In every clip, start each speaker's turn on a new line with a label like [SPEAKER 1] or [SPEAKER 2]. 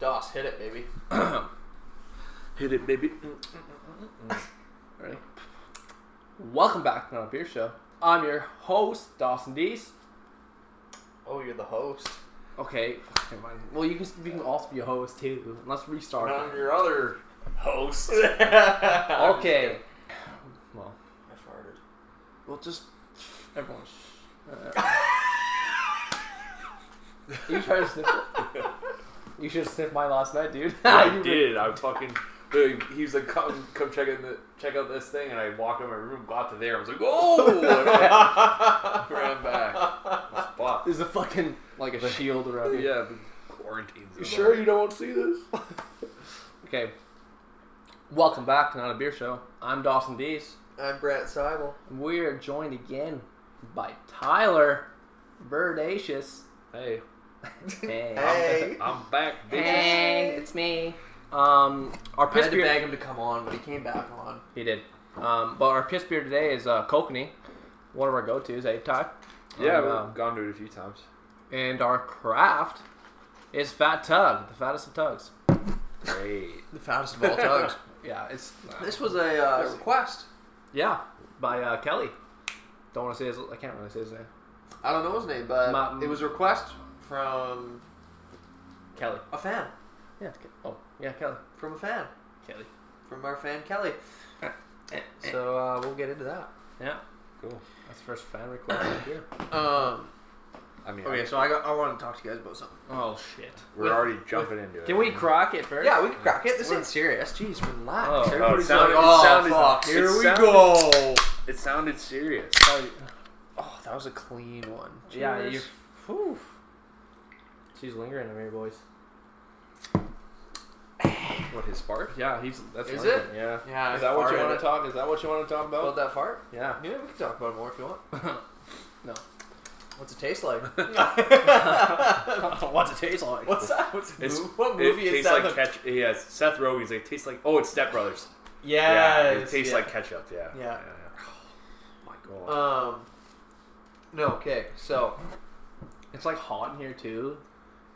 [SPEAKER 1] DOS. Hit it, baby.
[SPEAKER 2] Hit it, baby. Ready? Welcome back to the Beer Show. I'm your host, Dawson Dees.
[SPEAKER 1] Oh, you're the host.
[SPEAKER 2] Okay, fuck, never mind. Well, you can you can also be a host too. Let's restart.
[SPEAKER 3] I'm your other host.
[SPEAKER 2] Okay. Well,
[SPEAKER 1] I farted.
[SPEAKER 2] we'll just everyone. sh- Uh, you try to sniff. it? You should have sniffed mine last night, dude.
[SPEAKER 3] I
[SPEAKER 2] You
[SPEAKER 3] did. I fucking. dude, He was like, "Come, come check out the, check out this thing," and I walked in my room, got to there, I was like, "Oh!" and I ran back. Spot.
[SPEAKER 2] There's a fucking like a shield around you.
[SPEAKER 3] Yeah, the quarantines. are like-
[SPEAKER 1] you don't want to see this?
[SPEAKER 2] Okay. Welcome back to Not a Beer Show. I'm Dawson Dees.
[SPEAKER 1] I'm Brant Seibel.
[SPEAKER 2] We are joined again by Tyler Birdacious.
[SPEAKER 3] Hey,
[SPEAKER 2] Hey.
[SPEAKER 1] Hey.
[SPEAKER 3] I'm back, bitch.
[SPEAKER 2] Hey, it's me. Um, our
[SPEAKER 1] I
[SPEAKER 2] piss
[SPEAKER 1] had to
[SPEAKER 2] beer.
[SPEAKER 1] beg him to come on, but he came back on.
[SPEAKER 2] He did. Um, but our piss beer today is uh, Kokanee, one of our go-tos, eh, Ty?
[SPEAKER 3] Yeah,
[SPEAKER 2] Um,
[SPEAKER 3] we've
[SPEAKER 2] uh,
[SPEAKER 3] gone to it a few times.
[SPEAKER 2] and our craft is Fat Tug, the fattest of tugs.
[SPEAKER 3] Great.
[SPEAKER 1] The fattest of all tugs.
[SPEAKER 2] Yeah, it's
[SPEAKER 1] this was a uh, request.
[SPEAKER 2] yeah by uh, Kelly. Don't want to say his. I can't really say his name.
[SPEAKER 1] I don't know his name, but
[SPEAKER 2] Ma-
[SPEAKER 1] it was a request from
[SPEAKER 2] Kelly.
[SPEAKER 1] a fan.
[SPEAKER 2] Yeah. it's Ke- Oh, yeah, Kelly.
[SPEAKER 1] From a fan.
[SPEAKER 2] Kelly.
[SPEAKER 1] From our fan Kelly. Eh, So uh, we'll get into that.
[SPEAKER 2] Yeah.
[SPEAKER 3] Cool.
[SPEAKER 2] That's the first fan request right here.
[SPEAKER 1] Um,
[SPEAKER 3] I mean,
[SPEAKER 1] okay, so I got. I want to talk to you guys about something.
[SPEAKER 2] Oh shit.
[SPEAKER 3] we're
[SPEAKER 1] with-
[SPEAKER 3] already jumping into it.
[SPEAKER 2] Can we crack it first?
[SPEAKER 1] Yeah, we can crack it. This
[SPEAKER 2] We're-
[SPEAKER 1] ain't serious. Jeez, relax.
[SPEAKER 2] Oh.
[SPEAKER 3] Oh,
[SPEAKER 1] Everybody's
[SPEAKER 3] it sounded-
[SPEAKER 1] like,
[SPEAKER 3] it
[SPEAKER 1] oh,
[SPEAKER 3] sounded-
[SPEAKER 1] fuck,
[SPEAKER 3] it
[SPEAKER 1] here we
[SPEAKER 3] sounded-
[SPEAKER 1] go.
[SPEAKER 3] It sounded serious.
[SPEAKER 2] Sorry.
[SPEAKER 1] Oh, that was a clean one.
[SPEAKER 2] Yeah. You.
[SPEAKER 1] Cheers.
[SPEAKER 2] Whew. She's lingering on me, boys.
[SPEAKER 3] What his fart?
[SPEAKER 2] Yeah, he's. That's
[SPEAKER 1] Is
[SPEAKER 2] lingering, Yeah.
[SPEAKER 1] Yeah.
[SPEAKER 2] Is that what you want
[SPEAKER 1] to
[SPEAKER 2] to talk? Is that what you want to talk
[SPEAKER 1] about?
[SPEAKER 2] about?
[SPEAKER 1] that fart?
[SPEAKER 2] Yeah.
[SPEAKER 1] Yeah, we can talk about it more if you want.
[SPEAKER 2] No.
[SPEAKER 1] What's it taste like?
[SPEAKER 2] What's it taste like?
[SPEAKER 1] What's that? What's
[SPEAKER 3] It's,
[SPEAKER 1] what movie
[SPEAKER 3] it
[SPEAKER 1] is
[SPEAKER 3] tastes
[SPEAKER 1] that?
[SPEAKER 3] like ketchup. Yeah, it's Seth Rogen's. It tastes like oh, it's Step Brothers.
[SPEAKER 1] yes.
[SPEAKER 3] yeah, it tastes
[SPEAKER 1] yeah.
[SPEAKER 3] like ketchup. Yeah,
[SPEAKER 1] Yeah.
[SPEAKER 3] Oh my god.
[SPEAKER 1] Um. No. Okay. So.
[SPEAKER 2] It's like hot in here too.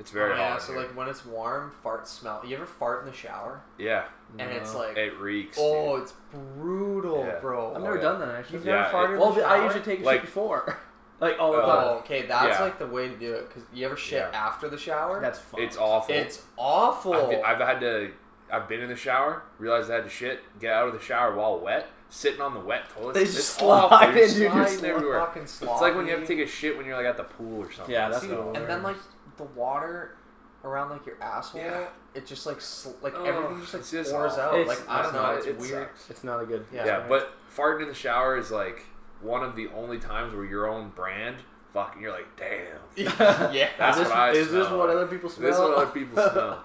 [SPEAKER 3] It's very
[SPEAKER 1] oh, yeah.
[SPEAKER 3] hot.
[SPEAKER 1] So
[SPEAKER 3] in here.
[SPEAKER 1] like when it's warm, fart smell. You ever fart in the shower?
[SPEAKER 3] yeah,
[SPEAKER 1] And it's
[SPEAKER 2] No.
[SPEAKER 1] like,
[SPEAKER 3] it reeks.
[SPEAKER 1] oh,
[SPEAKER 3] dude.
[SPEAKER 1] it's brutal,
[SPEAKER 3] Yeah.
[SPEAKER 1] bro.
[SPEAKER 2] I've never
[SPEAKER 3] yeah.
[SPEAKER 2] done that actually.
[SPEAKER 3] You've never Yeah, farted it- in
[SPEAKER 2] well,
[SPEAKER 1] the
[SPEAKER 2] I
[SPEAKER 1] shower?
[SPEAKER 2] usually take a
[SPEAKER 3] Like-
[SPEAKER 2] shit before. like all the
[SPEAKER 3] Oh.
[SPEAKER 2] time.
[SPEAKER 1] Oh, okay, that's
[SPEAKER 3] Yeah.
[SPEAKER 1] like the way to do it. Cause you ever shit
[SPEAKER 3] Yeah.
[SPEAKER 1] after the shower?
[SPEAKER 2] That's fun.
[SPEAKER 3] it's awful.
[SPEAKER 1] it's awful.
[SPEAKER 3] I've, I've had to. I've been in the shower, realized I had to shit, get out of the shower while wet, sitting on the wet toilet.
[SPEAKER 2] They
[SPEAKER 3] it's
[SPEAKER 2] just
[SPEAKER 3] awful.
[SPEAKER 2] slide
[SPEAKER 3] You're
[SPEAKER 2] in, dude, you're
[SPEAKER 3] sliding everywhere.
[SPEAKER 1] Fucking
[SPEAKER 3] It's like when you have to
[SPEAKER 1] sloppy.
[SPEAKER 3] take a shit when you're like at the pool or something.
[SPEAKER 2] Yeah, that's
[SPEAKER 1] See,
[SPEAKER 2] the
[SPEAKER 1] and
[SPEAKER 2] worst.
[SPEAKER 1] then like the water around like your asshole,
[SPEAKER 3] Yeah.
[SPEAKER 1] it just like sl- like
[SPEAKER 3] Ugh,
[SPEAKER 1] everything just like
[SPEAKER 3] it's just uh,
[SPEAKER 1] pours
[SPEAKER 3] awful.
[SPEAKER 1] out.
[SPEAKER 2] It's-
[SPEAKER 1] like I
[SPEAKER 2] it's
[SPEAKER 1] don't know,
[SPEAKER 2] not-
[SPEAKER 1] it's
[SPEAKER 3] it
[SPEAKER 1] weird.
[SPEAKER 3] sucks.
[SPEAKER 2] it's not a good.
[SPEAKER 1] Yeah.
[SPEAKER 3] Yeah,
[SPEAKER 2] experience.
[SPEAKER 3] but farting in the shower is like one of the only times where your own brand, fucking, you're like, damn.
[SPEAKER 1] yeah.
[SPEAKER 3] That's
[SPEAKER 2] is this,
[SPEAKER 3] what I
[SPEAKER 2] is this
[SPEAKER 3] smell
[SPEAKER 2] what
[SPEAKER 3] like.
[SPEAKER 2] other people smell?
[SPEAKER 3] This is what other people smell.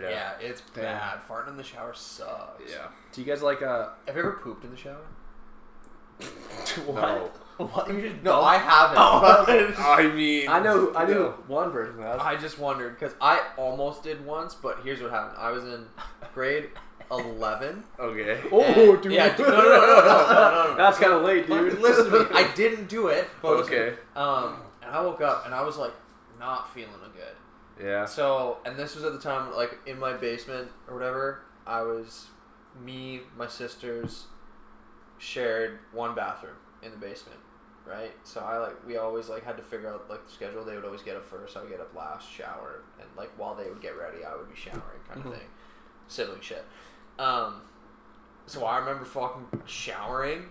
[SPEAKER 1] yeah,
[SPEAKER 3] Yeah.
[SPEAKER 1] it's
[SPEAKER 2] Yeah.
[SPEAKER 1] bad. Farting in the shower sucks.
[SPEAKER 3] Yeah.
[SPEAKER 2] Do you guys like uh?
[SPEAKER 1] Have you ever pooped in the shower?
[SPEAKER 3] No.
[SPEAKER 2] What? You just
[SPEAKER 1] No, I haven't.
[SPEAKER 2] Oh.
[SPEAKER 1] but-
[SPEAKER 3] I mean,
[SPEAKER 2] I know. I
[SPEAKER 3] no.
[SPEAKER 2] knew one person. That was-
[SPEAKER 1] I just wondered because I almost did once, but here's what happened. I was in grade eleven.
[SPEAKER 3] Okay.
[SPEAKER 2] oh,
[SPEAKER 1] and-
[SPEAKER 2] dude.
[SPEAKER 1] Yeah, no, no, no, no, no, no, no, no.
[SPEAKER 2] That's kind of late, dude.
[SPEAKER 1] Fucking listen to me. I didn't do it. But listen to me.
[SPEAKER 3] Okay.
[SPEAKER 1] Um, and I woke up and I was like not feeling good.
[SPEAKER 3] Yeah.
[SPEAKER 1] So, and this was at the time like in my basement or whatever. I was me, my sisters shared one bathroom in the basement, right? So I like we always like had to figure out like the schedule. They would always get up first. I would get up last, shower, and like while they would get ready, I would be showering, kind of
[SPEAKER 2] Mhm.
[SPEAKER 1] thing. Sibling shit. Um, so I remember fucking showering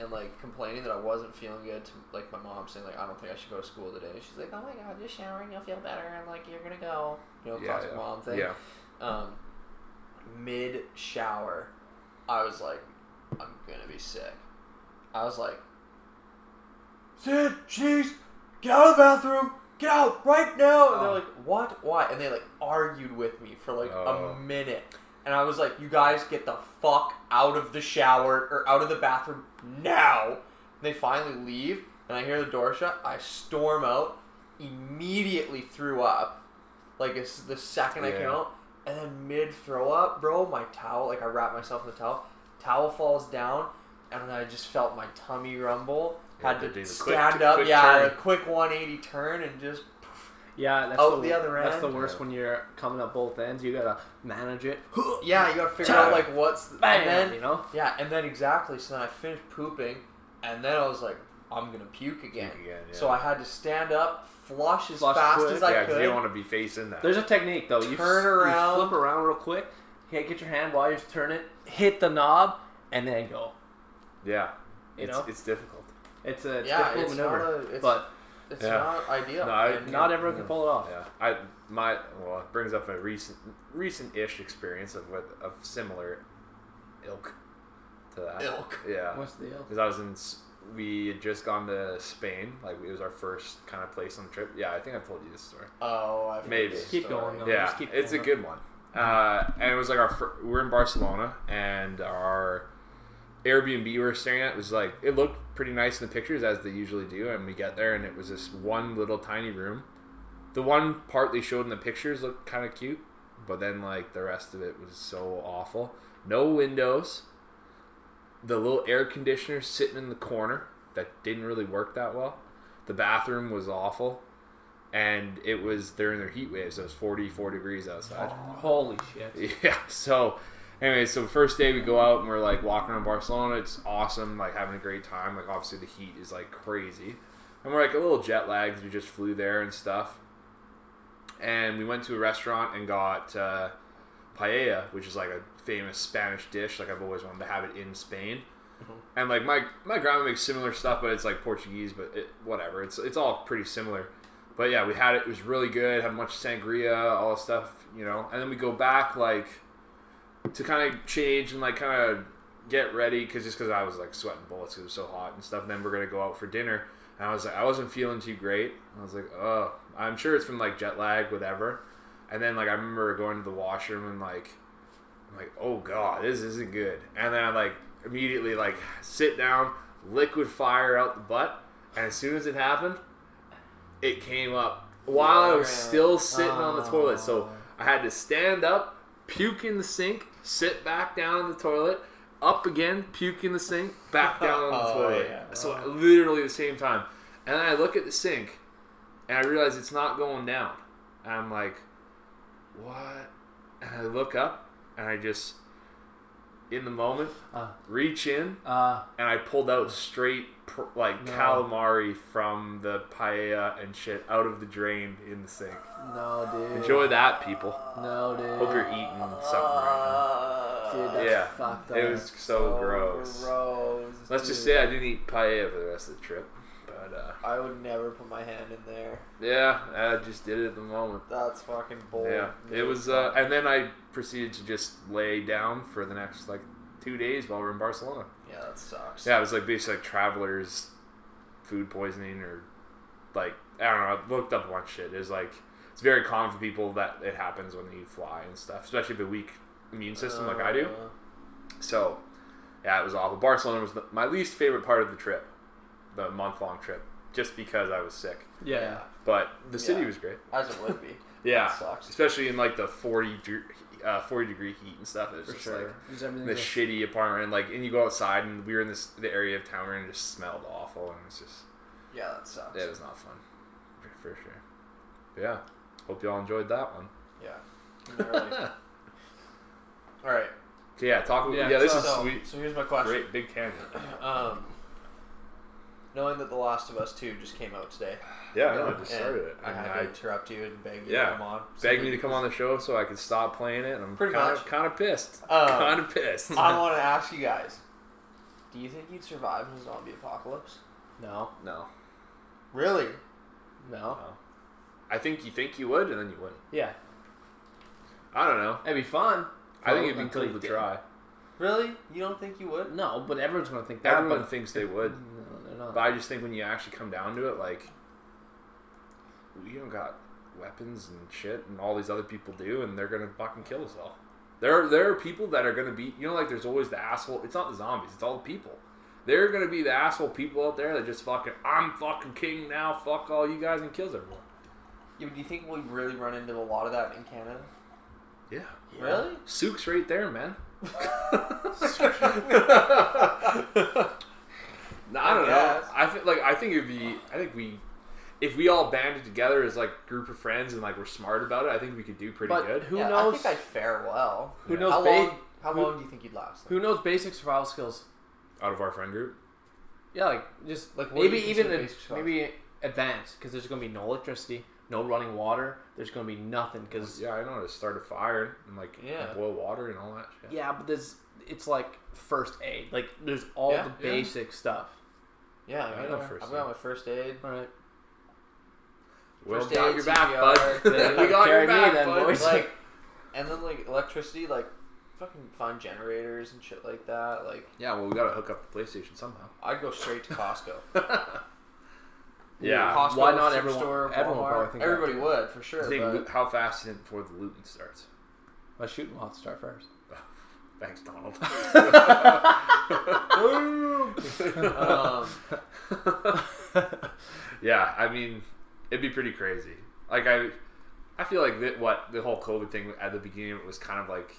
[SPEAKER 1] and like complaining that I wasn't feeling good to like my mom saying like I don't think I should go to school today. She's like, Oh my god, just showering, you'll feel better and like you're gonna go. You know,
[SPEAKER 3] Yeah,
[SPEAKER 1] classic
[SPEAKER 3] yeah.
[SPEAKER 1] mom thing.
[SPEAKER 3] Yeah.
[SPEAKER 1] Um mid shower, I was like, I'm gonna be sick. I was like Sid, jeez, get out of the bathroom, get out right now and they're
[SPEAKER 2] Oh.
[SPEAKER 1] like, What? Why? And they like argued with me for like
[SPEAKER 3] Oh.
[SPEAKER 1] a minute. And I was like, you guys get the fuck out of the shower or out of the bathroom now. And they finally leave, and I hear the door shut. I storm out, immediately threw up. Like, it's the second I came
[SPEAKER 3] Yeah.
[SPEAKER 1] out. And then mid throw up, bro, my towel, like, I wrap myself in the towel. Towel falls down, and then I just felt my tummy rumble.
[SPEAKER 3] Yeah,
[SPEAKER 1] Had
[SPEAKER 3] they do
[SPEAKER 1] to
[SPEAKER 3] the quick-
[SPEAKER 1] stand up,
[SPEAKER 3] quick
[SPEAKER 1] yeah,
[SPEAKER 3] turn.
[SPEAKER 1] a quick 180 turn, and just
[SPEAKER 2] Yeah, that's
[SPEAKER 1] Out
[SPEAKER 2] the,
[SPEAKER 1] Oh, the other
[SPEAKER 2] That's the
[SPEAKER 1] end.
[SPEAKER 2] worst when you're coming up both ends. You gotta manage it.
[SPEAKER 1] Yeah, you gotta figure out like what's the,
[SPEAKER 2] Bam,
[SPEAKER 1] and then
[SPEAKER 2] you know.
[SPEAKER 1] yeah, and then exactly. So then I finished pooping, and then I was like, I'm gonna puke again.
[SPEAKER 3] again,
[SPEAKER 1] So
[SPEAKER 3] yeah.
[SPEAKER 1] I had to stand up, flush as
[SPEAKER 2] Flush
[SPEAKER 1] fast
[SPEAKER 2] quick.
[SPEAKER 1] as I
[SPEAKER 3] yeah, because
[SPEAKER 1] could.
[SPEAKER 3] you don't want to be facing that.
[SPEAKER 2] There's a technique though. You
[SPEAKER 1] Turn
[SPEAKER 2] s- you
[SPEAKER 1] around.
[SPEAKER 2] flip around real quick. Hey, get your hand while you turn it. Hit the knob and then go.
[SPEAKER 3] yeah,
[SPEAKER 2] You
[SPEAKER 3] it's,
[SPEAKER 2] know?
[SPEAKER 3] it's difficult.
[SPEAKER 2] It's a it's
[SPEAKER 1] Yeah,
[SPEAKER 2] difficult
[SPEAKER 1] it's
[SPEAKER 2] maneuver,
[SPEAKER 1] not a- it's-
[SPEAKER 2] but
[SPEAKER 1] it's
[SPEAKER 3] Yeah.
[SPEAKER 1] not ideal.
[SPEAKER 3] No, I-
[SPEAKER 1] And-
[SPEAKER 2] not everyone can pull it off.
[SPEAKER 3] Yeah, I my well it brings up a recent recent-ish experience of what of similar ilk to that.
[SPEAKER 1] Ilk.
[SPEAKER 3] Yeah.
[SPEAKER 2] What's the deal?
[SPEAKER 3] because I was in. S- We had just gone to Spain. Like it was our first kind of place on the trip. Yeah, I think I've told you this story.
[SPEAKER 1] Oh, I've heard
[SPEAKER 3] Maybe.
[SPEAKER 1] this
[SPEAKER 2] Keep
[SPEAKER 1] story.
[SPEAKER 2] going, though.
[SPEAKER 3] yeah,
[SPEAKER 2] just keep
[SPEAKER 3] it's a
[SPEAKER 2] going.
[SPEAKER 3] good one. Uh, and it was like our fir- we we're in Barcelona, and our Airbnb we were staying at was like it looked pretty nice in the pictures as they usually do. And we got there, and it was this one little tiny room. The one part they showed in the pictures looked kind of cute, but then like the rest of it was so awful. No windows. The little air conditioner sitting in the corner that didn't really work that well. The bathroom was awful and it was during their heat waves. It was 44 degrees outside.
[SPEAKER 2] Holy shit!
[SPEAKER 3] Yeah. So, anyway, so first day we go out and we're like walking around Barcelona. It's awesome, like having a great time. Like obviously the heat is like crazy, and we're like a little jet lagged. We just flew there and stuff, and we went to a restaurant and got uh, paella, which is like a famous Spanish dish. Like I've always wanted to have it in Spain. And like my my grandma makes similar stuff, but it's like Portuguese, but it, whatever. It's it's all pretty similar. But yeah, we had it. It was really good. Had much sangria, all this stuff, you know. And then we go back like to kind of change and like kind of get ready because just because I was like sweating bullets 'cause it was so hot and stuff. And then we're gonna go out for dinner, and I was like I wasn't feeling too great. I was like, oh, I'm sure it's from like jet lag, whatever. And then like I remember going to the washroom and like I'm like, oh god, this isn't good. And then I like immediately like sit down, liquid fire out the butt, and as soon as it happened, it came up while I was still sitting on the toilet. So I had to stand up, puke in the sink, sit back down in the toilet, up again, puke in the sink, back down on the
[SPEAKER 1] Oh,
[SPEAKER 3] toilet.
[SPEAKER 1] yeah.
[SPEAKER 3] So literally the same time. And then I look at the sink and I realize it's not going down. And I'm like, what? And I look up and I just, in the moment,
[SPEAKER 2] Uh.
[SPEAKER 3] reach in
[SPEAKER 2] Uh,
[SPEAKER 3] and I pulled out straight pr- like
[SPEAKER 2] No.
[SPEAKER 3] calamari from the paella and shit out of the drain in the sink.
[SPEAKER 2] no, dude.
[SPEAKER 3] Enjoy that, people.
[SPEAKER 2] No, dude.
[SPEAKER 3] Hope you're eating something. Right
[SPEAKER 2] Dude,
[SPEAKER 1] Uh,
[SPEAKER 2] that's
[SPEAKER 3] Yeah,
[SPEAKER 2] fucked
[SPEAKER 3] now.
[SPEAKER 2] up.
[SPEAKER 3] It was so gross.
[SPEAKER 1] gross,
[SPEAKER 3] Let's just
[SPEAKER 1] dude.
[SPEAKER 3] say I didn't eat paella for the rest of the trip, but uh,
[SPEAKER 1] I would never put my hand in there.
[SPEAKER 3] yeah, I just did it at the moment.
[SPEAKER 1] That's fucking bold.
[SPEAKER 3] Yeah, it
[SPEAKER 1] dude.
[SPEAKER 3] was, uh, and then I proceeded to just lay down for the next like two days while we are in Barcelona.
[SPEAKER 1] yeah, that sucks.
[SPEAKER 3] Yeah, it was like basically like travelers, food poisoning, or like I don't know. I looked up one shit. It was like it's very common for people that it happens when you fly and stuff, especially if a weak immune system like I do.
[SPEAKER 1] Uh,
[SPEAKER 3] So yeah, it was awful. Barcelona was the, my least favorite part of the trip, the month long trip, just because I was sick.
[SPEAKER 2] yeah.
[SPEAKER 1] yeah,
[SPEAKER 3] But the city
[SPEAKER 1] Yeah.
[SPEAKER 3] was great.
[SPEAKER 1] as it would be.
[SPEAKER 3] Yeah,
[SPEAKER 1] That sucks.
[SPEAKER 3] especially in like the 40, de- uh, 40 degree heat and stuff. It was
[SPEAKER 2] for
[SPEAKER 3] just
[SPEAKER 2] sure.
[SPEAKER 3] like
[SPEAKER 2] There's everything
[SPEAKER 3] in this
[SPEAKER 2] to-
[SPEAKER 3] shitty apartment, like, and you go outside, and we were in this the area of town, and it just smelled awful, and it's just
[SPEAKER 1] Yeah, that sucks.
[SPEAKER 3] it was not fun, for, for sure. But yeah, hope y'all enjoyed that one.
[SPEAKER 1] Yeah. Gnarly. All right.
[SPEAKER 3] So yeah, talk.
[SPEAKER 2] Yeah,
[SPEAKER 3] Yeah, yeah this
[SPEAKER 1] so,
[SPEAKER 3] is sweet.
[SPEAKER 1] So here's my question.
[SPEAKER 3] Great big canyon.
[SPEAKER 1] Um, knowing that The Last of Us Two just came out today,
[SPEAKER 3] Yeah, I know, I just
[SPEAKER 1] and
[SPEAKER 3] started it.
[SPEAKER 1] I
[SPEAKER 3] I mean,
[SPEAKER 1] had
[SPEAKER 3] I
[SPEAKER 1] to interrupt you and beg you
[SPEAKER 3] Yeah.
[SPEAKER 1] to come on.
[SPEAKER 3] begged me to come on the show so I could stop playing it, and I'm
[SPEAKER 1] Pretty
[SPEAKER 3] kind
[SPEAKER 1] much.
[SPEAKER 3] of kind of pissed.
[SPEAKER 1] Um,
[SPEAKER 3] kind of pissed.
[SPEAKER 1] I want to ask you guys: Do you think you'd survive in a zombie apocalypse?
[SPEAKER 2] No,
[SPEAKER 3] no,
[SPEAKER 1] Really?
[SPEAKER 2] no.
[SPEAKER 3] I think you think you would, and then you wouldn't.
[SPEAKER 2] Yeah,
[SPEAKER 3] I don't know.
[SPEAKER 2] it'd be fun.
[SPEAKER 3] I think it'd
[SPEAKER 2] Until
[SPEAKER 3] be cool
[SPEAKER 2] you
[SPEAKER 3] to
[SPEAKER 2] did.
[SPEAKER 3] try.
[SPEAKER 1] Really? You don't think you would?
[SPEAKER 2] No, but everyone's gonna think that.
[SPEAKER 3] Everyone
[SPEAKER 2] but
[SPEAKER 3] thinks they would.
[SPEAKER 2] no, they're not.
[SPEAKER 3] But I just think when you actually come down to it, like, we don't got weapons and shit, and all these other people do, and they're gonna fucking kill us all. There, are, there are people that are gonna be, you know, like there's always the asshole. It's not the zombies, it's all the people. There are gonna be the asshole people out there that just fucking, I'm fucking king now, fuck all you guys, and kills everyone.
[SPEAKER 1] Yeah, but do you think we really run into a lot of that in Canada?
[SPEAKER 3] Yeah,
[SPEAKER 1] Really?
[SPEAKER 3] Sook's right there, man. No, I don't know.
[SPEAKER 1] guess.
[SPEAKER 3] I think like I think it'd be. I think we. if we all banded together as like group of friends and like we're smart about it, I think we could do pretty
[SPEAKER 2] But
[SPEAKER 3] good.
[SPEAKER 2] who
[SPEAKER 1] Yeah, I
[SPEAKER 2] knows?
[SPEAKER 1] think I'd fare well.
[SPEAKER 2] Who
[SPEAKER 3] Yeah.
[SPEAKER 2] knows?
[SPEAKER 1] how
[SPEAKER 2] ba-
[SPEAKER 1] long? How
[SPEAKER 2] who-
[SPEAKER 1] long do you think you'd last?
[SPEAKER 2] Who knows basic survival skills?
[SPEAKER 3] Out of our friend group,
[SPEAKER 2] Yeah, like just
[SPEAKER 1] Like,
[SPEAKER 2] like
[SPEAKER 1] what do
[SPEAKER 2] maybe
[SPEAKER 1] you
[SPEAKER 2] even
[SPEAKER 1] consider
[SPEAKER 2] ad-
[SPEAKER 1] basic survival?
[SPEAKER 2] maybe advanced because there's gonna be no electricity, no running water. There's gonna be nothing because
[SPEAKER 3] yeah, I know how to start a fire and like
[SPEAKER 1] Yeah.
[SPEAKER 3] boil water and all that. Shit.
[SPEAKER 2] yeah, but there's it's like first aid. Like there's all
[SPEAKER 1] Yeah,
[SPEAKER 2] the
[SPEAKER 1] yeah.
[SPEAKER 2] basic stuff.
[SPEAKER 1] Yeah, I
[SPEAKER 3] I
[SPEAKER 1] mean,
[SPEAKER 3] know
[SPEAKER 1] I've
[SPEAKER 3] first
[SPEAKER 1] got my first aid.
[SPEAKER 2] All right.
[SPEAKER 3] Well,
[SPEAKER 1] First
[SPEAKER 3] got
[SPEAKER 1] aid,
[SPEAKER 3] your back,
[SPEAKER 1] CPR,
[SPEAKER 3] bud. we got
[SPEAKER 2] Carry
[SPEAKER 3] your
[SPEAKER 2] me
[SPEAKER 3] back,
[SPEAKER 2] then,
[SPEAKER 3] bud.
[SPEAKER 2] boys.
[SPEAKER 1] like, and then like electricity, like fucking find generators and shit like that. Like,
[SPEAKER 3] Yeah, well, we gotta hook up the PlayStation somehow.
[SPEAKER 1] I'd go straight to Costco.
[SPEAKER 3] Yeah.
[SPEAKER 1] Costco,
[SPEAKER 2] Why not
[SPEAKER 1] everyone?
[SPEAKER 2] everyone- everyone would probably think that.
[SPEAKER 1] Everybody would for sure.
[SPEAKER 3] Think
[SPEAKER 1] but-
[SPEAKER 3] loo- how fast is it before the looting starts?
[SPEAKER 2] Let's shoot and we'll have to start first.
[SPEAKER 3] Thanks, Donald.
[SPEAKER 1] um,
[SPEAKER 3] yeah, I mean, it'd be pretty crazy. Like I, I feel like that what the whole COVID thing at the beginning was kind of like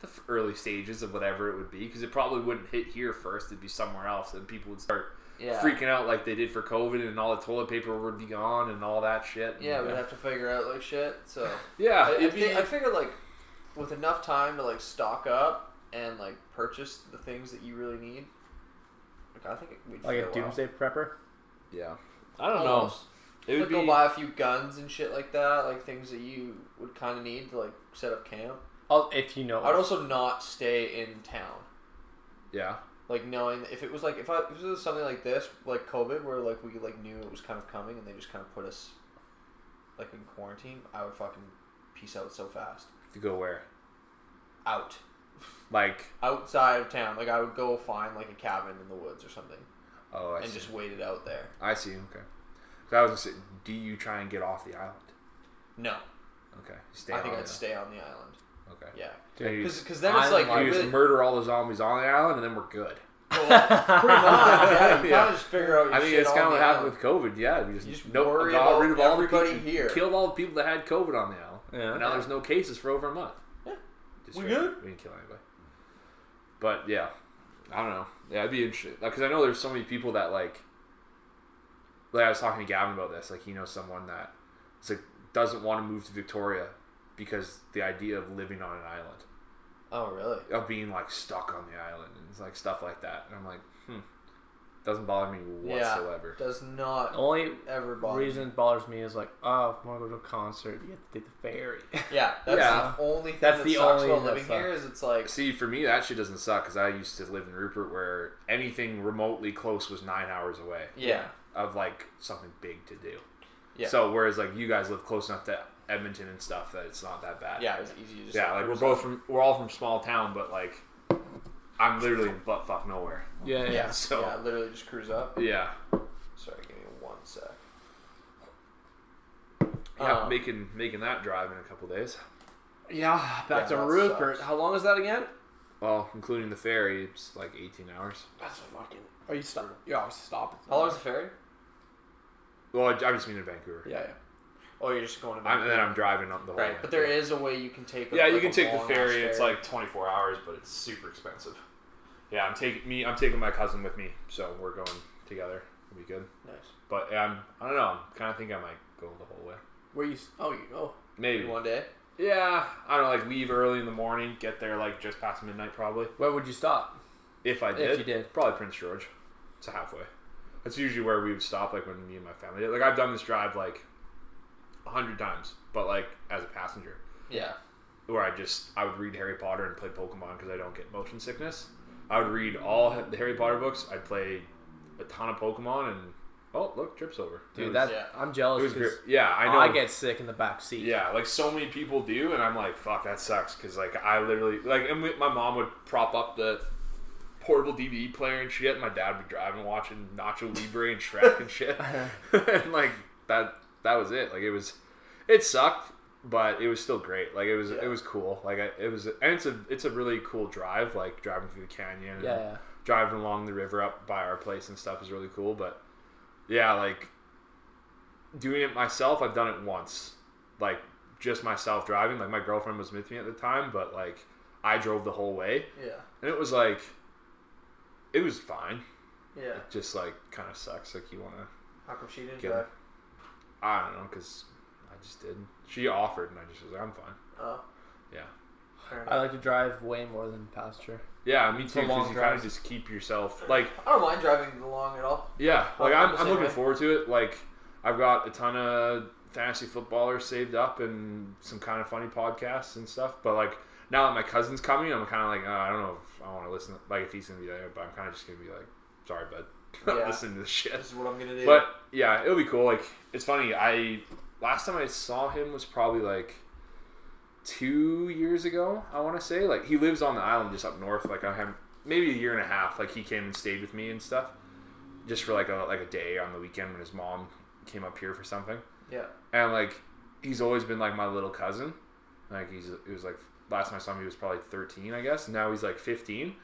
[SPEAKER 3] the f- early stages of whatever it would be because it probably wouldn't hit here first. It'd be somewhere else, and people would start
[SPEAKER 1] yeah.
[SPEAKER 3] freaking out like they did for COVID, and all the toilet paper would be gone and all that shit.
[SPEAKER 1] Yeah,
[SPEAKER 3] And,
[SPEAKER 1] we'd have to figure out like shit. So
[SPEAKER 3] yeah,
[SPEAKER 1] I, I,
[SPEAKER 3] it'd be.
[SPEAKER 1] thi- I figure like with enough time to like stock up and like purchase the things that you really need. Like I think it- we'd
[SPEAKER 2] Like
[SPEAKER 1] fare
[SPEAKER 2] a doomsday prepper.
[SPEAKER 3] yeah, I don't
[SPEAKER 1] well.
[SPEAKER 3] know.
[SPEAKER 1] Almost.
[SPEAKER 3] It would
[SPEAKER 1] Like, go
[SPEAKER 3] be.
[SPEAKER 1] buy Oh, a few guns and shit like that, like things that you would kind of need to like set up camp.
[SPEAKER 2] I'll, if you know,
[SPEAKER 1] I'd also not stay in town.
[SPEAKER 3] Yeah,
[SPEAKER 1] Like knowing if it was like if, I, if it was something like this, like COVID, where like we like knew it was kind of coming and they just kind of put us like in quarantine, I would fucking peace out so fast.
[SPEAKER 3] to go where?
[SPEAKER 1] Out.
[SPEAKER 3] Like,
[SPEAKER 1] outside of town. Like I would go find like a cabin in the woods or something,
[SPEAKER 3] oh, I
[SPEAKER 1] and
[SPEAKER 3] see.
[SPEAKER 1] just wait it out there.
[SPEAKER 3] I see. Okay. 'Cause I was gonna say, do you try and get off the island?
[SPEAKER 1] No,
[SPEAKER 3] Okay, stay.
[SPEAKER 1] I think
[SPEAKER 3] on
[SPEAKER 1] I'd
[SPEAKER 3] the-
[SPEAKER 1] stay on the island.
[SPEAKER 3] Okay.
[SPEAKER 1] Yeah,
[SPEAKER 3] Dude, you just-
[SPEAKER 1] because then it's like you
[SPEAKER 2] Island life.
[SPEAKER 3] you just
[SPEAKER 1] really,
[SPEAKER 3] murder all the zombies on the island, and then we're good.
[SPEAKER 1] well, pretty much. Yeah, you
[SPEAKER 3] Yeah.
[SPEAKER 1] kind of just figure out. Your
[SPEAKER 3] I mean,
[SPEAKER 1] shit
[SPEAKER 3] it's kind of
[SPEAKER 1] on
[SPEAKER 3] what
[SPEAKER 1] the
[SPEAKER 3] happened
[SPEAKER 1] island.
[SPEAKER 3] with COVID. Yeah, we just,
[SPEAKER 1] You just
[SPEAKER 3] no-
[SPEAKER 1] worry
[SPEAKER 3] got
[SPEAKER 1] about
[SPEAKER 3] rid of all the
[SPEAKER 1] everybody
[SPEAKER 3] people,
[SPEAKER 1] here.
[SPEAKER 3] killed all the people that had COVID on the island.
[SPEAKER 2] Yeah.
[SPEAKER 3] And now there's no cases for over a month.
[SPEAKER 1] Yeah.
[SPEAKER 3] Just
[SPEAKER 1] We
[SPEAKER 3] right.
[SPEAKER 1] good?
[SPEAKER 3] We didn't kill anybody. But yeah, I don't know. Yeah, it'd be interesting because I know there's so many people that like. Like I was talking to Gavin about this. Like he knows someone that, it's like doesn't want to move to Victoria because the idea of living on an island,
[SPEAKER 1] Oh really?
[SPEAKER 3] of being like stuck on the island, and it's like stuff like that. And I'm like, hmm, doesn't bother me whatsoever.
[SPEAKER 1] Yeah, does not
[SPEAKER 2] only
[SPEAKER 1] ever bother. me.
[SPEAKER 2] reason it bothers me is like, oh, if I want to go to a concert, you have to take the ferry.
[SPEAKER 1] Yeah, that's
[SPEAKER 3] Yeah.
[SPEAKER 1] the only thing
[SPEAKER 2] That's
[SPEAKER 1] that
[SPEAKER 2] the
[SPEAKER 1] sucks
[SPEAKER 2] only
[SPEAKER 1] about
[SPEAKER 2] that
[SPEAKER 1] living here is it's like
[SPEAKER 3] See, for me, that shit doesn't suck because I used to live in Rupert, where anything remotely close was nine hours away.
[SPEAKER 1] yeah,
[SPEAKER 3] of like something big to do.
[SPEAKER 1] Yeah.
[SPEAKER 3] So whereas like you guys live close enough to Edmonton and stuff that it's not that bad.
[SPEAKER 1] yeah, it's easy to just
[SPEAKER 3] Yeah, like we're both from we're all from small town, but like I'm literally in butt fuck nowhere.
[SPEAKER 2] yeah, yeah.
[SPEAKER 1] yeah,
[SPEAKER 3] so-
[SPEAKER 1] yeah, literally just cruise up.
[SPEAKER 3] Yeah.
[SPEAKER 1] Sorry, give me one sec.
[SPEAKER 3] Yeah,
[SPEAKER 1] Um,
[SPEAKER 3] making making that drive in a couple days.
[SPEAKER 2] Yeah, back
[SPEAKER 1] Yeah,
[SPEAKER 2] to
[SPEAKER 1] that
[SPEAKER 2] Rupert.
[SPEAKER 1] sucks.
[SPEAKER 2] How long is that again?
[SPEAKER 3] Well, including the ferry, it's like eighteen hours.
[SPEAKER 2] That's fucking. Are you stop? You always stop.
[SPEAKER 1] How long is the ferry?
[SPEAKER 3] Well, I, I just mean in Vancouver.
[SPEAKER 2] Yeah, yeah.
[SPEAKER 1] Oh, you're just going to
[SPEAKER 3] I'm, and then I'm driving up the whole.
[SPEAKER 1] Right, but there is a way you can take.
[SPEAKER 3] Yeah, you
[SPEAKER 1] like,
[SPEAKER 3] can
[SPEAKER 1] a
[SPEAKER 3] take the
[SPEAKER 1] long-ass
[SPEAKER 3] ferry. It's like twenty four hours, but it's super expensive. Yeah, I'm taking me. I'm taking my cousin with me, so we're going together. It'll be good.
[SPEAKER 1] nice.
[SPEAKER 3] But I'm, I don't know. I kind of think I might go the whole way.
[SPEAKER 2] Where you? s- Oh, you go.
[SPEAKER 3] Maybe.
[SPEAKER 1] Maybe one day.
[SPEAKER 3] Yeah, I don't know. Like leave early in the morning, get there like just past midnight probably.
[SPEAKER 2] Where would you stop?
[SPEAKER 3] If I
[SPEAKER 2] If
[SPEAKER 3] did,
[SPEAKER 2] you did.
[SPEAKER 3] probably Prince George. It's a halfway. That's usually where we would stop. Like when me and my family did. Like I've done this drive like a hundred times, but like as a passenger,
[SPEAKER 1] Yeah.
[SPEAKER 3] where I just I would read Harry Potter and play Pokemon because I don't get motion sickness. I would read all Ha- the Harry Potter books. I'd play a ton of Pokemon and oh look, trip's over.
[SPEAKER 2] Dude,
[SPEAKER 3] It was-
[SPEAKER 2] that
[SPEAKER 1] yeah.
[SPEAKER 2] I'm
[SPEAKER 3] it
[SPEAKER 2] jealous
[SPEAKER 3] was
[SPEAKER 2] because
[SPEAKER 3] great. Yeah, I
[SPEAKER 2] I,
[SPEAKER 3] know.
[SPEAKER 2] get sick in the back seat.
[SPEAKER 3] Yeah, like so many people do, and I'm like, fuck, that sucks. Because like I literally like, and we, my mom would prop up the portable DVD player and shit. And my dad would be driving, watching Nacho Libre and Shrek and shit, and like that. That was it. Like it was, it sucked, but it was still great. Like it was,
[SPEAKER 1] Yeah.
[SPEAKER 3] it was cool. Like I, it was, and it's a, it's a really cool drive. Like driving through the canyon. and
[SPEAKER 2] Yeah, yeah.
[SPEAKER 3] driving along the river up by our place and stuff is really cool. But yeah, like doing it myself, I've done it once. Like just myself driving. Like my girlfriend was with me at the time, but like I drove the whole way.
[SPEAKER 1] Yeah.
[SPEAKER 3] And it was like it was fine.
[SPEAKER 1] Yeah.
[SPEAKER 3] Just like kind of sucks. Like you want to
[SPEAKER 1] How come she didn't
[SPEAKER 3] Get
[SPEAKER 1] drive?
[SPEAKER 3] I don't know, cause I just did. She offered, and I just was like, I'm fine.
[SPEAKER 1] Oh.
[SPEAKER 3] Yeah.
[SPEAKER 1] Fair enough.
[SPEAKER 2] I like to drive way more than passenger.
[SPEAKER 3] Yeah, me
[SPEAKER 2] a
[SPEAKER 3] too.
[SPEAKER 2] long
[SPEAKER 3] Because you kind
[SPEAKER 2] drive.
[SPEAKER 3] of just keep yourself like
[SPEAKER 1] I don't mind driving along at all.
[SPEAKER 3] Yeah,
[SPEAKER 1] Well,
[SPEAKER 3] like
[SPEAKER 1] I'm
[SPEAKER 3] I'm,
[SPEAKER 1] the
[SPEAKER 3] I'm
[SPEAKER 1] same
[SPEAKER 3] looking
[SPEAKER 1] way.
[SPEAKER 3] forward to it. Like I've got a ton of fantasy footballers saved up and some kind of funny podcasts and stuff. But like now that my cousin's coming, I'm kind of like oh, I don't know if I want to listen. Like if he's gonna be there, but I'm kind of just gonna be like, sorry, bud, not
[SPEAKER 1] Yeah.
[SPEAKER 3] listening to this shit.
[SPEAKER 1] This is what I'm gonna do.
[SPEAKER 3] But yeah, it'll be cool. Like it's funny. I last time I saw him was probably like two years ago. I want to say like he lives on the island just up north. Like I have maybe a year and a half. Like he came and stayed with me and stuff, just for like a like a day on the weekend when his mom came up here for something.
[SPEAKER 1] yeah.
[SPEAKER 3] And like he's always been like my little cousin. Like he's he was like last time I saw him he was probably thirteen I guess. Now he's like fifteen.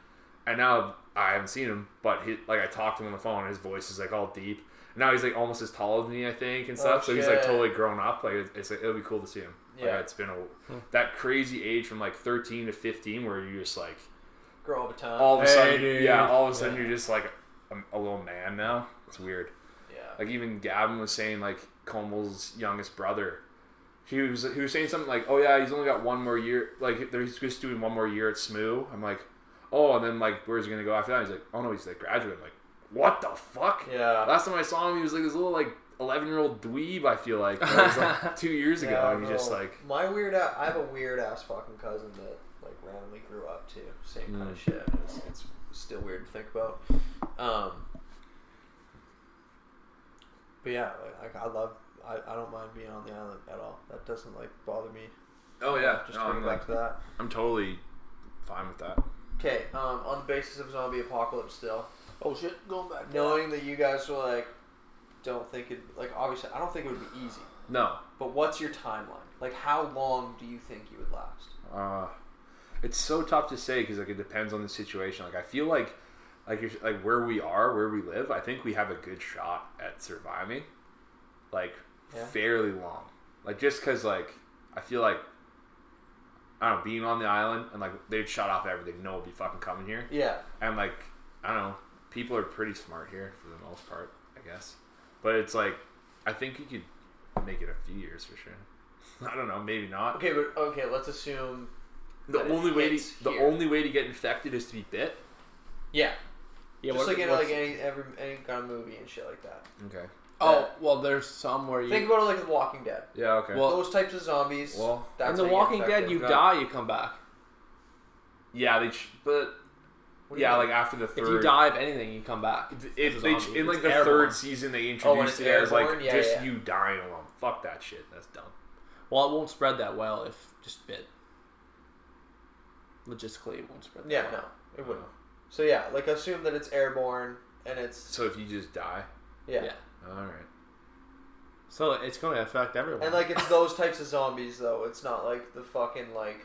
[SPEAKER 3] And now I haven't seen him, but he like I talked to him on the phone and his voice is like all deep. And now he's like almost as tall as me, I think, and stuff.
[SPEAKER 1] Oh,
[SPEAKER 3] so he's like
[SPEAKER 1] shit.
[SPEAKER 3] totally grown up. Like it's, it's like, it'll be cool to see him. Like,
[SPEAKER 1] Yeah.
[SPEAKER 3] it's been a that crazy age from like thirteen to fifteen where you're just like
[SPEAKER 1] Grow up a ton.
[SPEAKER 3] all of a
[SPEAKER 2] Hey,
[SPEAKER 3] sudden,
[SPEAKER 2] dude.
[SPEAKER 3] yeah, all of a sudden
[SPEAKER 1] Yeah.
[SPEAKER 3] you're just like a, a little man now. It's weird.
[SPEAKER 1] yeah.
[SPEAKER 3] Like even Gavin was saying, like Comel's youngest brother, he was he was saying something like, "Oh yeah, he's only got one more year. Like they're- he's just doing one more year at SMU." I'm like, "Oh," and then like, "Where's he gonna go after that?" He's like, "Oh no, he's like graduate." I'm like, "What the fuck?"
[SPEAKER 1] Yeah.
[SPEAKER 3] Last time I saw him, he was like this little like 11 year old dweeb. I feel like That was, like two years ago,
[SPEAKER 1] Yeah, I
[SPEAKER 3] and he's just
[SPEAKER 1] know.
[SPEAKER 3] like,
[SPEAKER 1] my weird. a- I have a weird ass fucking cousin that like randomly grew up to same kind
[SPEAKER 3] Mm.
[SPEAKER 1] of shit. It's, it's still weird to think about. Um, but yeah, like, I, I love. I, I don't mind being on the island at all. That doesn't like bother me.
[SPEAKER 3] "Oh yeah,
[SPEAKER 1] just
[SPEAKER 3] no,
[SPEAKER 1] going
[SPEAKER 3] I'm, like,
[SPEAKER 1] back to that.
[SPEAKER 3] I'm totally fine with that."
[SPEAKER 1] Okay, um, on the basis of zombie apocalypse, still
[SPEAKER 2] Oh shit, going back.
[SPEAKER 1] knowing that you guys were like, don't think it like obviously I don't think it would be easy.
[SPEAKER 3] No,
[SPEAKER 1] But what's your timeline? Like, how long do you think you would last?
[SPEAKER 3] Uh, it's so tough to say because like it depends on the situation. Like I feel like like you're, like where we are, where we live, I think we have a good shot at surviving, like
[SPEAKER 1] Yeah.
[SPEAKER 3] fairly long. Like just because like I feel like I don't know, being on the island and like they'd shut off everything, no, one would be fucking coming here,
[SPEAKER 1] Yeah,
[SPEAKER 3] and like I don't know, people are pretty smart here for the most part, I guess. But it's like I think you could make it a few years for sure. I don't know, maybe not.
[SPEAKER 1] Okay, but okay, let's assume.
[SPEAKER 3] The
[SPEAKER 1] that it
[SPEAKER 3] only way
[SPEAKER 1] hits
[SPEAKER 3] to, the
[SPEAKER 1] here.
[SPEAKER 3] only way to get infected is to be bit.
[SPEAKER 1] Yeah,
[SPEAKER 2] Yeah,
[SPEAKER 1] just
[SPEAKER 2] what-
[SPEAKER 1] like in
[SPEAKER 2] what's-
[SPEAKER 1] like any every any kind of movie and shit like that.
[SPEAKER 3] Okay.
[SPEAKER 2] oh well, there's some where you
[SPEAKER 1] Think about it like The Walking Dead.
[SPEAKER 3] Yeah. Okay.
[SPEAKER 2] Well-
[SPEAKER 1] Those types of zombies.
[SPEAKER 3] Well,
[SPEAKER 1] that's
[SPEAKER 2] in The
[SPEAKER 1] how you get
[SPEAKER 2] Walking Dead,
[SPEAKER 1] infected.
[SPEAKER 2] you
[SPEAKER 3] Yeah.
[SPEAKER 2] die, you come back.
[SPEAKER 3] yeah. They ch- but
[SPEAKER 1] What do you
[SPEAKER 3] yeah,
[SPEAKER 1] mean?
[SPEAKER 3] like after the
[SPEAKER 2] If you
[SPEAKER 3] third,
[SPEAKER 2] die of anything, you come back.
[SPEAKER 3] th- if
[SPEAKER 2] as a
[SPEAKER 3] they ch-
[SPEAKER 2] zombie,
[SPEAKER 3] in like
[SPEAKER 2] it's
[SPEAKER 3] the
[SPEAKER 2] airborne.
[SPEAKER 3] third season they
[SPEAKER 1] Oh, when it's
[SPEAKER 3] introduced it as like
[SPEAKER 1] airborne? Yeah,
[SPEAKER 3] just
[SPEAKER 1] yeah.
[SPEAKER 3] you dying alone. Fuck that shit. That's dumb.
[SPEAKER 2] Well, it won't spread that well if just bit. Logistically, it won't spread. That
[SPEAKER 1] Yeah,
[SPEAKER 2] well.
[SPEAKER 1] no, it wouldn't. So yeah, like assume that it's airborne and it's
[SPEAKER 3] So if you just die,
[SPEAKER 1] yeah,
[SPEAKER 2] Yeah.
[SPEAKER 3] all right.
[SPEAKER 2] So it's going to affect everyone.
[SPEAKER 1] and like it's those types of zombies though. It's not like the fucking like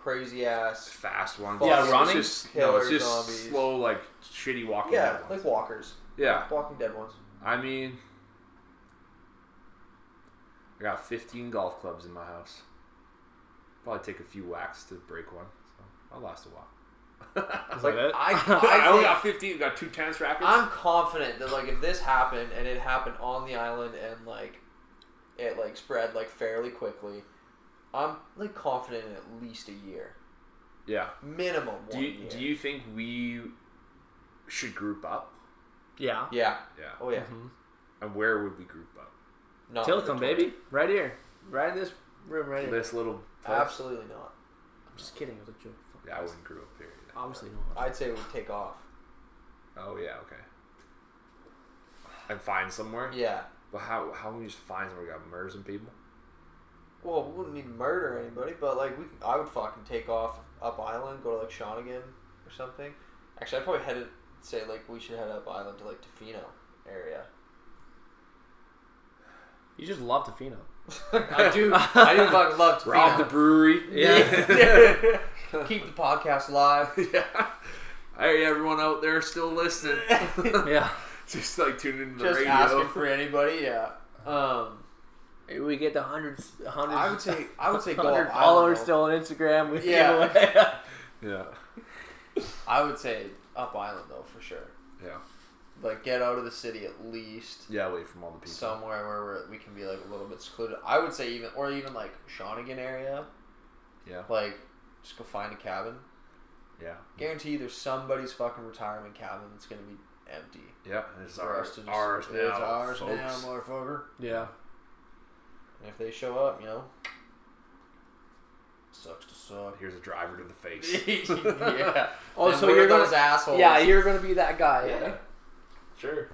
[SPEAKER 1] crazy
[SPEAKER 3] It's
[SPEAKER 1] ass.
[SPEAKER 3] fast one.
[SPEAKER 1] Yeah,
[SPEAKER 3] It's
[SPEAKER 2] running
[SPEAKER 3] Just, no, it's
[SPEAKER 1] killer
[SPEAKER 3] just
[SPEAKER 1] zombies.
[SPEAKER 3] slow like shitty walking.
[SPEAKER 1] Yeah,
[SPEAKER 3] dead ones.
[SPEAKER 1] like walkers,
[SPEAKER 3] yeah.
[SPEAKER 1] Walking Dead ones.
[SPEAKER 3] I mean, I got 15 golf clubs in my house. Probably take a few whacks to break one. So I'll last a while.
[SPEAKER 2] Is
[SPEAKER 1] like,
[SPEAKER 2] that it?
[SPEAKER 1] I-
[SPEAKER 3] I, only
[SPEAKER 1] think-
[SPEAKER 3] got 15. Got two tennis rackets.
[SPEAKER 1] I'm confident that like if this happened and it happened on the island and like it like spread like fairly quickly, I'm like confident in at least a year,
[SPEAKER 3] yeah.
[SPEAKER 1] minimum. One
[SPEAKER 3] Do you,
[SPEAKER 1] year.
[SPEAKER 3] do you think we should group up?
[SPEAKER 2] yeah.
[SPEAKER 1] Yeah.
[SPEAKER 3] Yeah.
[SPEAKER 1] Oh yeah. Oh,
[SPEAKER 2] Mhm.
[SPEAKER 3] And where would we group up?
[SPEAKER 1] No.
[SPEAKER 2] Tillicum, baby, right here, right in this room, right here.
[SPEAKER 3] This little. Place?
[SPEAKER 1] Absolutely not.
[SPEAKER 2] I'm just kidding. It was a joke. Fuck.
[SPEAKER 3] Yeah, I wouldn't group up here. Either.
[SPEAKER 2] Obviously not.
[SPEAKER 1] I'd say we take off.
[SPEAKER 3] Oh yeah. Okay. And find somewhere.
[SPEAKER 1] Yeah.
[SPEAKER 3] But how how can we just find somewhere? We got murder some people.
[SPEAKER 1] Well, we wouldn't need to murder anybody, but like we, I would fucking take off up island, go to like Shawnigan or something. Actually, I'd probably head it. Say like we should head up island to like Tofino area.
[SPEAKER 2] You just love Tofino.
[SPEAKER 1] I do. I do fucking love Tofino.
[SPEAKER 3] Rob the brewery.
[SPEAKER 1] Yeah. Keep the podcast live.
[SPEAKER 3] yeah. Hey, everyone out there still listening.
[SPEAKER 2] yeah.
[SPEAKER 3] Just like tuning into the
[SPEAKER 1] Just
[SPEAKER 3] radio.
[SPEAKER 1] asking for anybody, yeah. Um,
[SPEAKER 2] We get the hundreds, hundreds.
[SPEAKER 1] I would say, I would say go
[SPEAKER 2] hundred
[SPEAKER 1] up
[SPEAKER 2] followers
[SPEAKER 1] island.
[SPEAKER 2] still on Instagram. We
[SPEAKER 1] Yeah.
[SPEAKER 2] give away.
[SPEAKER 3] Yeah.
[SPEAKER 1] I would say up island though for sure.
[SPEAKER 3] Yeah.
[SPEAKER 1] like get out of the city at least
[SPEAKER 3] Yeah, away from all the people.
[SPEAKER 1] somewhere where we're, we can be like a little bit secluded. I would say even or even like Shawnigan area.
[SPEAKER 3] Yeah.
[SPEAKER 1] Like, just go find a cabin.
[SPEAKER 3] yeah,
[SPEAKER 1] Guarantee there's somebody's fucking retirement cabin that's gonna be empty.
[SPEAKER 3] yeah. It's
[SPEAKER 1] For
[SPEAKER 3] ours,
[SPEAKER 1] us to just,
[SPEAKER 3] ours
[SPEAKER 1] it's
[SPEAKER 3] now,
[SPEAKER 1] ours
[SPEAKER 3] folks.
[SPEAKER 1] now, motherfucker.
[SPEAKER 2] Yeah.
[SPEAKER 1] And if they show up, you know, sucks to suck.
[SPEAKER 3] Here's a driver to the face.
[SPEAKER 1] yeah.
[SPEAKER 2] Oh,
[SPEAKER 1] Then
[SPEAKER 2] so
[SPEAKER 1] we're
[SPEAKER 2] you're
[SPEAKER 1] those
[SPEAKER 2] gonna,
[SPEAKER 1] assholes.
[SPEAKER 2] yeah, you're gonna be that guy.
[SPEAKER 3] Yeah.
[SPEAKER 2] eh?
[SPEAKER 3] sure.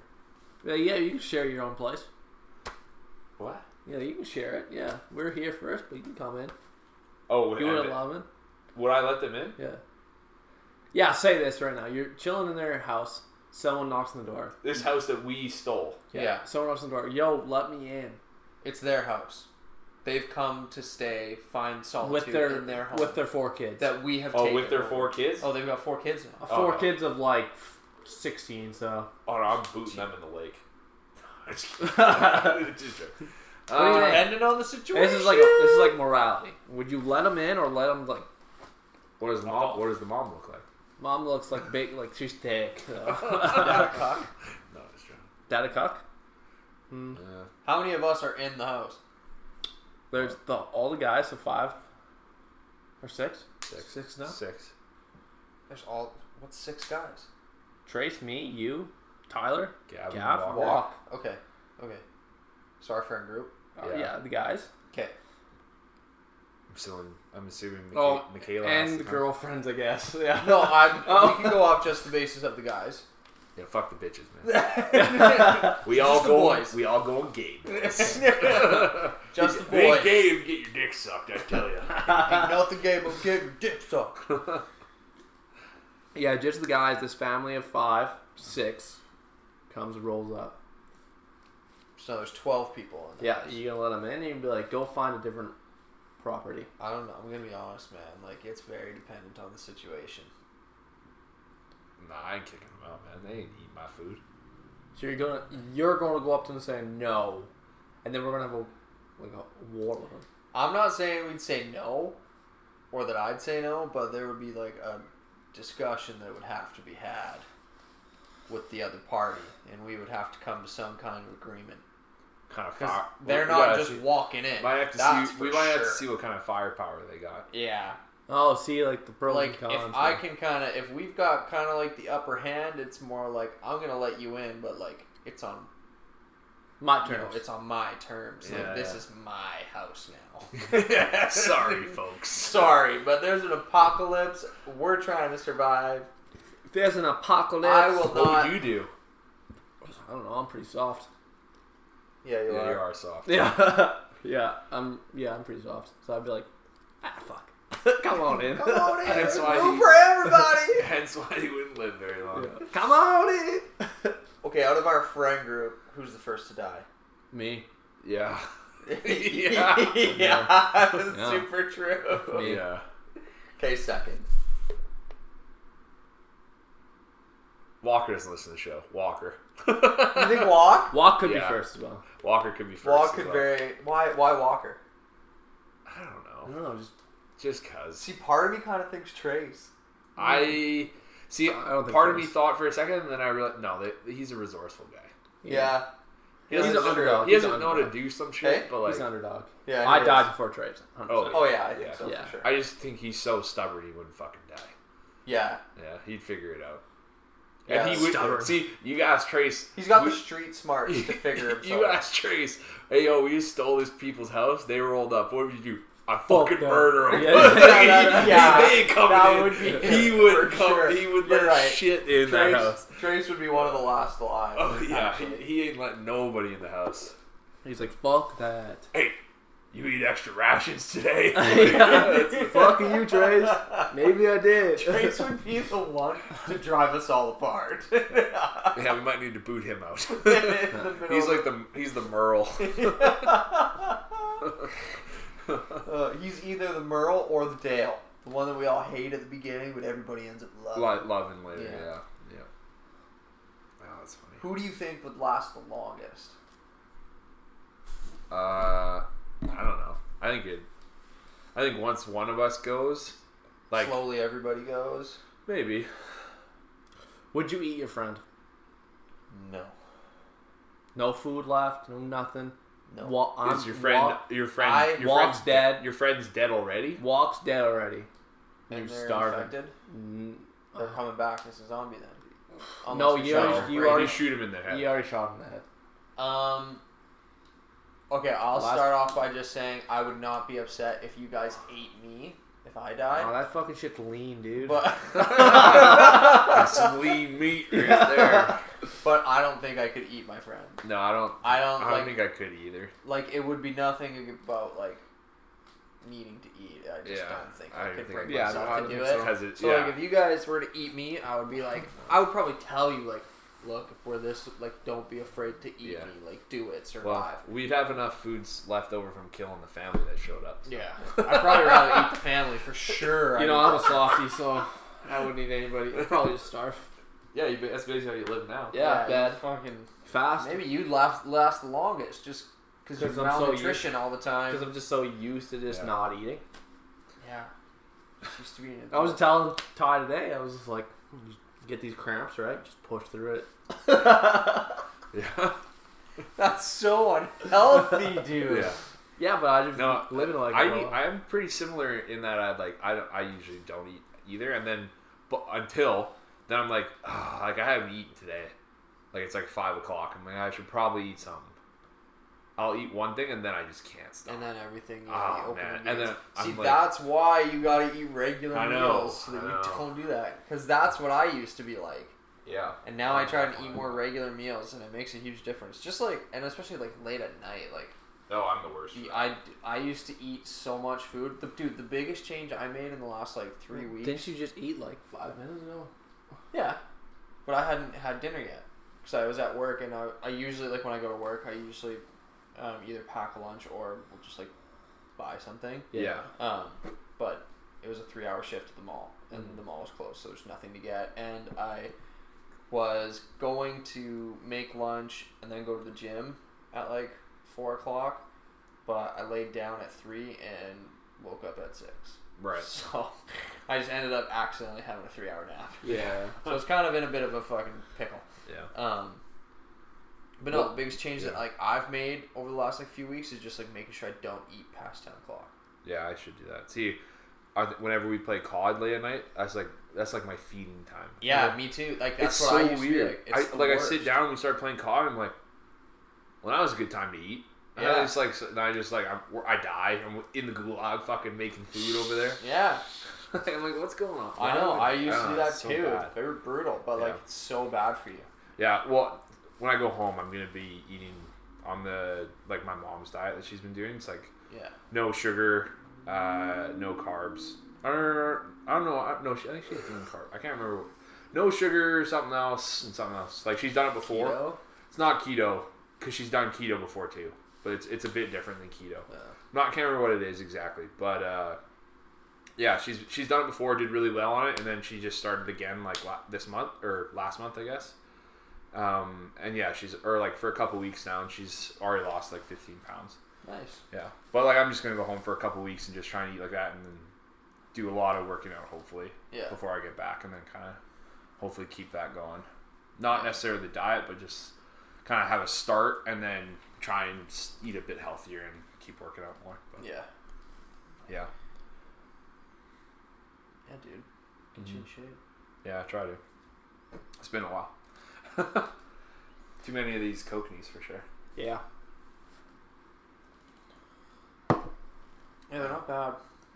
[SPEAKER 2] Yeah, yeah, you can share your own place.
[SPEAKER 3] What?
[SPEAKER 2] Yeah, you can share it. Yeah, we're here first, but you can come in.
[SPEAKER 3] Oh, would,
[SPEAKER 2] You
[SPEAKER 3] I,
[SPEAKER 2] would allow in?
[SPEAKER 3] would I let them in?
[SPEAKER 2] Yeah. Yeah, say this right now. You're chilling in their house. Someone knocks on the door.
[SPEAKER 3] This house that we stole.
[SPEAKER 1] yeah.
[SPEAKER 2] Someone knocks on the door. Yo, let me in.
[SPEAKER 1] It's their house. They've come to stay, find solitude
[SPEAKER 2] with their,
[SPEAKER 1] in their home
[SPEAKER 2] with their four kids.
[SPEAKER 1] that Oh. we have.
[SPEAKER 3] Oh,
[SPEAKER 1] taken
[SPEAKER 3] with their
[SPEAKER 1] over.
[SPEAKER 3] four kids.
[SPEAKER 1] Oh, they've got four kids now.
[SPEAKER 2] Four
[SPEAKER 3] no.
[SPEAKER 2] kids of like sixteen. So
[SPEAKER 3] Oh, no, I'm booting them in the lake. Just kidding. Just joking.
[SPEAKER 2] do you
[SPEAKER 3] Uh,
[SPEAKER 2] think?
[SPEAKER 1] Depending on the situation.
[SPEAKER 2] this is like this is like morality. Would you let them in or let them like?
[SPEAKER 3] what does the mom? What does the mom look like?
[SPEAKER 2] Mom looks like big, like she's thick.
[SPEAKER 1] Yeah,
[SPEAKER 2] So.
[SPEAKER 1] cock.
[SPEAKER 3] No, it's true.
[SPEAKER 2] Dad a cuck?
[SPEAKER 1] Hmm.
[SPEAKER 3] Uh,
[SPEAKER 1] How many of us are in the house?
[SPEAKER 2] There's the all the guys, so five or six.
[SPEAKER 3] Six.
[SPEAKER 2] Six now.
[SPEAKER 3] Six.
[SPEAKER 1] There's all what's six guys?
[SPEAKER 2] Trace, me, you, Tyler,
[SPEAKER 3] Gavin,
[SPEAKER 2] Gav,
[SPEAKER 3] Walker.
[SPEAKER 2] Walk.
[SPEAKER 1] Okay, okay. So our friend group.
[SPEAKER 2] Uh,
[SPEAKER 3] Yeah.
[SPEAKER 2] Yeah. the guys
[SPEAKER 1] Okay,
[SPEAKER 3] I'm still. In, I'm assuming. Micha-
[SPEAKER 2] Oh,
[SPEAKER 3] Michaela has
[SPEAKER 2] and
[SPEAKER 3] to come.
[SPEAKER 2] girlfriends, I guess. Yeah.
[SPEAKER 1] no, I
[SPEAKER 2] Oh.
[SPEAKER 1] we can go off just the basis of the guys.
[SPEAKER 3] Yeah, fuck the bitches, man.
[SPEAKER 1] just
[SPEAKER 3] We all
[SPEAKER 1] the
[SPEAKER 3] go.
[SPEAKER 1] boys.
[SPEAKER 3] We all go gay. boys.
[SPEAKER 1] the
[SPEAKER 3] Big
[SPEAKER 1] boys.
[SPEAKER 3] gay, get your dick sucked. I tell you.
[SPEAKER 1] Ain't nothing gay but get your dick sucked.
[SPEAKER 2] yeah, just the guys. This family of five, six, comes rolls up.
[SPEAKER 1] So there's twelve people. In the
[SPEAKER 2] Yeah,
[SPEAKER 1] house.
[SPEAKER 2] you gonna let them in? You're gonna be like, go find a different property.
[SPEAKER 1] I don't know. I'm gonna be honest, man. Like it's very dependent on the situation.
[SPEAKER 3] Nah, I ain't kicking them out, man. They ain't eat my food.
[SPEAKER 2] So you're gonna you're gonna go up to them and say no, and then we're gonna have a like a war with them.
[SPEAKER 1] I'm not saying we'd say no, or that I'd say no, but there would be like a discussion that would have to be had with the other party, and we would have to come to some kind of agreement
[SPEAKER 3] Kind of
[SPEAKER 1] because
[SPEAKER 3] fire.
[SPEAKER 1] they're
[SPEAKER 3] Uh, we
[SPEAKER 1] not
[SPEAKER 3] gotta
[SPEAKER 1] just
[SPEAKER 3] see-
[SPEAKER 1] walking in.
[SPEAKER 3] Might have to
[SPEAKER 1] That's
[SPEAKER 3] see.
[SPEAKER 1] for
[SPEAKER 3] We might have to
[SPEAKER 1] sure.
[SPEAKER 3] see what kind of firepower they got.
[SPEAKER 1] Yeah,
[SPEAKER 2] Oh, see, like the pros
[SPEAKER 1] like
[SPEAKER 2] and
[SPEAKER 1] if
[SPEAKER 2] cons.
[SPEAKER 1] I
[SPEAKER 2] yeah.
[SPEAKER 1] can kind of, if we've got kind of like the upper hand, it's more like I'm gonna let you in, but like it's on,
[SPEAKER 2] my
[SPEAKER 1] you
[SPEAKER 2] turn.
[SPEAKER 1] know, it's on my terms. Like,
[SPEAKER 3] Yeah,
[SPEAKER 1] this
[SPEAKER 3] yeah.
[SPEAKER 1] is my house now.
[SPEAKER 3] Sorry, folks.
[SPEAKER 1] Sorry, but there's an apocalypse. We're trying to survive.
[SPEAKER 2] if there's an apocalypse,
[SPEAKER 1] I will
[SPEAKER 3] What
[SPEAKER 1] not.
[SPEAKER 3] would you do?
[SPEAKER 2] I don't know. I'm pretty soft.
[SPEAKER 1] Yeah, you
[SPEAKER 3] Yeah,
[SPEAKER 1] are.
[SPEAKER 3] you are soft.
[SPEAKER 2] Yeah, yeah. I'm yeah. I'm pretty soft. So I'd be like, ah, fuck. Come on in.
[SPEAKER 1] Come on in.
[SPEAKER 3] That's
[SPEAKER 1] There's
[SPEAKER 3] why
[SPEAKER 1] room
[SPEAKER 3] he-
[SPEAKER 1] for everybody.
[SPEAKER 3] Hence why you wouldn't live very long.
[SPEAKER 2] Yeah. Come on in.
[SPEAKER 1] okay, out of our friend group, who's the first to die?
[SPEAKER 2] Me.
[SPEAKER 3] Yeah.
[SPEAKER 1] yeah, that's
[SPEAKER 2] Yeah.
[SPEAKER 1] super true.
[SPEAKER 2] Me.
[SPEAKER 3] Yeah.
[SPEAKER 1] Okay, second.
[SPEAKER 3] Walker doesn't listen to the show. Walker.
[SPEAKER 1] You think Walk?
[SPEAKER 2] Walk could
[SPEAKER 3] Yeah.
[SPEAKER 2] be first as well.
[SPEAKER 3] Walker could be first.
[SPEAKER 1] Walk
[SPEAKER 3] as
[SPEAKER 1] could
[SPEAKER 3] well.
[SPEAKER 1] very. Why? Why Walker?
[SPEAKER 3] I
[SPEAKER 2] I
[SPEAKER 3] don't know.
[SPEAKER 2] don't know. Just
[SPEAKER 3] Just cause.
[SPEAKER 1] See, part of me kind of thinks Trace.
[SPEAKER 3] I see.
[SPEAKER 2] I don't think
[SPEAKER 3] part of
[SPEAKER 2] Chris.
[SPEAKER 3] me thought for a second, and then I realized no, that he's a resourceful guy.
[SPEAKER 1] Yeah.
[SPEAKER 3] He
[SPEAKER 1] Yeah,
[SPEAKER 3] doesn't,
[SPEAKER 1] he's an underdog.
[SPEAKER 3] He
[SPEAKER 2] He's
[SPEAKER 3] doesn't
[SPEAKER 2] an
[SPEAKER 3] know how to
[SPEAKER 2] underdog.
[SPEAKER 3] do some shit,
[SPEAKER 1] Hey?
[SPEAKER 3] but like,
[SPEAKER 2] he's an underdog.
[SPEAKER 1] Yeah.
[SPEAKER 2] I
[SPEAKER 1] he
[SPEAKER 2] died
[SPEAKER 1] is.
[SPEAKER 2] before Trace. 100%.
[SPEAKER 3] Oh,
[SPEAKER 1] Oh yeah, I think
[SPEAKER 3] Yeah.
[SPEAKER 1] so
[SPEAKER 2] Yeah.
[SPEAKER 1] for sure.
[SPEAKER 3] I just think he's so stubborn he wouldn't fucking die.
[SPEAKER 1] Yeah.
[SPEAKER 3] Yeah, he'd figure it out.
[SPEAKER 1] Yeah,
[SPEAKER 3] and he would
[SPEAKER 2] stubborn.
[SPEAKER 3] see. You asked Trace.
[SPEAKER 1] He's got
[SPEAKER 3] we-
[SPEAKER 1] the street smarts to figure himself.
[SPEAKER 3] you asked Trace. Hey yo, we just stole this people's house. They rolled up. What would you do? I
[SPEAKER 2] Fuck
[SPEAKER 3] fucking
[SPEAKER 2] them.
[SPEAKER 3] murder him.
[SPEAKER 2] Yeah,
[SPEAKER 1] yeah,
[SPEAKER 2] yeah,
[SPEAKER 1] yeah.
[SPEAKER 3] he, ain't coming
[SPEAKER 1] That
[SPEAKER 3] in.
[SPEAKER 1] would be-
[SPEAKER 3] he
[SPEAKER 1] for
[SPEAKER 3] would come.
[SPEAKER 1] sure.
[SPEAKER 3] He would
[SPEAKER 1] You're
[SPEAKER 3] let
[SPEAKER 1] right.
[SPEAKER 3] shit in that
[SPEAKER 1] Trace,
[SPEAKER 3] house.
[SPEAKER 1] Trace would be one of the last alive.
[SPEAKER 3] Oh yeah, he,
[SPEAKER 1] actually.
[SPEAKER 3] he ain't letting nobody in the house.
[SPEAKER 2] He's like, fuck that.
[SPEAKER 3] Hey, you eat extra rations today?
[SPEAKER 2] fuck you, Trace. Maybe I did.
[SPEAKER 1] Trace would be the one to drive us all apart.
[SPEAKER 3] yeah, we might need to boot him out.
[SPEAKER 1] he's
[SPEAKER 3] he's like the he's the Merle.
[SPEAKER 1] uh, he's either the Merle or the Dale, the one that we all hate at the beginning, but everybody ends up loving.
[SPEAKER 3] Love, love and later,
[SPEAKER 1] Yeah.
[SPEAKER 3] yeah. yeah. Oh, that's funny.
[SPEAKER 1] Who do you think would last the longest?
[SPEAKER 3] Uh, I don't know. I think it. I think once one of us goes, like
[SPEAKER 1] Slowly, everybody goes.
[SPEAKER 3] maybe
[SPEAKER 2] Would you eat your friend?
[SPEAKER 1] No.
[SPEAKER 2] No food left. No nothing.
[SPEAKER 1] No.
[SPEAKER 2] Wa- I'm-
[SPEAKER 3] Is your friend
[SPEAKER 2] Walk,
[SPEAKER 3] your friend
[SPEAKER 1] I-
[SPEAKER 3] your
[SPEAKER 2] Walk's
[SPEAKER 3] friend's
[SPEAKER 2] dead.
[SPEAKER 3] Your friend's dead already.
[SPEAKER 2] walks dead already.
[SPEAKER 1] And
[SPEAKER 2] You're
[SPEAKER 1] they're
[SPEAKER 2] starving.
[SPEAKER 1] infected.
[SPEAKER 2] Mm,
[SPEAKER 1] They're coming back as a zombie then.
[SPEAKER 2] No,
[SPEAKER 1] Unless
[SPEAKER 2] you
[SPEAKER 1] shot
[SPEAKER 2] already-
[SPEAKER 1] them
[SPEAKER 2] you
[SPEAKER 1] right.
[SPEAKER 3] Or
[SPEAKER 2] already-
[SPEAKER 3] shoot him in the head.
[SPEAKER 2] You already shot him in the head.
[SPEAKER 1] Um. Okay, I'll
[SPEAKER 2] Last-
[SPEAKER 1] start off by just saying I would not be upset if you guys ate me if I
[SPEAKER 2] Oh,
[SPEAKER 1] died.
[SPEAKER 2] that fucking shit's lean, dude.
[SPEAKER 1] But
[SPEAKER 3] That's some lean meat right there.
[SPEAKER 1] but I don't think I could eat my friend.
[SPEAKER 3] No, I don't.
[SPEAKER 1] I
[SPEAKER 3] I
[SPEAKER 1] don't
[SPEAKER 3] don't
[SPEAKER 1] like
[SPEAKER 3] think I could either.
[SPEAKER 1] like it would be nothing about like needing to eat. I just
[SPEAKER 3] Yeah,
[SPEAKER 1] don't think
[SPEAKER 3] I
[SPEAKER 1] I,
[SPEAKER 3] don't
[SPEAKER 1] could
[SPEAKER 3] think I
[SPEAKER 1] bring
[SPEAKER 3] could. Yeah,
[SPEAKER 1] myself
[SPEAKER 2] no, I
[SPEAKER 1] to
[SPEAKER 2] don't
[SPEAKER 1] do
[SPEAKER 2] think
[SPEAKER 1] it.
[SPEAKER 2] so.
[SPEAKER 3] Because it,
[SPEAKER 1] So
[SPEAKER 3] yeah.
[SPEAKER 1] like if you guys were to eat me, I would be like I would probably tell you like look if we're this like don't be afraid to eat
[SPEAKER 3] Yeah.
[SPEAKER 1] me like do it survive.
[SPEAKER 3] well, we'd have enough foods left over from killing the family that showed up.
[SPEAKER 1] yeah, I'd probably rather eat the family for sure.
[SPEAKER 2] you
[SPEAKER 1] I
[SPEAKER 2] know,
[SPEAKER 1] mean,
[SPEAKER 2] I'm a softy, so I wouldn't eat anybody. I'd probably just starve.
[SPEAKER 3] Yeah, you, that's basically how you live now.
[SPEAKER 2] Yeah, bad.
[SPEAKER 1] you Fucking
[SPEAKER 2] Fast.
[SPEAKER 1] maybe you last last the longest just because you're
[SPEAKER 2] 'Cause I'm so
[SPEAKER 1] malnutrition all the time.
[SPEAKER 2] Because I'm just so used to just
[SPEAKER 3] Yeah.
[SPEAKER 2] not eating.
[SPEAKER 1] yeah, Just used to be. an
[SPEAKER 2] I was telling Ty today, I was just like, "You get these cramps, right? Just push through it.
[SPEAKER 3] Yeah.
[SPEAKER 1] That's so unhealthy, dude.
[SPEAKER 3] yeah.
[SPEAKER 2] Yeah, but I just
[SPEAKER 3] No,
[SPEAKER 2] living like
[SPEAKER 3] I
[SPEAKER 2] a-
[SPEAKER 3] eat- I'm pretty similar in that I like I don't, I usually don't eat either, and then but until then I'm like "Ah, like I haven't eaten today, like it's like five o'clock. I'm like I should probably eat something. I'll eat one thing and then I just can't stop.
[SPEAKER 1] And then everything. You know,
[SPEAKER 3] Ah,
[SPEAKER 1] you open
[SPEAKER 3] man.
[SPEAKER 1] the
[SPEAKER 3] And
[SPEAKER 1] gates.
[SPEAKER 3] then
[SPEAKER 1] see,
[SPEAKER 3] I'm like-
[SPEAKER 1] that's why you gotta eat regular
[SPEAKER 3] I know,
[SPEAKER 1] meals so that
[SPEAKER 3] I
[SPEAKER 1] you
[SPEAKER 3] know.
[SPEAKER 1] don't do that. Because that's what I used to be like.
[SPEAKER 3] yeah,
[SPEAKER 1] And now I try and eat more regular meals, and it makes a huge difference. Just like, and especially like late at night, like
[SPEAKER 3] oh I'm the worst.
[SPEAKER 1] the- I I used to eat so much food. The, dude, the biggest change I made in the last like three weeks.
[SPEAKER 2] Didn't you just eat like five minutes ago?
[SPEAKER 1] Yeah, but I hadn't had dinner yet because I was at work, and I, I usually like when I go to work, I usually um, either pack a lunch or we'll just like buy something.
[SPEAKER 3] Yeah.
[SPEAKER 1] Um, but it was a three-hour shift at the mall, and
[SPEAKER 2] Mm-hmm.
[SPEAKER 1] the mall was closed, so there's nothing to get. And I was going to make lunch and then go to the gym at like four o'clock, but I laid down at three and woke up at six.
[SPEAKER 3] right.
[SPEAKER 1] So I just ended up accidentally having a three-hour nap.
[SPEAKER 2] Yeah.
[SPEAKER 1] So it's kind of in a bit of a fucking pickle.
[SPEAKER 3] Yeah,
[SPEAKER 1] Um, but no,
[SPEAKER 2] Well,
[SPEAKER 1] the biggest change that
[SPEAKER 3] yeah.
[SPEAKER 1] like I've made over the last like few weeks is just like making sure I don't eat past ten o'clock.
[SPEAKER 3] yeah, I should do that. See, I, th- whenever we play COD late at night, that's like that's like my feeding time.
[SPEAKER 1] Yeah, me too. Like that's
[SPEAKER 3] it's
[SPEAKER 1] what
[SPEAKER 3] so
[SPEAKER 1] I used to be
[SPEAKER 3] weird.
[SPEAKER 1] like. It's
[SPEAKER 3] I,
[SPEAKER 1] the
[SPEAKER 3] like I
[SPEAKER 1] worst.
[SPEAKER 3] sit down and we start playing COD. And I'm like, well, now is a good time to eat. And
[SPEAKER 1] Yeah.
[SPEAKER 3] I just like, s- and I just like, I'm, we're- I die. I'm in the gulag, fucking making food over there.
[SPEAKER 1] Yeah,
[SPEAKER 3] I'm like, what's going on?
[SPEAKER 1] I know. I used to
[SPEAKER 3] don't
[SPEAKER 1] do
[SPEAKER 3] know,
[SPEAKER 1] that
[SPEAKER 3] it's so
[SPEAKER 1] too.
[SPEAKER 3] bad.
[SPEAKER 1] They were brutal, but like
[SPEAKER 3] Yeah.
[SPEAKER 1] it's so bad for you.
[SPEAKER 3] Yeah. Well, when I go home, I'm gonna be eating on the like my mom's diet that she's been doing. It's like
[SPEAKER 1] Yeah.
[SPEAKER 3] no sugar, uh, no carbs. I don't, I don't know. I, no, she, I think she has no carb. I can't remember. what- No sugar, something else, and something else. Like she's done it before.
[SPEAKER 1] Keto?
[SPEAKER 3] It's not keto because she's done keto before too, but it's it's a bit different than keto.
[SPEAKER 1] Yeah.
[SPEAKER 3] Not can't remember what it is exactly, but uh, yeah, she's she's done it before, did really well on it, and then she just started again like la- this month or last month, I guess. Um, and yeah, she's or like for a couple weeks now, and she's already lost like 15 pounds.
[SPEAKER 1] Nice.
[SPEAKER 3] Yeah, but like I'm just gonna go home for a couple weeks and just try and eat like that, and then do a lot of working out hopefully
[SPEAKER 1] Yeah.
[SPEAKER 3] before I get back, and then kind of hopefully keep that going. Not necessarily the diet, but just kind of have a start, and then try and s- eat a bit healthier and keep working out more. But,
[SPEAKER 1] Yeah.
[SPEAKER 3] yeah,
[SPEAKER 1] Yeah, dude. Get
[SPEAKER 3] Mm-hmm.
[SPEAKER 1] you in shape.
[SPEAKER 3] yeah, I try to. It's been a while. Too many of these coconuts for sure.
[SPEAKER 2] Yeah.
[SPEAKER 1] Yeah, they're not
[SPEAKER 2] Uh,
[SPEAKER 1] bad.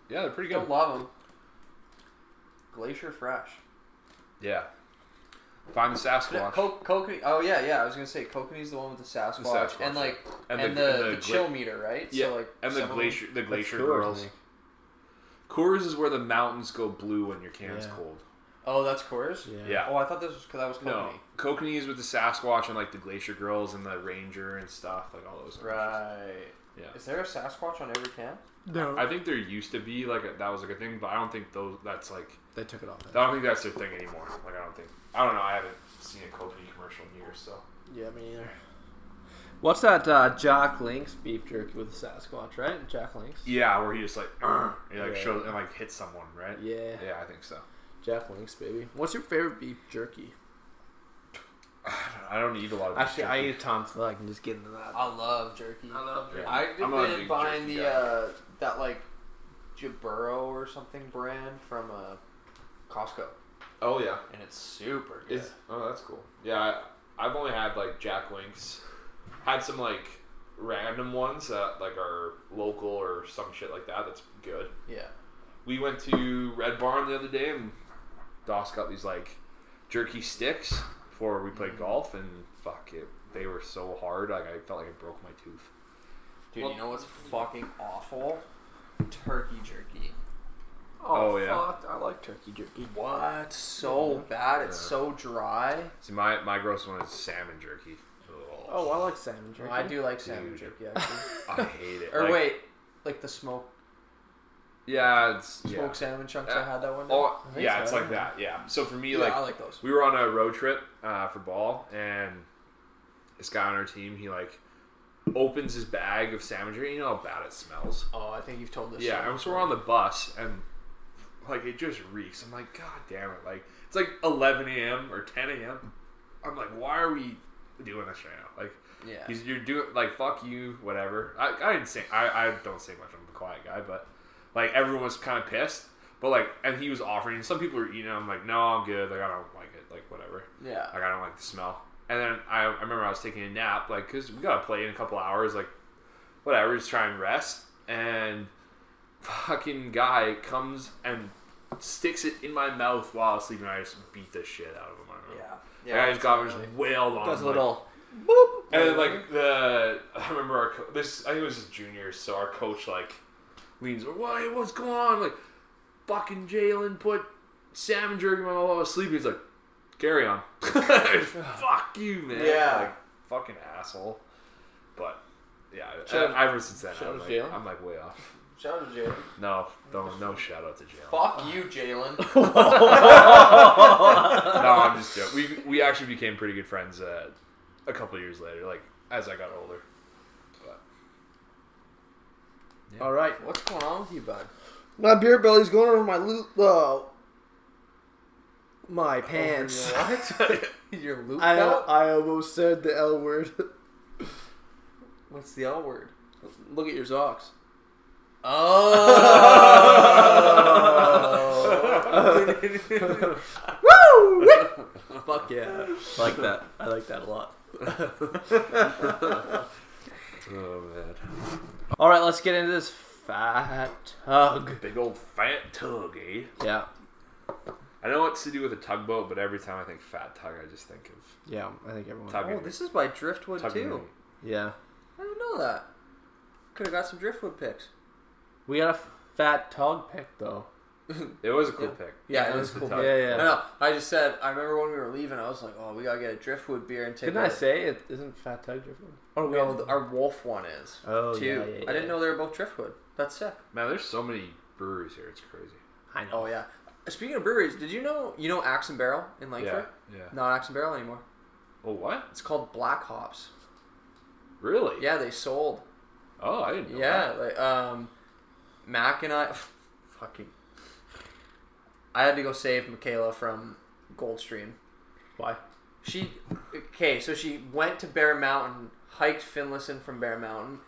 [SPEAKER 3] Yeah, they're pretty
[SPEAKER 1] Don't
[SPEAKER 3] good.
[SPEAKER 1] love them. Glacier fresh.
[SPEAKER 3] Yeah, find the Sasquatch.
[SPEAKER 1] Co- Kokanee- oh yeah, yeah. I was gonna say Kokanee's the one with the Sasquatch,
[SPEAKER 3] Sasquatch,
[SPEAKER 1] and like
[SPEAKER 3] yeah.
[SPEAKER 1] and,
[SPEAKER 3] And the-
[SPEAKER 1] the,
[SPEAKER 3] and
[SPEAKER 1] the,
[SPEAKER 3] the
[SPEAKER 1] chill
[SPEAKER 3] gla-
[SPEAKER 1] meter, right?
[SPEAKER 3] yeah,
[SPEAKER 1] so, like,
[SPEAKER 3] and
[SPEAKER 1] some
[SPEAKER 3] the
[SPEAKER 1] of them-
[SPEAKER 3] glacier, the
[SPEAKER 2] That's
[SPEAKER 3] glacier
[SPEAKER 2] Coors,
[SPEAKER 3] girls.
[SPEAKER 2] I think.
[SPEAKER 3] Coors is where the mountains go blue when your can's
[SPEAKER 2] Yeah.
[SPEAKER 3] cold.
[SPEAKER 1] Oh, that's Coors.
[SPEAKER 2] Yeah.
[SPEAKER 3] Yeah.
[SPEAKER 1] Oh, I thought this was because that was
[SPEAKER 3] No,
[SPEAKER 1] Kokanee.
[SPEAKER 3] Kokanee is with the Sasquatch and like the Glacier Girls and the Ranger and stuff, like all those. Right.
[SPEAKER 1] Right.
[SPEAKER 3] Yeah.
[SPEAKER 1] Is there a Sasquatch on every can?
[SPEAKER 2] No.
[SPEAKER 3] I think there used to be like a, that was like a thing, but I don't think those. That's like
[SPEAKER 2] They took it off.
[SPEAKER 3] I don't think that's their thing anymore. Like I don't think I don't know. I haven't seen a Kokanee commercial in years, so
[SPEAKER 2] Yeah, me either. What's that uh, Jack Link's beef jerky with the Sasquatch, right? Jack Link's?
[SPEAKER 3] yeah, where he just like "Urgh," he like
[SPEAKER 2] Yeah.
[SPEAKER 3] shows and like hits someone, right?
[SPEAKER 2] Yeah.
[SPEAKER 3] Yeah, I think so.
[SPEAKER 2] Jack Link's, baby. What's your favorite beef jerky?
[SPEAKER 3] I don't know. I don't eat a lot of beef
[SPEAKER 2] Actually, I
[SPEAKER 3] jerky.
[SPEAKER 2] eat a ton, so I can just get into that.
[SPEAKER 1] I love jerky.
[SPEAKER 2] love
[SPEAKER 3] jerky.
[SPEAKER 1] I've
[SPEAKER 3] I'm not a
[SPEAKER 1] been
[SPEAKER 3] big
[SPEAKER 1] buying
[SPEAKER 3] jerky
[SPEAKER 1] the
[SPEAKER 3] guy.
[SPEAKER 1] uh, that like Jaburo or something brand from uh, Costco,
[SPEAKER 3] Oh yeah.
[SPEAKER 1] and it's super good.
[SPEAKER 3] Is oh that's cool. Yeah, I, I've only had like Jack Links. Had some like random ones that like are local or some shit like that. That's good.
[SPEAKER 1] yeah,
[SPEAKER 3] We went to Red Barn the other day and Doss got these like jerky sticks before we
[SPEAKER 1] Mm.
[SPEAKER 3] played golf and fuck it. They were so hard, like I felt like I broke my tooth.
[SPEAKER 1] dude.
[SPEAKER 2] Well-
[SPEAKER 1] you know what's fucking awful? Turkey jerky.
[SPEAKER 3] Oh, yeah.
[SPEAKER 2] fuck, I like turkey jerky.
[SPEAKER 1] What? Uh, So bad. It's so dry.
[SPEAKER 3] See, my my gross one is salmon jerky. Ugh,
[SPEAKER 2] Oh, I like salmon jerky.
[SPEAKER 1] I do like salmon
[SPEAKER 3] Dude.
[SPEAKER 1] jerky actually.
[SPEAKER 3] I hate it.
[SPEAKER 1] or
[SPEAKER 3] Like,
[SPEAKER 1] wait, like the smoke
[SPEAKER 3] yeah, it's yeah.
[SPEAKER 1] smoked salmon chunks. I had that one. day.
[SPEAKER 3] Oh,
[SPEAKER 1] I think
[SPEAKER 3] yeah,
[SPEAKER 1] so.
[SPEAKER 3] it's like that. Yeah. So for me,
[SPEAKER 1] Yeah,
[SPEAKER 3] like
[SPEAKER 1] I like those.
[SPEAKER 3] we were on a road trip uh, for ball, and this guy on our team, he like opens his bag of salmon jerky. You know how bad it smells.
[SPEAKER 1] Oh, I think you've told this.
[SPEAKER 3] Yeah,
[SPEAKER 1] story
[SPEAKER 3] and so we're on the bus, and like it just reeks. I'm like, God damn it! Like it's like 11 a.m. or 10 a.m. I'm like, why are we doing this right now? Like
[SPEAKER 1] before. Yeah.
[SPEAKER 3] He's, you're doing like fuck you, whatever. I, I didn't say I, I don't say much. I'm a quiet guy, but like everyone was kind of pissed. But like, and he was offering. Some people were eating. it. I'm like, no, I'm good. Like I don't like it. Like whatever.
[SPEAKER 1] yeah.
[SPEAKER 3] Like I don't like the smell. And then I, I remember I was taking a nap, like because we gotta play in a couple hours. Like whatever, just try and rest. And fucking guy comes and sticks it in my mouth while I was sleeping. I just beat the shit out of him. I don't know.
[SPEAKER 1] Yeah.
[SPEAKER 3] Yeah, I just got just wailed on.
[SPEAKER 2] Those
[SPEAKER 3] him, like,
[SPEAKER 2] little.
[SPEAKER 3] and then, like the, I remember our co- this. I think it was just juniors. So our coach like leans, over, "Why? What's going on?" Like fucking Jalen put salmon jerky in my mouth while I was sleeping. He's like, "Carry on." Fuck you, man.
[SPEAKER 1] Yeah.
[SPEAKER 3] Like, fucking asshole. But yeah,
[SPEAKER 1] Shout-
[SPEAKER 3] I, ever since then,
[SPEAKER 2] shout
[SPEAKER 3] I'm
[SPEAKER 2] out
[SPEAKER 3] like,
[SPEAKER 2] Jalen.
[SPEAKER 3] I'm like way off.
[SPEAKER 1] Shout out to Jalen.
[SPEAKER 3] No, don't no shout out to Jalen.
[SPEAKER 1] Fuck you, Jalen.
[SPEAKER 3] No, I'm just joking. We we actually became pretty good friends uh, a couple years later, like as I got older.
[SPEAKER 2] All right.
[SPEAKER 1] What's going on with you, bud?
[SPEAKER 2] My beer belly's going over my loot. Uh, my pants.
[SPEAKER 1] What? You're looped
[SPEAKER 2] I, uh,
[SPEAKER 1] out?
[SPEAKER 2] I almost said the L word.
[SPEAKER 1] What's the L word?
[SPEAKER 2] Look at your socks.
[SPEAKER 1] Oh.
[SPEAKER 2] Woo! Fuck yeah. I like that. I like that a lot.
[SPEAKER 3] Oh man.
[SPEAKER 2] All right, let's get into this fat tug.
[SPEAKER 3] Big old fat tug, eh?
[SPEAKER 2] Yeah.
[SPEAKER 3] I know it's to do with a tugboat, but every time I think fat tug, I just think of
[SPEAKER 2] Yeah, I think everyone.
[SPEAKER 3] tugging.
[SPEAKER 1] oh, this is by Driftwood
[SPEAKER 3] tugging.
[SPEAKER 1] too.
[SPEAKER 2] Yeah.
[SPEAKER 1] I didn't know that. Could have got some Driftwood picks.
[SPEAKER 2] We got a fat tug pick, though.
[SPEAKER 3] It was a cool
[SPEAKER 1] Yeah.
[SPEAKER 3] pick.
[SPEAKER 1] Yeah,
[SPEAKER 3] it
[SPEAKER 1] it
[SPEAKER 3] was
[SPEAKER 1] was
[SPEAKER 3] a
[SPEAKER 1] cool.
[SPEAKER 3] tug.
[SPEAKER 2] Yeah,
[SPEAKER 1] No,
[SPEAKER 2] yeah.
[SPEAKER 1] no, I just said. I remember when we were leaving, I was like, "Oh, we gotta get a Driftwood beer and take."
[SPEAKER 2] Didn't I
[SPEAKER 1] a-
[SPEAKER 2] say it isn't fat tug different?
[SPEAKER 1] Oh, no, the- our Wolf one is.
[SPEAKER 2] Oh,
[SPEAKER 1] too.
[SPEAKER 2] yeah, yeah,
[SPEAKER 1] I didn't
[SPEAKER 2] yeah.
[SPEAKER 1] know they were both Driftwood. That's sick.
[SPEAKER 3] Man, there's so many breweries here. It's crazy.
[SPEAKER 2] I know.
[SPEAKER 1] Oh yeah. Speaking of breweries, did you know you know Axe and Barrel in Langford?
[SPEAKER 3] Yeah. Yeah.
[SPEAKER 1] Not Axe and Barrel anymore.
[SPEAKER 3] Oh what?
[SPEAKER 1] It's called Black Hops.
[SPEAKER 3] Really?
[SPEAKER 1] Yeah, they sold.
[SPEAKER 3] Oh, I didn't know
[SPEAKER 1] Yeah, like um, Mac and I, fucking, I had to go save Michaela from Goldstream.
[SPEAKER 2] Why?
[SPEAKER 1] She, okay, so she went to Bear Mountain, hiked Finlayson from Bear Mountain,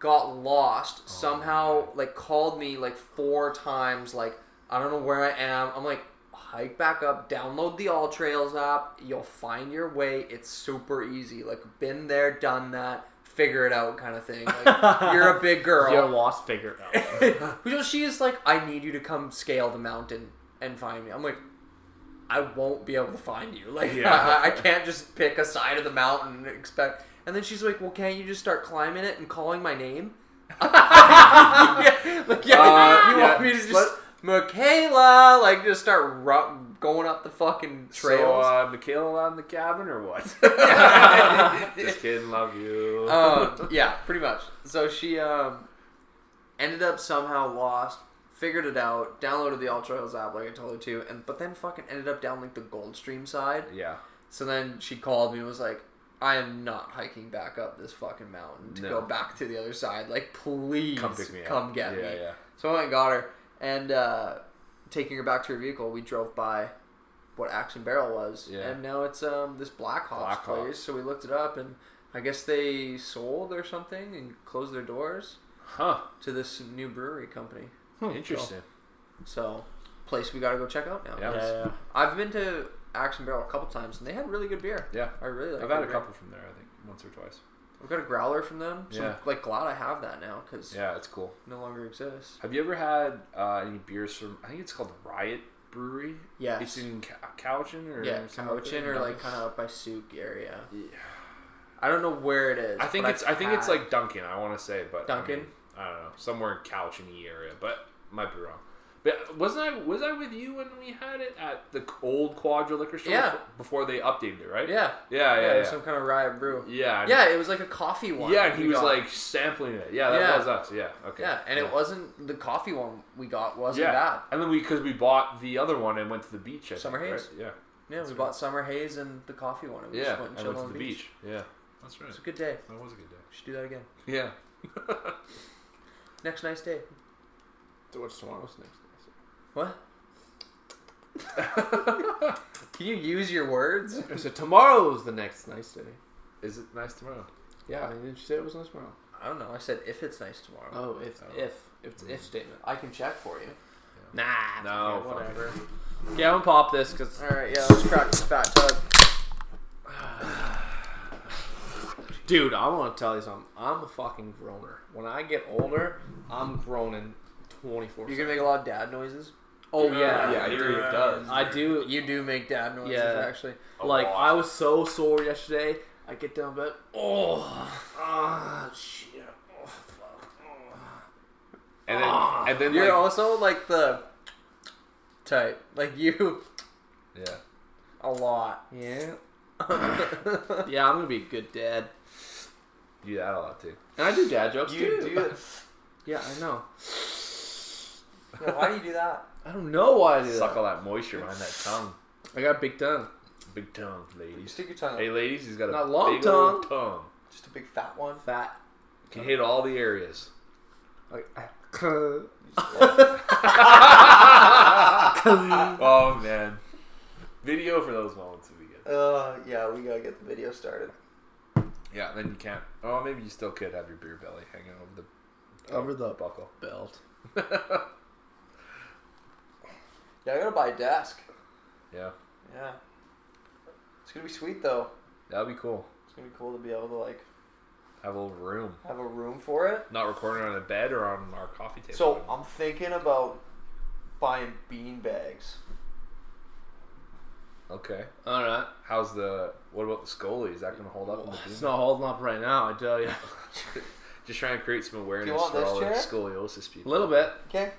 [SPEAKER 1] got lost somehow. Like called me like four times. Like I don't know where I am. I'm like hike back up, download the All Trails app. You'll find your way. It's super easy. Like been there, done that. Figure it out, kind of thing. Like, you're a big girl.
[SPEAKER 2] You're a lost figure.
[SPEAKER 1] Because she is like, I need you to come scale the mountain and find me. I'm like, I won't be able to find you. Like,
[SPEAKER 3] Yeah.
[SPEAKER 1] I, I can't just pick a side of the mountain and expect. And then she's like, Well, can't you just start climbing it and calling my name? yeah, like, yeah,
[SPEAKER 3] Uh,
[SPEAKER 1] you
[SPEAKER 3] yeah.
[SPEAKER 1] want me to just. Michaela, like, just start ru- going up the fucking
[SPEAKER 3] that. So,
[SPEAKER 1] trails.
[SPEAKER 3] uh, Michaela allowed in the cabin or what? just kidding. Love you.
[SPEAKER 1] um, yeah, pretty much. So she um, ended up somehow lost, figured it out, downloaded the All Trails app like I told her to, and but then fucking ended up down like the Goldstream side.
[SPEAKER 3] yeah.
[SPEAKER 1] So then she called me and was like, "I am not hiking back up this fucking mountain to
[SPEAKER 3] No.
[SPEAKER 1] go back to the other side. Like, please
[SPEAKER 3] Come pick me up.
[SPEAKER 1] come get
[SPEAKER 3] yeah,
[SPEAKER 1] me."
[SPEAKER 3] Yeah.
[SPEAKER 1] So I went and got her, and uh, taking her back to her vehicle, we drove by what Axe and Barrel was.
[SPEAKER 3] Yeah.
[SPEAKER 1] And now it's um this Blackhawks
[SPEAKER 3] Blackhawks.
[SPEAKER 1] place. So we looked it up and I guess they sold or something and closed their doors
[SPEAKER 3] Huh.
[SPEAKER 1] to this new brewery company.
[SPEAKER 3] Interesting.
[SPEAKER 1] So place we gotta go check out now.
[SPEAKER 3] Yeah.
[SPEAKER 2] yeah.
[SPEAKER 1] I've been to Axe and Barrel a couple times and they had really good beer.
[SPEAKER 3] Yeah.
[SPEAKER 1] I really like
[SPEAKER 3] I've had
[SPEAKER 1] their
[SPEAKER 3] a
[SPEAKER 1] beer.
[SPEAKER 3] couple from there, I think, once or twice.
[SPEAKER 1] I've got a growler from them. So
[SPEAKER 3] Yeah.
[SPEAKER 1] I'm like glad I have that now because
[SPEAKER 3] Yeah, it's cool.
[SPEAKER 1] no longer exists.
[SPEAKER 3] Have you ever had uh, any beers from? I think it's called Riot Brewery.
[SPEAKER 1] Yes.
[SPEAKER 3] It's in Ca- Cowichan or
[SPEAKER 1] yeah,
[SPEAKER 3] something like
[SPEAKER 1] Cowichan
[SPEAKER 3] that?
[SPEAKER 1] or like kind of up by Souk area.
[SPEAKER 3] Yeah.
[SPEAKER 1] I don't know where it is.
[SPEAKER 3] I think
[SPEAKER 1] but
[SPEAKER 3] it's I think it's
[SPEAKER 1] had-
[SPEAKER 3] like Duncan. I want to say, but I,
[SPEAKER 1] Duncan?
[SPEAKER 3] mean, I don't know somewhere in Cowichan area, but might be wrong. But wasn't I was I with you when we had it at the old Quadra liquor store?
[SPEAKER 1] Yeah.
[SPEAKER 3] befo- Before they updated it, right?
[SPEAKER 1] yeah,
[SPEAKER 3] Yeah.
[SPEAKER 1] yeah,
[SPEAKER 3] Yeah. Yeah.
[SPEAKER 1] some kind of rye brew.
[SPEAKER 3] yeah. I-
[SPEAKER 1] Yeah, it was like a coffee one.
[SPEAKER 3] yeah, and he
[SPEAKER 1] we
[SPEAKER 3] was
[SPEAKER 1] got.
[SPEAKER 3] like sampling it. Yeah, that
[SPEAKER 1] Yeah.
[SPEAKER 3] was us. Yeah, okay.
[SPEAKER 1] yeah, and it wasn't the coffee one we got wasn't
[SPEAKER 3] yeah.
[SPEAKER 1] bad.
[SPEAKER 3] And then we because we bought the other one and went to the beach. I
[SPEAKER 1] Summer
[SPEAKER 3] think,
[SPEAKER 1] Haze?
[SPEAKER 3] right? Yeah.
[SPEAKER 1] Yeah, we bought Summer Haze and the coffee one, and we
[SPEAKER 3] Yeah,
[SPEAKER 1] just went and
[SPEAKER 3] I
[SPEAKER 1] chilled
[SPEAKER 3] went
[SPEAKER 1] on
[SPEAKER 3] to the
[SPEAKER 1] the
[SPEAKER 3] beach. Yeah, that's right.
[SPEAKER 1] It's a good day.
[SPEAKER 3] That was a good day.
[SPEAKER 1] We should do that again.
[SPEAKER 3] Yeah.
[SPEAKER 1] Next nice day.
[SPEAKER 2] So what's tomorrow's next?
[SPEAKER 1] What? Can you use your words?
[SPEAKER 2] I said tomorrow's the next nice day.
[SPEAKER 3] Is it nice tomorrow?
[SPEAKER 2] Yeah, didn't you say it was nice tomorrow?
[SPEAKER 1] I don't know. I said if it's nice tomorrow.
[SPEAKER 2] Oh, if
[SPEAKER 3] Oh.
[SPEAKER 2] if if it's an if statement.
[SPEAKER 1] I can check for you.
[SPEAKER 2] Nah.
[SPEAKER 3] No,
[SPEAKER 2] fuck it,
[SPEAKER 3] fuck it.
[SPEAKER 2] whatever. Yeah, I'm gonna pop this because
[SPEAKER 1] All right, yeah, let's crack this fat tub.
[SPEAKER 2] Dude, I want to tell you something. I'm a fucking groaner. When I get older, I'm groaning 24.
[SPEAKER 1] You're gonna make a lot of dad noises.
[SPEAKER 2] Oh
[SPEAKER 1] Uh,
[SPEAKER 2] yeah,
[SPEAKER 3] Yeah, he really does.
[SPEAKER 2] I do.
[SPEAKER 1] You do make dad noises,
[SPEAKER 2] Yeah.
[SPEAKER 1] actually.
[SPEAKER 3] A
[SPEAKER 2] like
[SPEAKER 3] lot.
[SPEAKER 2] I was so sore yesterday. I get down bed. Oh, ah, shit. Oh, fuck.
[SPEAKER 3] And then, and then
[SPEAKER 1] You're
[SPEAKER 3] like,
[SPEAKER 1] also like the type, like you
[SPEAKER 3] yeah.
[SPEAKER 1] a lot.
[SPEAKER 2] Yeah. yeah, I'm gonna be a good dad.
[SPEAKER 3] You do that a lot too.
[SPEAKER 2] And I do dad jokes too.
[SPEAKER 1] it.
[SPEAKER 2] Yeah, I know.
[SPEAKER 1] why do you do that?
[SPEAKER 2] I don't know why I do
[SPEAKER 3] Suck
[SPEAKER 2] that.
[SPEAKER 3] all that moisture behind that tongue.
[SPEAKER 2] I got big tongue.
[SPEAKER 3] Big tongue, ladies.
[SPEAKER 1] Stick your tongue.
[SPEAKER 3] Hey, ladies, he's got a
[SPEAKER 2] Not long
[SPEAKER 3] big old
[SPEAKER 2] tongue.
[SPEAKER 3] tongue.
[SPEAKER 1] Just a big fat one.
[SPEAKER 2] Fat.
[SPEAKER 3] Can hit all the areas.
[SPEAKER 2] Like,
[SPEAKER 3] Oh man, video for those moments would be good.
[SPEAKER 1] Uh, yeah, we gotta get the video started.
[SPEAKER 3] Yeah, then you can't. Oh, maybe you still could have your beer belly hanging over the
[SPEAKER 2] Over the-
[SPEAKER 3] buckle.
[SPEAKER 2] belt.
[SPEAKER 1] Yeah, I gotta buy a desk.
[SPEAKER 3] Yeah,
[SPEAKER 1] Yeah. It's gonna be sweet though.
[SPEAKER 3] that'd be cool.
[SPEAKER 1] It's gonna be cool to be able to like
[SPEAKER 3] Have a little room.
[SPEAKER 1] have a room for it.
[SPEAKER 3] Not recording on a bed or on our coffee table.
[SPEAKER 1] So um, I'm thinking about buying bean bags.
[SPEAKER 3] okay.
[SPEAKER 2] All right.
[SPEAKER 3] How's the? What about the Scully? Is that gonna hold
[SPEAKER 1] Oh,
[SPEAKER 3] up? in the
[SPEAKER 2] It's
[SPEAKER 3] bean?
[SPEAKER 2] not holding up right now. I tell you.
[SPEAKER 3] Just trying to create some awareness
[SPEAKER 1] want
[SPEAKER 3] for
[SPEAKER 1] this
[SPEAKER 3] all the
[SPEAKER 1] chair?
[SPEAKER 3] scoliosis
[SPEAKER 2] A
[SPEAKER 3] people.
[SPEAKER 2] little bit.
[SPEAKER 1] Okay.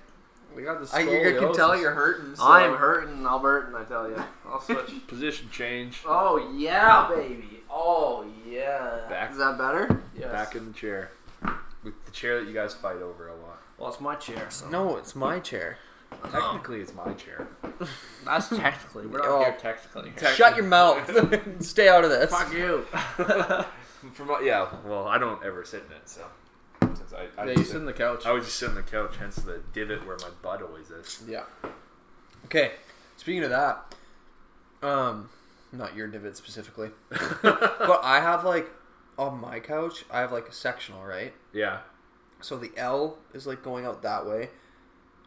[SPEAKER 2] We got the.
[SPEAKER 1] I, you can
[SPEAKER 2] scoliosis.
[SPEAKER 1] tell you're hurting. So.
[SPEAKER 2] I am hurting, Albertan. I tell you. I'll switch.
[SPEAKER 3] Position change.
[SPEAKER 2] oh yeah, baby. Oh yeah.
[SPEAKER 3] Back-
[SPEAKER 2] Is that better? Yes.
[SPEAKER 3] Back in the chair. With the chair that you guys fight over a lot.
[SPEAKER 2] well, it's my chair. So
[SPEAKER 1] No, it's my chair.
[SPEAKER 3] Technically, it's my chair.
[SPEAKER 2] that's technically. We're not
[SPEAKER 1] Oh.
[SPEAKER 2] here technically. here.
[SPEAKER 1] Shut your mouth. Stay out of this.
[SPEAKER 2] Fuck you.
[SPEAKER 3] From my- yeah. Well, I don't ever sit in it, so. Since I, I, Oh.
[SPEAKER 2] yeah, you
[SPEAKER 3] just
[SPEAKER 2] sit
[SPEAKER 3] sit,
[SPEAKER 2] on the couch.
[SPEAKER 3] I would just sit on the couch, hence the divot where my butt always is.
[SPEAKER 2] Yeah.
[SPEAKER 1] Okay. Speaking of that, um, not your divot specifically, but I have like on my couch, I have like a sectional, right?
[SPEAKER 3] Yeah.
[SPEAKER 1] So the L is like going out that way,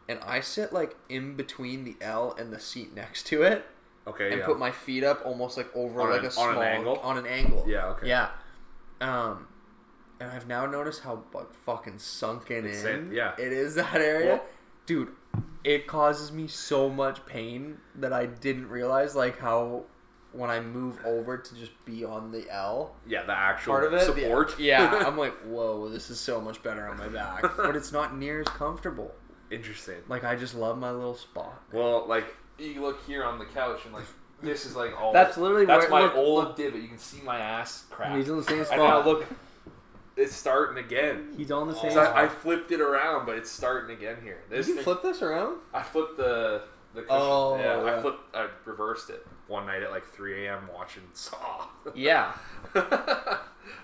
[SPEAKER 1] and I sit like in between the L and the seat next to it,
[SPEAKER 3] Okay.
[SPEAKER 1] and
[SPEAKER 3] yeah.
[SPEAKER 1] put my feet up almost like over
[SPEAKER 3] On
[SPEAKER 1] like
[SPEAKER 3] an-
[SPEAKER 1] a
[SPEAKER 3] on
[SPEAKER 1] small
[SPEAKER 3] an angle?
[SPEAKER 1] on an angle.
[SPEAKER 3] yeah. Okay.
[SPEAKER 1] Yeah. Um, and I've now noticed how like, fucking sunken
[SPEAKER 3] It's
[SPEAKER 1] in
[SPEAKER 3] it, yeah.
[SPEAKER 1] it is that area,
[SPEAKER 3] Well-
[SPEAKER 1] dude. It causes me so much pain that I didn't realize like how when I move over to just be on the L.
[SPEAKER 3] Yeah. The actual
[SPEAKER 1] Part of it, the-
[SPEAKER 3] support.
[SPEAKER 1] Yeah, I'm like, whoa, this is so much better on my back, but it's not near as comfortable.
[SPEAKER 3] Interesting.
[SPEAKER 1] Like I just love my little spot.
[SPEAKER 3] Well, like you look here on the couch and like this is like all
[SPEAKER 2] That's literally
[SPEAKER 3] that's
[SPEAKER 2] where-
[SPEAKER 3] my
[SPEAKER 2] look-
[SPEAKER 3] old divot. You can see my ass crack.
[SPEAKER 2] He's on the same
[SPEAKER 3] and now
[SPEAKER 2] spot.
[SPEAKER 3] look, it's starting again.
[SPEAKER 2] He's on the same.
[SPEAKER 3] So
[SPEAKER 2] spot.
[SPEAKER 3] I, I flipped it around, but it's starting again here. This thing,
[SPEAKER 1] this around?
[SPEAKER 3] I flipped the the cushion.
[SPEAKER 1] Oh,
[SPEAKER 3] yeah,
[SPEAKER 1] yeah.
[SPEAKER 3] I flipped. I reversed it one night at like 3 a.m. watching Saw.
[SPEAKER 2] yeah.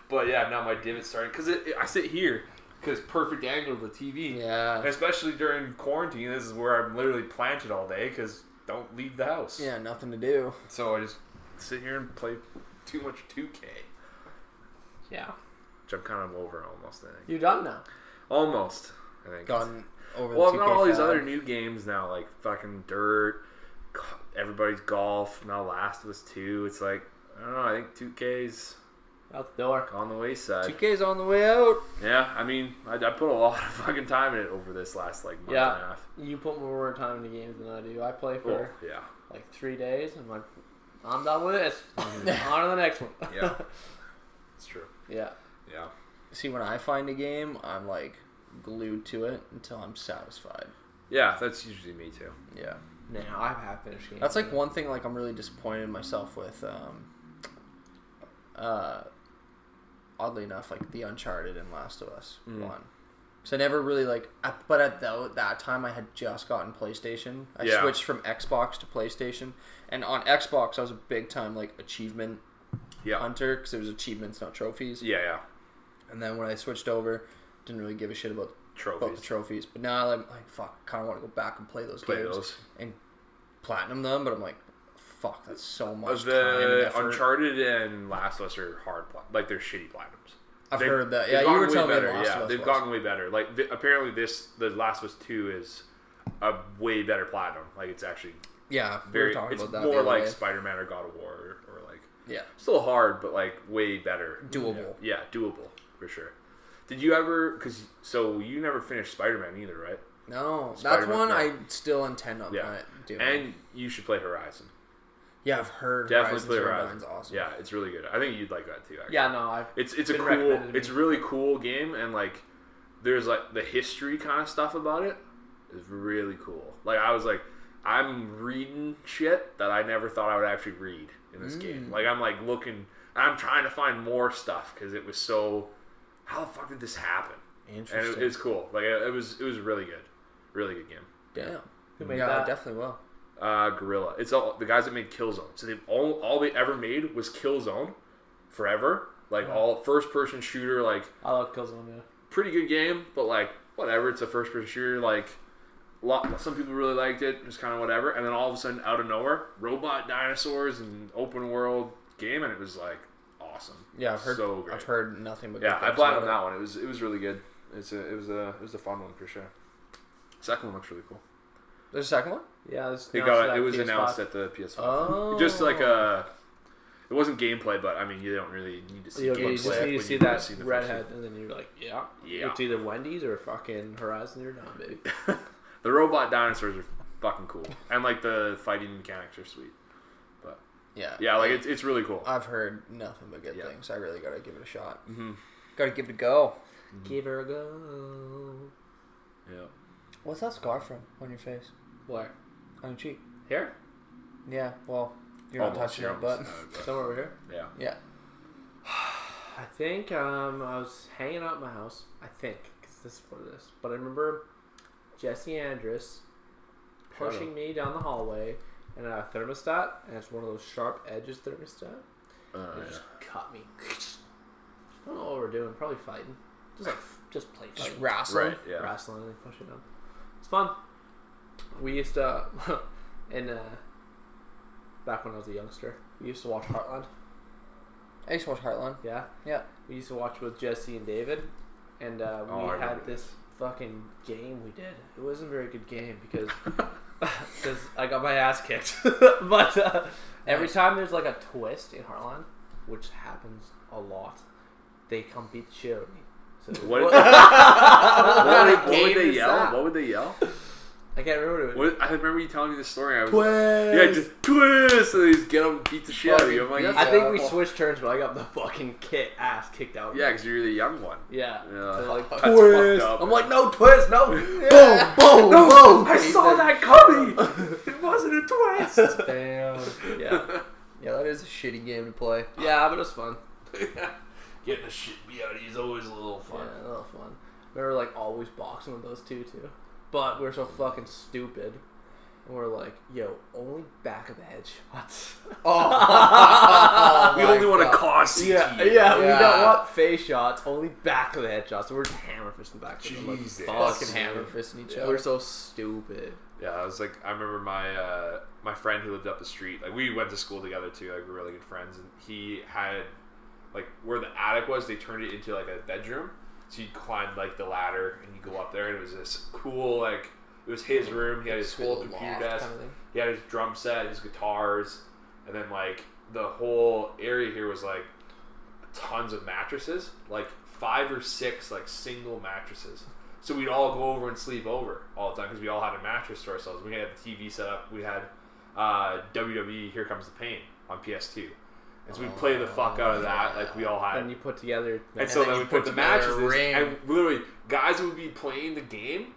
[SPEAKER 3] but yeah, now my divot's starting because it, it- I sit here because perfect angle to the TV.
[SPEAKER 2] Yeah.
[SPEAKER 3] And especially during quarantine, this is where I'm literally planted all day because don't leave the house.
[SPEAKER 2] Yeah, nothing to do.
[SPEAKER 3] So I just sit here and play too much 2K,
[SPEAKER 2] Yeah.
[SPEAKER 3] which I'm kind of over almost. I think
[SPEAKER 2] You're done now.
[SPEAKER 3] almost. I think.
[SPEAKER 2] Gone over
[SPEAKER 3] well,
[SPEAKER 2] the
[SPEAKER 3] I've
[SPEAKER 2] 2K
[SPEAKER 3] got all these
[SPEAKER 2] fad.
[SPEAKER 3] other new games now, like fucking Dirt, go- everybody's golf. Now Last of Us Two. It's like I don't know. I think 2K's
[SPEAKER 2] out the door.
[SPEAKER 3] on the wayside.
[SPEAKER 2] 2K's on the way out.
[SPEAKER 3] Yeah, I mean, I, I put a lot of fucking time in it over this last like month
[SPEAKER 2] Yeah.
[SPEAKER 3] and a half.
[SPEAKER 2] You put more time into games than I do. I play for
[SPEAKER 3] Oh, yeah.
[SPEAKER 2] like three days. and I'm like, I'm done with this. on to the next one.
[SPEAKER 3] Yeah. It's true.
[SPEAKER 2] yeah.
[SPEAKER 3] Yeah.
[SPEAKER 1] See, when I find a game, I'm like glued to it until I'm satisfied.
[SPEAKER 3] Yeah, that's usually me too.
[SPEAKER 1] Yeah,
[SPEAKER 2] No, I have finished games.
[SPEAKER 1] that's like one thing. Like I'm really disappointed in myself with. Um, uh, oddly enough, like the Uncharted and Last of Us
[SPEAKER 3] Mm.
[SPEAKER 1] one. So I never really like, at, but at tho- that time I had just gotten PlayStation. I
[SPEAKER 3] Yeah.
[SPEAKER 1] switched from Xbox to PlayStation, and on Xbox I was a big time like achievement
[SPEAKER 3] Yeah.
[SPEAKER 1] hunter because it was achievements, not trophies.
[SPEAKER 3] yeah, yeah.
[SPEAKER 1] And then when I switched over, didn't really give a shit about about the
[SPEAKER 3] Trophies.
[SPEAKER 1] trophies. But now I'm like, fuck, kind of want to go back and play those
[SPEAKER 3] Play
[SPEAKER 1] games
[SPEAKER 3] those.
[SPEAKER 1] and platinum them. But I'm like, fuck, that's so much time and
[SPEAKER 3] the
[SPEAKER 1] effort.
[SPEAKER 3] Uncharted and Last of Us are hard, plat- like they're shitty platinums.
[SPEAKER 1] I've
[SPEAKER 3] They've-
[SPEAKER 1] heard that.
[SPEAKER 3] they've
[SPEAKER 1] Yeah, you
[SPEAKER 3] gotten
[SPEAKER 1] were
[SPEAKER 3] way
[SPEAKER 1] telling
[SPEAKER 3] better.
[SPEAKER 1] me Last
[SPEAKER 3] yeah,
[SPEAKER 1] of Us
[SPEAKER 3] they've
[SPEAKER 1] was.
[SPEAKER 3] gotten way better. Like th- apparently, this the Last of Us Two is a way better platinum. Like it's actually
[SPEAKER 1] yeah, we were
[SPEAKER 3] very.
[SPEAKER 1] talking
[SPEAKER 3] it's
[SPEAKER 1] about that. the
[SPEAKER 3] more
[SPEAKER 1] other
[SPEAKER 3] like
[SPEAKER 1] day.
[SPEAKER 3] Spider Man or God of War or, or like
[SPEAKER 1] yeah,
[SPEAKER 3] still hard, but like way better.
[SPEAKER 1] doable.
[SPEAKER 3] Yeah, doable for sure. Did you ever? Because so you never finished Spider Man either, right?
[SPEAKER 1] No, that's
[SPEAKER 3] Spider-Man,
[SPEAKER 1] one
[SPEAKER 3] yeah.
[SPEAKER 1] I still intend on
[SPEAKER 3] Yeah.
[SPEAKER 1] doing.
[SPEAKER 3] And you should play Horizon.
[SPEAKER 1] yeah, I've heard
[SPEAKER 3] Definitely
[SPEAKER 1] Horizon
[SPEAKER 3] play
[SPEAKER 1] Zero
[SPEAKER 3] Horizon.
[SPEAKER 1] Dawn's awesome.
[SPEAKER 3] Yeah, it's really good. I think you'd like that too. Actually.
[SPEAKER 2] Yeah, no, I've
[SPEAKER 3] it's it's a
[SPEAKER 2] Been
[SPEAKER 3] cool,
[SPEAKER 2] recommended to
[SPEAKER 3] it's
[SPEAKER 2] me.
[SPEAKER 3] really cool game, and like there's like the history kind of stuff about it is really cool. Like I was like, I'm reading shit that I never thought I would actually read in this
[SPEAKER 2] Mm.
[SPEAKER 3] game. Like I'm like looking, I'm trying to find more stuff because it was so. How the fuck did this happen? And
[SPEAKER 1] Interesting.
[SPEAKER 3] it, it was cool. Like it, it was it was really good, really good game.
[SPEAKER 1] Damn.
[SPEAKER 2] Who made
[SPEAKER 1] yeah, I
[SPEAKER 2] that?
[SPEAKER 1] definitely will.
[SPEAKER 3] Uh, Gorilla. It's all the guys that made Killzone. So they've all all they ever made was Killzone, forever. Like all first person shooter, like
[SPEAKER 2] I love Killzone. Yeah.
[SPEAKER 3] pretty good game, but like whatever. It's a first person shooter. Like lot, some people really liked it. It was kind of whatever. And then all of a sudden, out of nowhere, robot dinosaurs and open world game, and it was like awesome.
[SPEAKER 1] Yeah, I've heard.
[SPEAKER 3] So great.
[SPEAKER 1] I've heard nothing but.
[SPEAKER 3] Yeah,
[SPEAKER 1] good
[SPEAKER 3] I
[SPEAKER 1] things
[SPEAKER 3] platinumed
[SPEAKER 1] about
[SPEAKER 3] that one. It was it was really good. It's a it was a it was a fun one for sure. Second one looks really cool.
[SPEAKER 1] it. There's a second one.
[SPEAKER 2] Yeah, it's
[SPEAKER 3] It
[SPEAKER 2] announced
[SPEAKER 3] got
[SPEAKER 2] at
[SPEAKER 3] it was
[SPEAKER 2] PS5.
[SPEAKER 3] announced at the PS5.
[SPEAKER 1] Oh.
[SPEAKER 3] Just like a. It wasn't gameplay, but I mean, you don't really need to see
[SPEAKER 2] You,
[SPEAKER 3] gameplay.
[SPEAKER 2] you just
[SPEAKER 3] when
[SPEAKER 2] need to
[SPEAKER 3] you've
[SPEAKER 2] see that
[SPEAKER 3] seen the first
[SPEAKER 2] redhead, and then you're like, yeah,
[SPEAKER 3] Yeah.
[SPEAKER 2] It's either Wendy's or fucking Horizon. You're done, baby.
[SPEAKER 3] the robot dinosaurs are fucking cool, and like the fighting mechanics are sweet. But
[SPEAKER 1] Yeah.
[SPEAKER 3] yeah, like it's, it's really cool.
[SPEAKER 1] I've heard nothing but good
[SPEAKER 3] Yeah.
[SPEAKER 1] things. I really gotta give it a shot.
[SPEAKER 2] Mm-hmm.
[SPEAKER 3] Mhm.
[SPEAKER 1] Gotta give it a go.
[SPEAKER 2] Give her a go.
[SPEAKER 3] Yeah,
[SPEAKER 1] What's that scar from on your face?
[SPEAKER 2] Where?
[SPEAKER 1] On your cheek?
[SPEAKER 2] Here?
[SPEAKER 1] Yeah, well, you're not
[SPEAKER 3] Almost,
[SPEAKER 1] touching it,
[SPEAKER 3] yeah,
[SPEAKER 1] but
[SPEAKER 3] almost, no,
[SPEAKER 2] Somewhere over here.
[SPEAKER 3] yeah,
[SPEAKER 1] yeah.
[SPEAKER 2] I think um, I was hanging out at my house. I think because this is what it is. But I remember Jesse Andrus pushing me down the hallway and a thermostat, and it's one of those sharp edges thermostat.
[SPEAKER 3] Uh,
[SPEAKER 2] It
[SPEAKER 3] yeah.
[SPEAKER 2] just cut me. I don't know what we're doing. Probably fighting. Just like just play
[SPEAKER 1] Just
[SPEAKER 2] fighting.
[SPEAKER 1] wrestling.
[SPEAKER 3] right, yeah,
[SPEAKER 2] wrestling and pushing them. It's fun. We used to, and uh, back when I was a youngster, we used to watch Heartland.
[SPEAKER 1] I used to watch Heartland.
[SPEAKER 2] Yeah,
[SPEAKER 1] Yeah.
[SPEAKER 2] we used to watch with Jesse and David, and uh, we
[SPEAKER 3] Oh, I remember
[SPEAKER 2] had this fucking game we did. It wasn't a very good game because because I got my ass kicked. but uh, every
[SPEAKER 1] Nice.
[SPEAKER 2] time there's like a twist in Heartland, which happens a lot, they come beat the shit out of me. So
[SPEAKER 3] What, what, would- what
[SPEAKER 2] game
[SPEAKER 3] would they
[SPEAKER 2] is
[SPEAKER 3] yell?
[SPEAKER 2] that?
[SPEAKER 3] What would they yell?
[SPEAKER 2] I can't remember. What,
[SPEAKER 3] What, I remember you telling me this story. I was
[SPEAKER 1] Twist.
[SPEAKER 3] yeah, just twist, and they just get them, beat the shit out of you. I'm like,
[SPEAKER 1] Fucking
[SPEAKER 2] I
[SPEAKER 3] yeah,
[SPEAKER 1] beat
[SPEAKER 2] think we
[SPEAKER 1] Yeah.
[SPEAKER 2] switched turns, but I got the fucking kit ass kicked out. of me.
[SPEAKER 3] because you're the young one.
[SPEAKER 2] Yeah.
[SPEAKER 3] Yeah.
[SPEAKER 2] So, like,
[SPEAKER 3] That's
[SPEAKER 1] Twist.
[SPEAKER 2] Oh
[SPEAKER 3] fucked up.
[SPEAKER 1] I'm like, no twist, no.
[SPEAKER 2] Yeah.
[SPEAKER 1] Boom, boom, boom.
[SPEAKER 3] I saw that coming. it wasn't a twist.
[SPEAKER 1] Damn.
[SPEAKER 2] yeah.
[SPEAKER 1] Yeah, that is a shitty game to play.
[SPEAKER 2] Yeah, but it was fun.
[SPEAKER 3] Getting the shit beat out of you is always a little fun.
[SPEAKER 2] Yeah, a little fun. We were like always boxing with those two too, but we we're so fucking stupid. And we we're like, yo, only back of the head shots.
[SPEAKER 1] Oh.
[SPEAKER 3] We only want
[SPEAKER 1] to.
[SPEAKER 3] to cause CT.
[SPEAKER 2] yeah, yeah, we don't
[SPEAKER 1] Yeah.
[SPEAKER 2] want face shots, only back of the head shots. So we're just hammer fisting back. to them, like,
[SPEAKER 3] Jesus.
[SPEAKER 2] fucking
[SPEAKER 1] Fucking
[SPEAKER 2] hammer
[SPEAKER 1] hammer fisting each
[SPEAKER 2] Yeah, we're
[SPEAKER 1] other.
[SPEAKER 2] so stupid.
[SPEAKER 3] Yeah, I was like, I remember my uh, my friend who lived up the street, like we went to school together too, like we were really good friends, and he had like where the attic was, they turned it into like a bedroom. So you climb like the ladder and you go up there, and it was this cool like it was his room. He had his whole computer desk. He had his drum set, his guitars, and then like the whole area here was like tons of mattresses, like five or six like single mattresses. So we'd all go over and sleep over all the time because we all had a mattress to ourselves. We had the TV set up. We had uh, WWE Here Comes the Pain on PS2. And so we'd play the fuck out of that. Like we all had.
[SPEAKER 2] And you put together.
[SPEAKER 3] And so
[SPEAKER 4] then
[SPEAKER 3] then,
[SPEAKER 4] you
[SPEAKER 3] we put,
[SPEAKER 4] put
[SPEAKER 3] the
[SPEAKER 4] together
[SPEAKER 3] matches,
[SPEAKER 4] a ring.
[SPEAKER 3] and literally guys would be playing the game,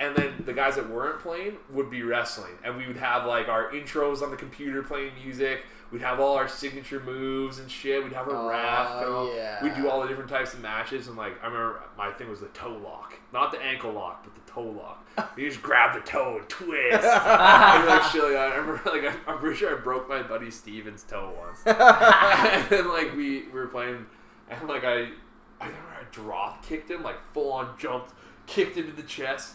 [SPEAKER 3] and then the guys that weren't playing would be wrestling, and we would have like our intros on the computer playing music. We'd have all our signature moves and shit. We'd have a
[SPEAKER 4] Oh,
[SPEAKER 3] raft. and all-
[SPEAKER 4] yeah.
[SPEAKER 3] We'd do all the different types of matches, and like I remember my thing was the toe lock, not the ankle lock, but the toe lock. you just grab the toe and twist. and like shit like that. I remember like I'm- I'm pretty sure I broke my buddy Steven's toe once and then like we, we were playing, and like I, I remember I drop kicked him, like full on jumped, kicked him to the chest,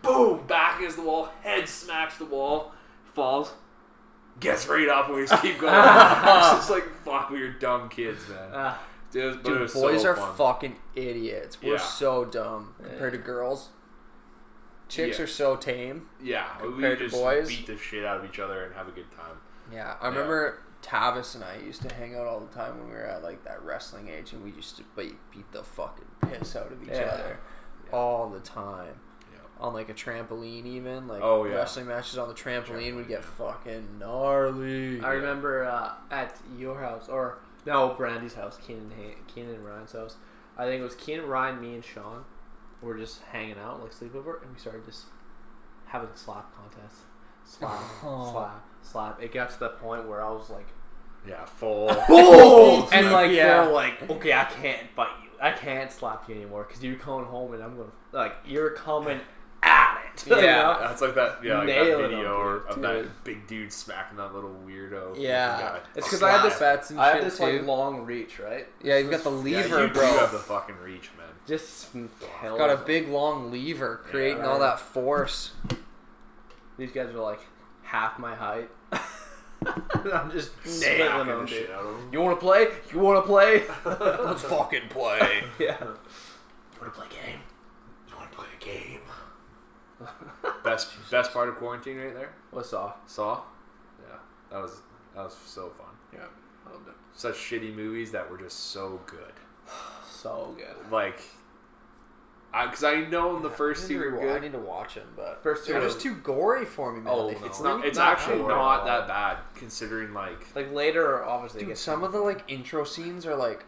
[SPEAKER 3] boom, back against the wall, head smacks the wall, falls, gets right up, and we just keep going. it's just like fuck, we were dumb kids, man.
[SPEAKER 2] Ah,
[SPEAKER 3] Dude, it was- but it
[SPEAKER 1] Dude,
[SPEAKER 3] was
[SPEAKER 1] boys
[SPEAKER 3] so
[SPEAKER 1] are
[SPEAKER 3] fun.
[SPEAKER 1] fucking idiots. We're
[SPEAKER 3] Yeah.
[SPEAKER 1] so dumb compared to girls. Chicks
[SPEAKER 3] Yeah.
[SPEAKER 1] are so tame.
[SPEAKER 3] yeah, we
[SPEAKER 1] compared to
[SPEAKER 3] just
[SPEAKER 1] boys.
[SPEAKER 3] beat the shit out of each other and have a good time.
[SPEAKER 1] Yeah, I remember Tavis and I used to hang out all the time when we were at like that wrestling age, and we used to beat, beat the fucking piss out of each
[SPEAKER 2] Yeah.
[SPEAKER 1] other all the time.
[SPEAKER 3] Yeah.
[SPEAKER 1] On like a trampoline, even like
[SPEAKER 3] Oh, yeah.
[SPEAKER 1] wrestling matches on the trampoline would get fucking gnarly.
[SPEAKER 2] I remember uh, at your house or no Brandy's house, Keenan, Ha- Keenan and Ryan's house. I think it was Keenan, Ryan, me, and Sean were just hanging out like sleepover, and we started just having slap contests. Slap, slap, slap. It got to the point where I was like,
[SPEAKER 3] Yeah, full.
[SPEAKER 2] "Oh!" and like
[SPEAKER 1] Yeah.
[SPEAKER 2] they're like, "Okay, I can't bite you. I can't slap you anymore because you're coming home, and I'm gonna like you're coming at it." you know?
[SPEAKER 3] that's like that. Yeah, like that
[SPEAKER 2] Nail it
[SPEAKER 3] video
[SPEAKER 2] on,
[SPEAKER 3] or, of
[SPEAKER 2] dude.
[SPEAKER 3] that big dude smacking that little weirdo. Oh
[SPEAKER 1] Yeah.
[SPEAKER 3] guy.
[SPEAKER 2] It's because I had this,
[SPEAKER 1] Slap. Bats and
[SPEAKER 2] I had
[SPEAKER 1] shit,
[SPEAKER 2] this like
[SPEAKER 1] too.
[SPEAKER 2] long reach, right?
[SPEAKER 1] Yeah, you've got the
[SPEAKER 3] Yeah,
[SPEAKER 1] lever,
[SPEAKER 3] you do
[SPEAKER 1] bro.
[SPEAKER 3] have the fucking reach, man.
[SPEAKER 2] Just killed
[SPEAKER 1] Got a
[SPEAKER 2] them.
[SPEAKER 1] big long lever creating all
[SPEAKER 2] Yeah.
[SPEAKER 1] that force.
[SPEAKER 2] These guys are like half my height. And I'm just splitting
[SPEAKER 3] Smacking
[SPEAKER 2] them,
[SPEAKER 3] the
[SPEAKER 2] dude.
[SPEAKER 3] shit out of him.
[SPEAKER 2] You want to play? You want to play?
[SPEAKER 1] Let's fucking play.
[SPEAKER 2] yeah.
[SPEAKER 3] You want to play a game? You want to play a game? best best part of quarantine right there.
[SPEAKER 2] What's off?
[SPEAKER 3] Saw. Yeah, that was that was so fun.
[SPEAKER 4] Yeah, I loved it.
[SPEAKER 3] Such shitty movies that were just so good.
[SPEAKER 2] So good.
[SPEAKER 3] Like, I because I know the first two were
[SPEAKER 1] I
[SPEAKER 3] good.
[SPEAKER 1] need to watch them, but
[SPEAKER 2] First two
[SPEAKER 1] they're
[SPEAKER 2] were-
[SPEAKER 1] just too gory for me, man.
[SPEAKER 2] Oh,
[SPEAKER 1] They
[SPEAKER 2] no.
[SPEAKER 1] freak
[SPEAKER 3] It's not.
[SPEAKER 1] me
[SPEAKER 3] It's actually
[SPEAKER 1] out.
[SPEAKER 3] not that bad considering like.
[SPEAKER 2] Like later, obviously. it
[SPEAKER 1] Dude,
[SPEAKER 2] gets
[SPEAKER 1] some of the like intro scenes are like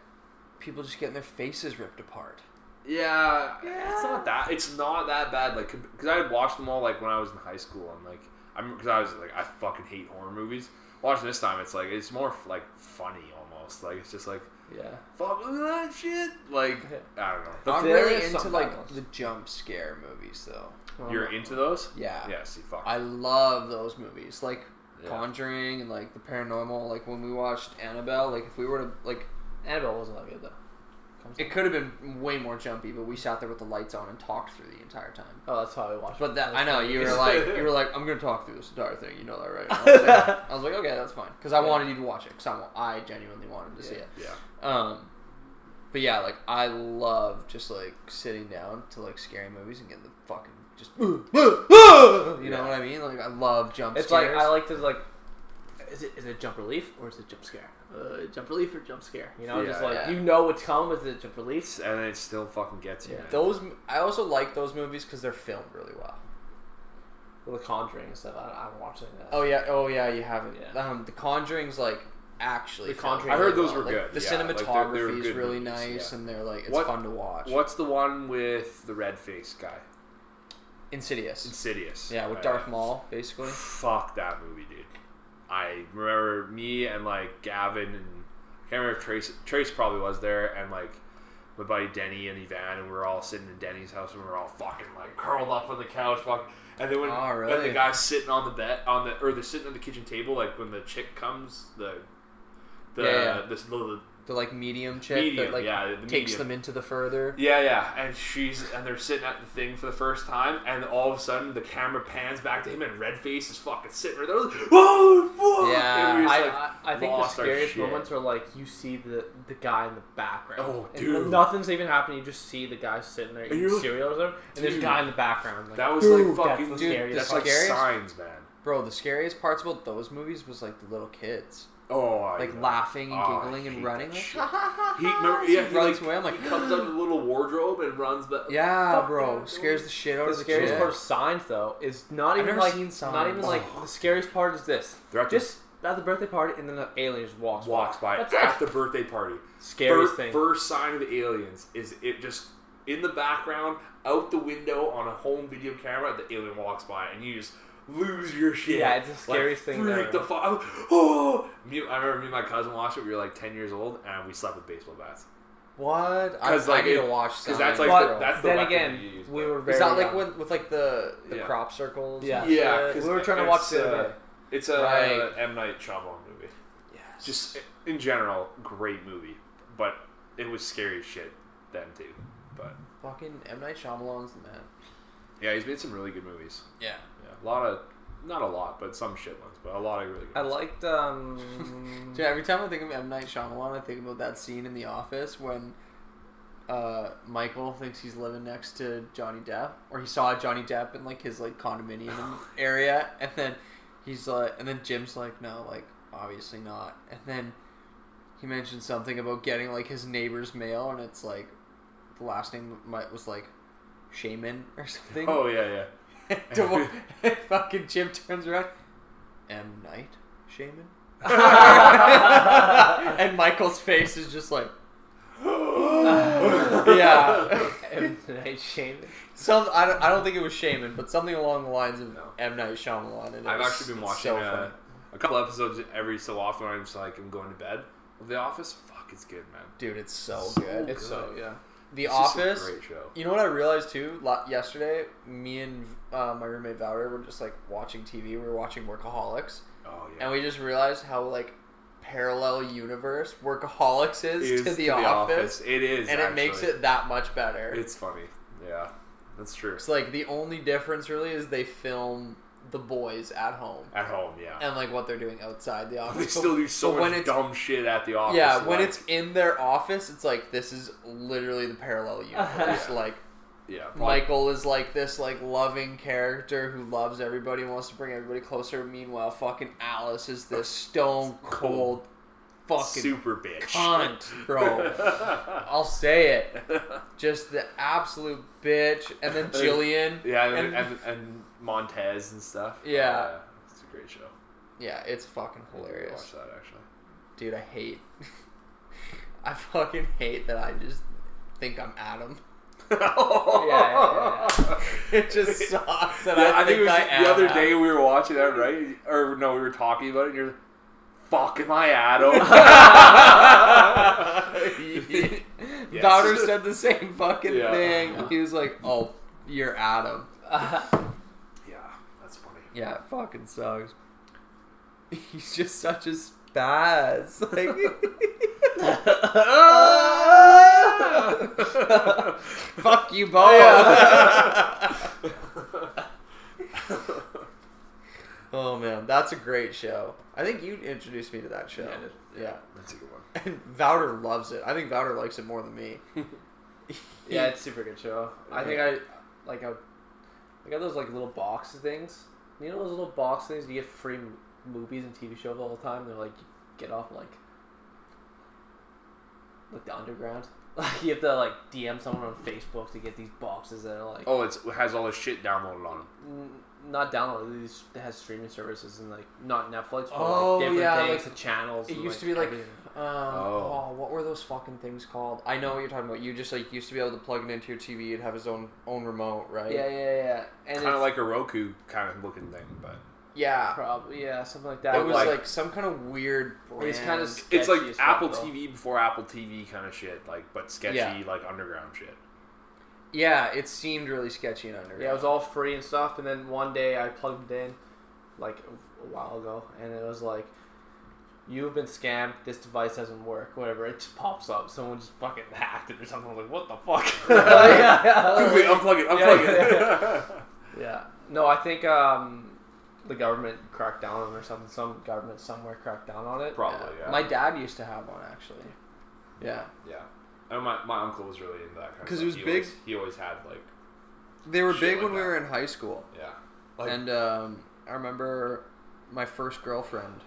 [SPEAKER 1] people just getting their faces ripped apart.
[SPEAKER 3] Yeah, it's not that. It's not that bad. Like, because I had watched them all like when I was in high school, and like, I'm because I was like, I fucking hate horror movies. Watching this time, it's like it's more like funny almost. Like it's just like
[SPEAKER 2] yeah.
[SPEAKER 3] fuck look at that shit. Like I don't know.
[SPEAKER 1] I'm
[SPEAKER 2] there
[SPEAKER 1] really
[SPEAKER 2] is
[SPEAKER 1] into
[SPEAKER 2] some
[SPEAKER 1] like
[SPEAKER 2] battles.
[SPEAKER 1] the jump scare movies, though.
[SPEAKER 2] Well,
[SPEAKER 3] You're into those?
[SPEAKER 1] Yeah,
[SPEAKER 3] Yeah. See, fuck.
[SPEAKER 1] I love those movies, like
[SPEAKER 3] Yeah.
[SPEAKER 1] Conjuring and like the paranormal. Like when we watched Annabelle, like if we were to like,
[SPEAKER 2] Annabelle wasn't that good though.
[SPEAKER 1] it could have been way more jumpy, but we sat there with the lights on and talked through the entire time.
[SPEAKER 2] Oh, that's how I watched.
[SPEAKER 1] But
[SPEAKER 2] it.
[SPEAKER 1] that I
[SPEAKER 2] That's
[SPEAKER 1] know
[SPEAKER 2] how-
[SPEAKER 1] you were like you were like I'm gonna talk through this entire thing. You know that, right? I was like, I was like okay, that's fine, because I wanted you to watch it, because I, wa- I genuinely wanted to see
[SPEAKER 2] Yeah.
[SPEAKER 1] it.
[SPEAKER 3] yeah.
[SPEAKER 1] Um, but yeah, like I love just like sitting down to like scary movies and getting the fucking just you know what I mean? Like I love jump
[SPEAKER 2] It's like
[SPEAKER 1] scares.
[SPEAKER 2] I like to like. Is it, is it jump relief or is it jump scare? Uh, jump relief or jump scare? You know,
[SPEAKER 3] Yeah,
[SPEAKER 2] just like
[SPEAKER 1] yeah.
[SPEAKER 2] you know what's coming. Is it jump relief?
[SPEAKER 3] And it still fucking gets you.
[SPEAKER 2] Yeah.
[SPEAKER 3] man.
[SPEAKER 1] those. m- I also like those movies because they're filmed really well.
[SPEAKER 2] Well, The Conjuring and stuff. I, I haven't watched any of that.
[SPEAKER 1] Oh yeah, oh yeah, you haven't.
[SPEAKER 2] Yeah.
[SPEAKER 1] Um, The Conjuring's like actually.
[SPEAKER 2] The
[SPEAKER 1] filmed
[SPEAKER 2] Conjuring
[SPEAKER 1] really
[SPEAKER 3] I heard those
[SPEAKER 1] well.
[SPEAKER 3] were
[SPEAKER 1] Like,
[SPEAKER 3] good,
[SPEAKER 1] The
[SPEAKER 3] yeah. Like, they're- they were
[SPEAKER 1] cinematography is
[SPEAKER 3] good
[SPEAKER 1] really
[SPEAKER 3] movies,
[SPEAKER 1] nice,
[SPEAKER 3] yeah.
[SPEAKER 1] and they're like it's
[SPEAKER 3] What-
[SPEAKER 1] fun to watch.
[SPEAKER 3] What's the one with the red face guy?
[SPEAKER 1] Insidious.
[SPEAKER 3] Insidious.
[SPEAKER 1] yeah, with
[SPEAKER 3] Right.
[SPEAKER 1] Darth Maul, basically.
[SPEAKER 3] Fuck that movie, dude. I remember me and like Gavin and I can't remember if Trace Trace probably was there and like my buddy Denny and Evan and we were all sitting in Denny's house and we were all fucking like curled up on the couch, fucking. And then when,
[SPEAKER 1] Oh,
[SPEAKER 3] when
[SPEAKER 1] really?
[SPEAKER 3] the guy's sitting on the bed on the or they're sitting at the kitchen table, like when the chick comes, the the
[SPEAKER 1] Yeah, yeah.
[SPEAKER 3] this little
[SPEAKER 1] the like medium chick
[SPEAKER 3] Medium,
[SPEAKER 1] that like
[SPEAKER 3] yeah, the
[SPEAKER 1] takes
[SPEAKER 3] medium.
[SPEAKER 1] them into the further.
[SPEAKER 3] Yeah, yeah, and she's and they're sitting at the thing for the first time, and all of a sudden the camera pans back to him, and Redface is fucking sitting right there. Like, Whoa, fuck!
[SPEAKER 1] Yeah,
[SPEAKER 3] And we just,
[SPEAKER 2] I,
[SPEAKER 3] like,
[SPEAKER 2] I, I think the
[SPEAKER 3] lost our
[SPEAKER 2] scariest
[SPEAKER 3] shit.
[SPEAKER 2] moments are like you see the, the guy in the background.
[SPEAKER 3] Oh,
[SPEAKER 2] And
[SPEAKER 3] dude.
[SPEAKER 2] nothing's even happening. You just see the guy sitting there eating
[SPEAKER 3] you're like-
[SPEAKER 2] cereal or something, and there's a
[SPEAKER 3] Dude.
[SPEAKER 2] guy in the background. Like,
[SPEAKER 3] that was
[SPEAKER 2] "Dude,
[SPEAKER 3] like fucking
[SPEAKER 2] that's the
[SPEAKER 3] dude,
[SPEAKER 2] scariest
[SPEAKER 3] That's
[SPEAKER 2] part."
[SPEAKER 3] like
[SPEAKER 1] Scariest-
[SPEAKER 3] signs, man.
[SPEAKER 1] Bro, the scariest parts about those movies was like the little kids,
[SPEAKER 3] Oh, I
[SPEAKER 1] like
[SPEAKER 3] know.
[SPEAKER 1] laughing and
[SPEAKER 3] Oh, I
[SPEAKER 1] giggling
[SPEAKER 3] hate
[SPEAKER 1] and
[SPEAKER 3] that
[SPEAKER 1] running. Like,
[SPEAKER 3] shit. He, remember,
[SPEAKER 1] He
[SPEAKER 3] yeah, he
[SPEAKER 1] runs
[SPEAKER 3] like,
[SPEAKER 1] away, I'm like,
[SPEAKER 3] he comes out of the little wardrobe and runs back.
[SPEAKER 1] yeah,
[SPEAKER 3] Fuck
[SPEAKER 1] bro,
[SPEAKER 3] that,
[SPEAKER 1] scares
[SPEAKER 3] dude.
[SPEAKER 1] the shit out
[SPEAKER 2] The
[SPEAKER 1] of the
[SPEAKER 2] scariest
[SPEAKER 1] kid.
[SPEAKER 2] part of Signs though is not
[SPEAKER 1] I've
[SPEAKER 2] even
[SPEAKER 1] never
[SPEAKER 2] like
[SPEAKER 1] seen
[SPEAKER 2] not
[SPEAKER 1] Signs.
[SPEAKER 2] even like the scariest part is this.
[SPEAKER 3] They're at the-
[SPEAKER 2] Just at the birthday party, and then an alien just walks
[SPEAKER 3] walks by
[SPEAKER 2] That's
[SPEAKER 3] at the birthday party.
[SPEAKER 2] Scariest
[SPEAKER 3] first,
[SPEAKER 2] thing.
[SPEAKER 3] First sign of aliens is it just in the background, out the window on a home video camera. The alien walks by, and you just lose your shit.
[SPEAKER 2] Yeah, it's the scariest
[SPEAKER 3] like,
[SPEAKER 2] thing
[SPEAKER 3] Freak
[SPEAKER 2] ever.
[SPEAKER 3] the fuck! I'm- Oh, me, I remember me and my cousin watched it. We were like ten years old, and we slept with baseball bats.
[SPEAKER 1] what? I,
[SPEAKER 3] like
[SPEAKER 1] I need
[SPEAKER 3] it-
[SPEAKER 1] to watch
[SPEAKER 3] Because that's
[SPEAKER 1] Signs,
[SPEAKER 3] like the,
[SPEAKER 1] bro.
[SPEAKER 3] that's the
[SPEAKER 2] then
[SPEAKER 3] weapon
[SPEAKER 2] again,
[SPEAKER 3] you use,
[SPEAKER 2] we
[SPEAKER 3] but-
[SPEAKER 2] were very
[SPEAKER 1] Is that like
[SPEAKER 2] young.
[SPEAKER 1] when with like the the
[SPEAKER 3] Yeah.
[SPEAKER 1] crop circles? and
[SPEAKER 2] Yeah.
[SPEAKER 3] yeah,
[SPEAKER 1] shit?
[SPEAKER 3] 'cause
[SPEAKER 2] we were trying to watch
[SPEAKER 3] it's,
[SPEAKER 2] the other
[SPEAKER 3] uh,
[SPEAKER 2] day.
[SPEAKER 3] It's a
[SPEAKER 1] Right.
[SPEAKER 3] M Night Shyamalan movie.
[SPEAKER 1] Yes.
[SPEAKER 3] Just in general, great movie, but it was scary as shit then too. But
[SPEAKER 1] fucking M Night Shyamalan's the man.
[SPEAKER 3] yeah, he's made some really good movies.
[SPEAKER 1] Yeah.
[SPEAKER 3] Yeah, a lot of, not a lot, but some shit ones, but a lot of really good.
[SPEAKER 2] I
[SPEAKER 3] ones.
[SPEAKER 2] liked um.
[SPEAKER 1] Dude, every time I think of M Night Shyamalan, I think about that scene in The Office when uh, Michael thinks he's living next to Johnny Depp, or he saw Johnny Depp in like his like condominium area, and then he's like, and then Jim's like, no, like obviously not, and then he mentioned something about getting like his neighbor's mail, and it's like the last name might was like Shaman or something.
[SPEAKER 3] Oh yeah, yeah.
[SPEAKER 1] Demo- fucking Jim turns around. M Night Shaman. and Michael's face is just like, yeah.
[SPEAKER 2] Night Shaman.
[SPEAKER 1] Some I don't, I don't think it was Shaman, but something along the lines of
[SPEAKER 3] No.
[SPEAKER 1] M Night Shyamalan. And it
[SPEAKER 3] I've
[SPEAKER 1] was-
[SPEAKER 3] actually been
[SPEAKER 1] it's
[SPEAKER 3] watching
[SPEAKER 1] so
[SPEAKER 3] uh,
[SPEAKER 1] funny.
[SPEAKER 3] a couple episodes every so often. I'm just like I'm going to bed. The Office, fuck, it's good, man.
[SPEAKER 1] Dude, it's so,
[SPEAKER 3] so
[SPEAKER 1] good.
[SPEAKER 3] It's
[SPEAKER 2] It's so
[SPEAKER 3] good.
[SPEAKER 2] yeah.
[SPEAKER 1] The
[SPEAKER 3] It's just a
[SPEAKER 1] Office.
[SPEAKER 3] great show.
[SPEAKER 1] You know what I realized too? La- yesterday, me and uh, my roommate Valerie were just like watching TV. We were watching Workaholics,
[SPEAKER 3] Oh yeah.
[SPEAKER 1] and we just realized how like parallel universe Workaholics is,
[SPEAKER 3] Is
[SPEAKER 1] to The, office.
[SPEAKER 3] It is,
[SPEAKER 1] and it makes
[SPEAKER 3] actually.
[SPEAKER 1] it that much better. It's,
[SPEAKER 3] It's funny. Yeah, that's true.
[SPEAKER 1] like the only difference really is they film the boys at home
[SPEAKER 3] At home, yeah.
[SPEAKER 1] and like what they're doing outside the office.
[SPEAKER 3] They still do so
[SPEAKER 1] but when
[SPEAKER 3] much
[SPEAKER 1] it's-
[SPEAKER 3] dumb shit at the office.
[SPEAKER 1] yeah, when
[SPEAKER 3] like-
[SPEAKER 1] it's in their office, it's like this is literally the parallel universe.
[SPEAKER 3] Yeah.
[SPEAKER 1] Like
[SPEAKER 3] yeah, probably-
[SPEAKER 1] Michael is like this like loving character who loves everybody, and wants to bring everybody closer. Meanwhile, fucking Alice is this stone cold fucking
[SPEAKER 3] super bitch.
[SPEAKER 1] cunt, bro. I'll say it. Just the absolute bitch, and then Jillian.
[SPEAKER 3] yeah, and,
[SPEAKER 1] And-
[SPEAKER 3] and, and Montez and stuff.
[SPEAKER 1] Yeah.
[SPEAKER 3] it's a great show.
[SPEAKER 1] Yeah, it's fucking
[SPEAKER 3] I need to
[SPEAKER 1] hilarious.
[SPEAKER 3] Watch that actually.
[SPEAKER 1] Dude, I hate. I fucking hate that I just think I'm Adam.
[SPEAKER 2] yeah,
[SPEAKER 1] It just sucks that
[SPEAKER 3] Yeah,
[SPEAKER 1] I, think
[SPEAKER 3] it was
[SPEAKER 1] I
[SPEAKER 3] the
[SPEAKER 1] am
[SPEAKER 3] other
[SPEAKER 1] Adam.
[SPEAKER 3] day we were watching that, right? Or no, we were talking about it, and you're like, fuck, am I Adam? Yes.
[SPEAKER 1] Bowder said the same fucking
[SPEAKER 3] Yeah.
[SPEAKER 1] thing. He was like, "Oh, you're Adam."
[SPEAKER 3] yeah, that's funny.
[SPEAKER 1] Yeah, it fucking sucks. He's just such a spaz.
[SPEAKER 3] Oh.
[SPEAKER 1] Like, fuck you both. oh man, that's a great show. I think you introduced me to that show.
[SPEAKER 2] Yeah, I did.
[SPEAKER 1] Yeah.
[SPEAKER 3] That's a good one.
[SPEAKER 1] and Vowder loves it. I think Vowder likes it more than me.
[SPEAKER 2] Yeah, it's a super good show. I think
[SPEAKER 3] Yeah.
[SPEAKER 2] I like I, I got those like little box things. You know those little box things you get free m- movies and TV shows all the time. They're like get off like like the underground. Like you have to like DM someone on Facebook to get these boxes that are like
[SPEAKER 3] Oh, it's, it has all the shit downloaded on it.
[SPEAKER 2] n- not downloaded. These it has streaming services and like not Netflix, but
[SPEAKER 1] Oh,
[SPEAKER 2] like different
[SPEAKER 1] yeah,
[SPEAKER 2] things
[SPEAKER 1] like-
[SPEAKER 2] and channels.
[SPEAKER 1] It
[SPEAKER 2] and,
[SPEAKER 1] used to be like, um,
[SPEAKER 2] everything.
[SPEAKER 1] oh. what were those fucking things called? I know what you're talking about. You just like used to be able to plug it into your TV. You'd have his own own remote, right?
[SPEAKER 2] yeah, yeah, yeah, and
[SPEAKER 3] Kind
[SPEAKER 2] it's
[SPEAKER 3] of like a Roku kind of looking thing, but
[SPEAKER 1] yeah.
[SPEAKER 2] probably yeah something like that.
[SPEAKER 1] It was
[SPEAKER 3] like-
[SPEAKER 1] like, some kind of weird brand.
[SPEAKER 2] It's kinda s-
[SPEAKER 3] it's
[SPEAKER 2] Sketchy
[SPEAKER 3] like
[SPEAKER 2] as fuck,
[SPEAKER 3] Apple
[SPEAKER 2] bro.
[SPEAKER 3] TV before Apple TV kind of shit, like but sketchy,
[SPEAKER 1] Yeah.
[SPEAKER 3] like underground shit.
[SPEAKER 1] yeah. It seemed really sketchy and underground.
[SPEAKER 2] Yeah, it was all free and stuff. And then one day I plugged it in, like a while ago, and it was like, you've been scammed. This device doesn't work. Whatever. It just pops up. Someone just fucking hacked it or something. I'm like, what the fuck? yeah, yeah.
[SPEAKER 3] Wait, unplug it.
[SPEAKER 2] Yeah,
[SPEAKER 3] Unplug
[SPEAKER 2] yeah,
[SPEAKER 3] it.
[SPEAKER 2] Yeah. No, I think um, the government cracked down on it or something. Some government somewhere cracked down on it.
[SPEAKER 3] Probably. Yeah.
[SPEAKER 1] My dad used to have one actually. Yeah.
[SPEAKER 3] yeah. And my, my uncle was really into that kind of
[SPEAKER 1] 'Cause
[SPEAKER 3] stuff.
[SPEAKER 1] it was
[SPEAKER 3] he
[SPEAKER 1] big.
[SPEAKER 3] Always, he always had like
[SPEAKER 1] They were
[SPEAKER 3] Shit
[SPEAKER 1] big
[SPEAKER 3] like
[SPEAKER 1] when we
[SPEAKER 3] that.
[SPEAKER 1] were in high school.
[SPEAKER 3] yeah. Like-
[SPEAKER 1] and um, I remember my first girlfriend.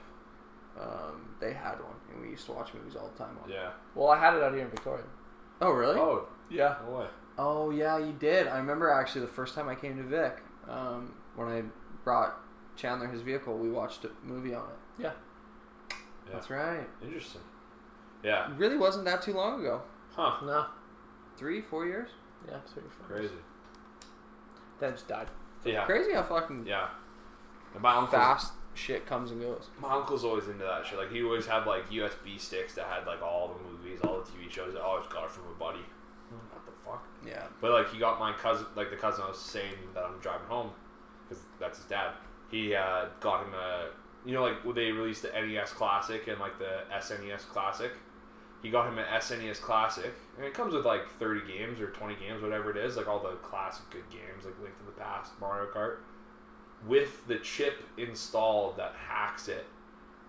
[SPEAKER 1] Um, they had one, and we used to watch movies all the time on. it.
[SPEAKER 3] Yeah.
[SPEAKER 2] Well, I had it out here in Victoria.
[SPEAKER 1] Oh really? Oh.
[SPEAKER 3] Oh
[SPEAKER 2] Yeah.
[SPEAKER 3] no way.
[SPEAKER 1] yeah, you did. I remember actually the first time I came to Vic, um, when I brought Chandler his vehicle, we watched a movie on it.
[SPEAKER 2] Yeah.
[SPEAKER 3] Yeah.
[SPEAKER 1] That's right.
[SPEAKER 3] Interesting. Yeah.
[SPEAKER 1] It really wasn't that too long ago.
[SPEAKER 3] Huh.
[SPEAKER 2] No.
[SPEAKER 1] Three, four years.
[SPEAKER 2] Yeah. it's pretty fun.
[SPEAKER 3] Crazy.
[SPEAKER 2] That just died.
[SPEAKER 3] Yeah.
[SPEAKER 1] Crazy how fucking
[SPEAKER 3] Yeah. And my uncle's
[SPEAKER 1] fast shit comes and goes.
[SPEAKER 3] my uncle's always into that shit. Like he always had like USB sticks that had like all the movies, all the TV shows. I always got it from a buddy. What the fuck?
[SPEAKER 1] Yeah.
[SPEAKER 3] But like he got my cousin, like the cousin I was saying that I'm driving home, because that's his dad. He uh, got him a, you know, like when they released the NES Classic and like the SNES Classic. He got him an SNES E Classic, and it comes with like 30 games or 20 games, whatever it is, like all the classic good games, like Link to the Past, Mario Kart, with the chip installed that hacks it,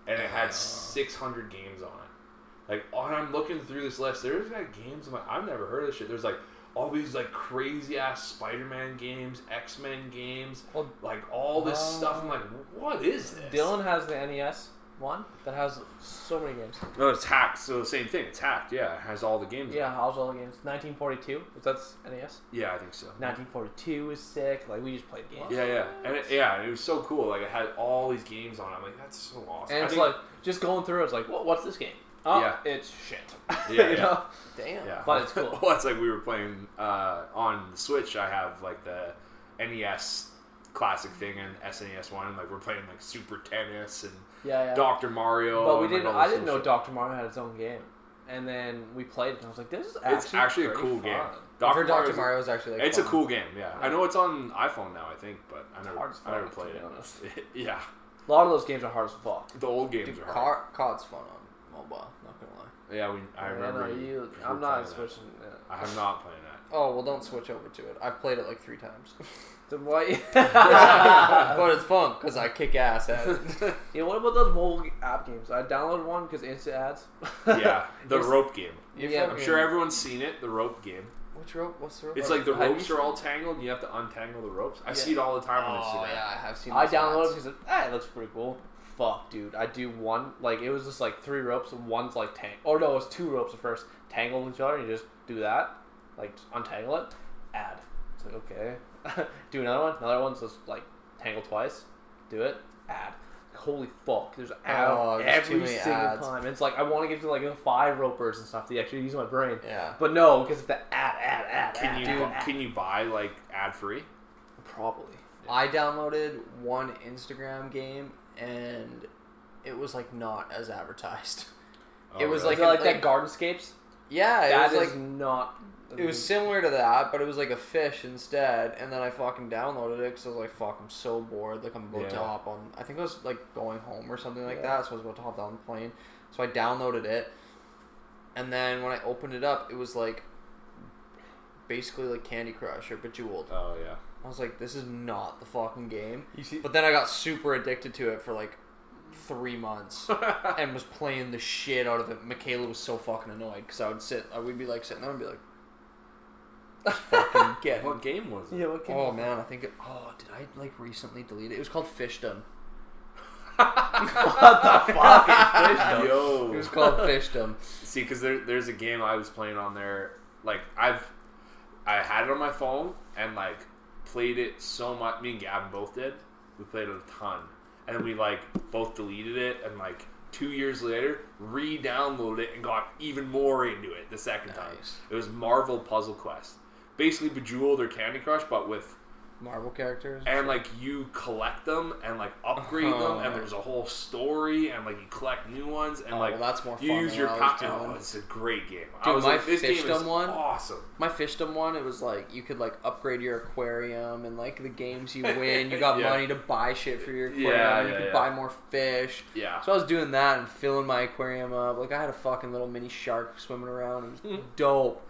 [SPEAKER 3] and it
[SPEAKER 1] Oh.
[SPEAKER 3] had 600 games on it. Like, oh, and I'm looking through this list. There's like games. I'm like, I've never heard of this shit. There's like all these like crazy ass Spider-Man games, X-Men games,
[SPEAKER 2] Well, um,
[SPEAKER 3] like all this stuff. I'm like, what is this?
[SPEAKER 2] Dylan has the NES one that has so many games.
[SPEAKER 3] No, it's hacked. So the same thing. It's hacked. Yeah, it has all the games.
[SPEAKER 2] Yeah, how's all the games? 1942. Is that's NES?
[SPEAKER 3] yeah, I think so.
[SPEAKER 2] 1942 is sick. Like we just played games.
[SPEAKER 3] Yeah, yeah, and it, yeah, and it was so cool. Like, it had all these games on. it. I'm like, that's so awesome.
[SPEAKER 2] And
[SPEAKER 3] I
[SPEAKER 2] it's
[SPEAKER 3] think-
[SPEAKER 2] like just going through. It's like, what, what's this game? Oh,
[SPEAKER 3] Yeah.
[SPEAKER 2] it's shit.
[SPEAKER 3] Yeah, yeah.
[SPEAKER 1] Damn.
[SPEAKER 3] Yeah.
[SPEAKER 2] But it's cool.
[SPEAKER 3] well, it's like we were playing uh, on the Switch. I have like the NES classic thing and SNES one, and like we're playing like Super Tennis and
[SPEAKER 2] Yeah, yeah.
[SPEAKER 3] Doctor Mario.
[SPEAKER 2] but we
[SPEAKER 3] and, like,
[SPEAKER 2] didn't.
[SPEAKER 3] all
[SPEAKER 2] I
[SPEAKER 3] this
[SPEAKER 2] didn't know
[SPEAKER 3] little
[SPEAKER 2] Doctor Mario had its own game. And then we played it, and I was like, this is
[SPEAKER 3] shit.
[SPEAKER 2] actually
[SPEAKER 3] It's actually a
[SPEAKER 2] pretty
[SPEAKER 3] cool
[SPEAKER 2] fun.
[SPEAKER 3] game.
[SPEAKER 1] I've heard Doctor
[SPEAKER 3] Mario's-
[SPEAKER 1] Mario is actually. Like,
[SPEAKER 3] It's a
[SPEAKER 1] fun.
[SPEAKER 3] cool game. Yeah. I know it's on iPhone now. I think, but I never,
[SPEAKER 2] hard as
[SPEAKER 3] I never
[SPEAKER 2] fuck,
[SPEAKER 3] played
[SPEAKER 2] to
[SPEAKER 3] it.
[SPEAKER 2] be honest.
[SPEAKER 3] yeah,
[SPEAKER 2] A lot of those games are hard as fuck.
[SPEAKER 3] the old games
[SPEAKER 1] Dude,
[SPEAKER 3] are hard.
[SPEAKER 1] car, COD's fun on mobile. Not gonna lie.
[SPEAKER 3] Yeah, we, I
[SPEAKER 2] Yeah,
[SPEAKER 3] remember.
[SPEAKER 2] no, you,
[SPEAKER 3] we were
[SPEAKER 2] I'm not
[SPEAKER 3] playing that.
[SPEAKER 2] switching. Yeah.
[SPEAKER 3] I have not playing that.
[SPEAKER 1] Oh well, don't switch over to it. I've played it like three times,
[SPEAKER 2] The white.
[SPEAKER 1] but it's fun because I kick ass at it.
[SPEAKER 2] yeah, what about those mobile g- app games? I downloaded one because instant ads.
[SPEAKER 3] Yeah, the
[SPEAKER 2] It's-
[SPEAKER 3] rope game.
[SPEAKER 2] Yeah,
[SPEAKER 3] I'm sure everyone's seen it. The rope game.
[SPEAKER 1] Which rope? What's the rope?
[SPEAKER 3] It's like the
[SPEAKER 1] Have you
[SPEAKER 3] ropes
[SPEAKER 1] seen-
[SPEAKER 3] are all tangled. and You have to untangle the ropes. I
[SPEAKER 1] Yeah.
[SPEAKER 3] see it all the time on
[SPEAKER 1] Oh
[SPEAKER 3] Instagram.
[SPEAKER 1] yeah, I have seen.
[SPEAKER 2] I
[SPEAKER 1] those
[SPEAKER 2] downloaded
[SPEAKER 1] ads.
[SPEAKER 2] because ah, it looks pretty cool. Fuck, dude. I do one like it was just like three ropes and one's like tang. Oh no, it was two ropes at first, tangled with each other. and You just do that, like just untangle it, add. It's like okay, do another one. Another one's just like tangle twice, do it, add. Holy fuck! There's an ad
[SPEAKER 1] Oh, there's too
[SPEAKER 2] every
[SPEAKER 1] many
[SPEAKER 2] single
[SPEAKER 1] ads.
[SPEAKER 2] time. It's like I want to get to like the five ropers and stuff to actually use my brain,
[SPEAKER 1] Yeah.
[SPEAKER 2] but no, because if the ad, ad, ad,
[SPEAKER 3] Can
[SPEAKER 2] ad,
[SPEAKER 3] you
[SPEAKER 2] ad, ad,
[SPEAKER 3] can you buy like ad free?
[SPEAKER 2] probably.
[SPEAKER 1] I downloaded one Instagram game and it was like not as advertised.
[SPEAKER 3] Oh,
[SPEAKER 1] It was
[SPEAKER 2] Like,
[SPEAKER 1] Like
[SPEAKER 2] like,
[SPEAKER 1] an- like-
[SPEAKER 2] that Gardenscapes.
[SPEAKER 1] Yeah, it
[SPEAKER 2] That is
[SPEAKER 1] was like
[SPEAKER 2] not.
[SPEAKER 1] it
[SPEAKER 2] Mm-hmm.
[SPEAKER 1] was similar to that, but it was like a fish instead. And then I fucking downloaded it because I was like, "Fuck, I'm so bored. Like I'm about to
[SPEAKER 3] Yeah.
[SPEAKER 1] hop on. I think I was like going home or something like
[SPEAKER 2] Yeah.
[SPEAKER 1] that. So I was about to hop on the plane. So I downloaded it, and then when I opened it up, it was like basically like Candy Crush or Bejeweled.
[SPEAKER 3] oh yeah.
[SPEAKER 1] I was like, "This is not the fucking game."
[SPEAKER 2] You see,
[SPEAKER 1] But then I got super addicted to it for like three months and was playing the shit out of it. Michaela was so fucking annoyed because I would sit, I would be like sitting there and be like, fucking get.
[SPEAKER 3] What game was it?
[SPEAKER 2] yeah, what can
[SPEAKER 1] Oh man, I think. It, oh, did I like recently delete it? It was called Fishdom.
[SPEAKER 2] what the fuck?
[SPEAKER 1] It
[SPEAKER 3] Yo.
[SPEAKER 1] was called Fishdom.
[SPEAKER 3] See, because there, there's a game I was playing on there. Like I've I had it on my phone and like played it so much. Me and Gavin both did. We played it a ton, and then we like both deleted it and like. Two years later, re-downloaded it and got even more into it the second time.
[SPEAKER 1] Nice.
[SPEAKER 3] It was Marvel Puzzle Quest, basically Bejeweled or Candy Crush, but with
[SPEAKER 1] Marvel characters.
[SPEAKER 3] and like you collect them and like upgrade them,
[SPEAKER 1] Oh.
[SPEAKER 3] and there's a whole story, and like you collect new ones, and
[SPEAKER 1] Oh,
[SPEAKER 3] like
[SPEAKER 1] well, that's more
[SPEAKER 3] you
[SPEAKER 1] fun
[SPEAKER 3] use
[SPEAKER 1] than
[SPEAKER 3] your
[SPEAKER 1] what I
[SPEAKER 3] power.
[SPEAKER 1] was
[SPEAKER 3] Oh,
[SPEAKER 1] doing.
[SPEAKER 3] it's a great game. I
[SPEAKER 1] Dude,
[SPEAKER 3] was
[SPEAKER 1] my
[SPEAKER 3] like, this game is
[SPEAKER 1] Fishdom one-
[SPEAKER 3] awesome.
[SPEAKER 1] My fishdom one, it was like you could like upgrade your aquarium and like the games you win, you got
[SPEAKER 3] Yeah.
[SPEAKER 1] money to buy shit for your
[SPEAKER 3] Yeah,
[SPEAKER 1] aquarium. you
[SPEAKER 3] yeah,
[SPEAKER 1] could
[SPEAKER 3] yeah.
[SPEAKER 1] buy more fish.
[SPEAKER 3] Yeah,
[SPEAKER 1] So I was doing that and filling my aquarium up. Like I had a fucking little mini shark swimming around. It
[SPEAKER 3] Hmm.
[SPEAKER 1] was dope,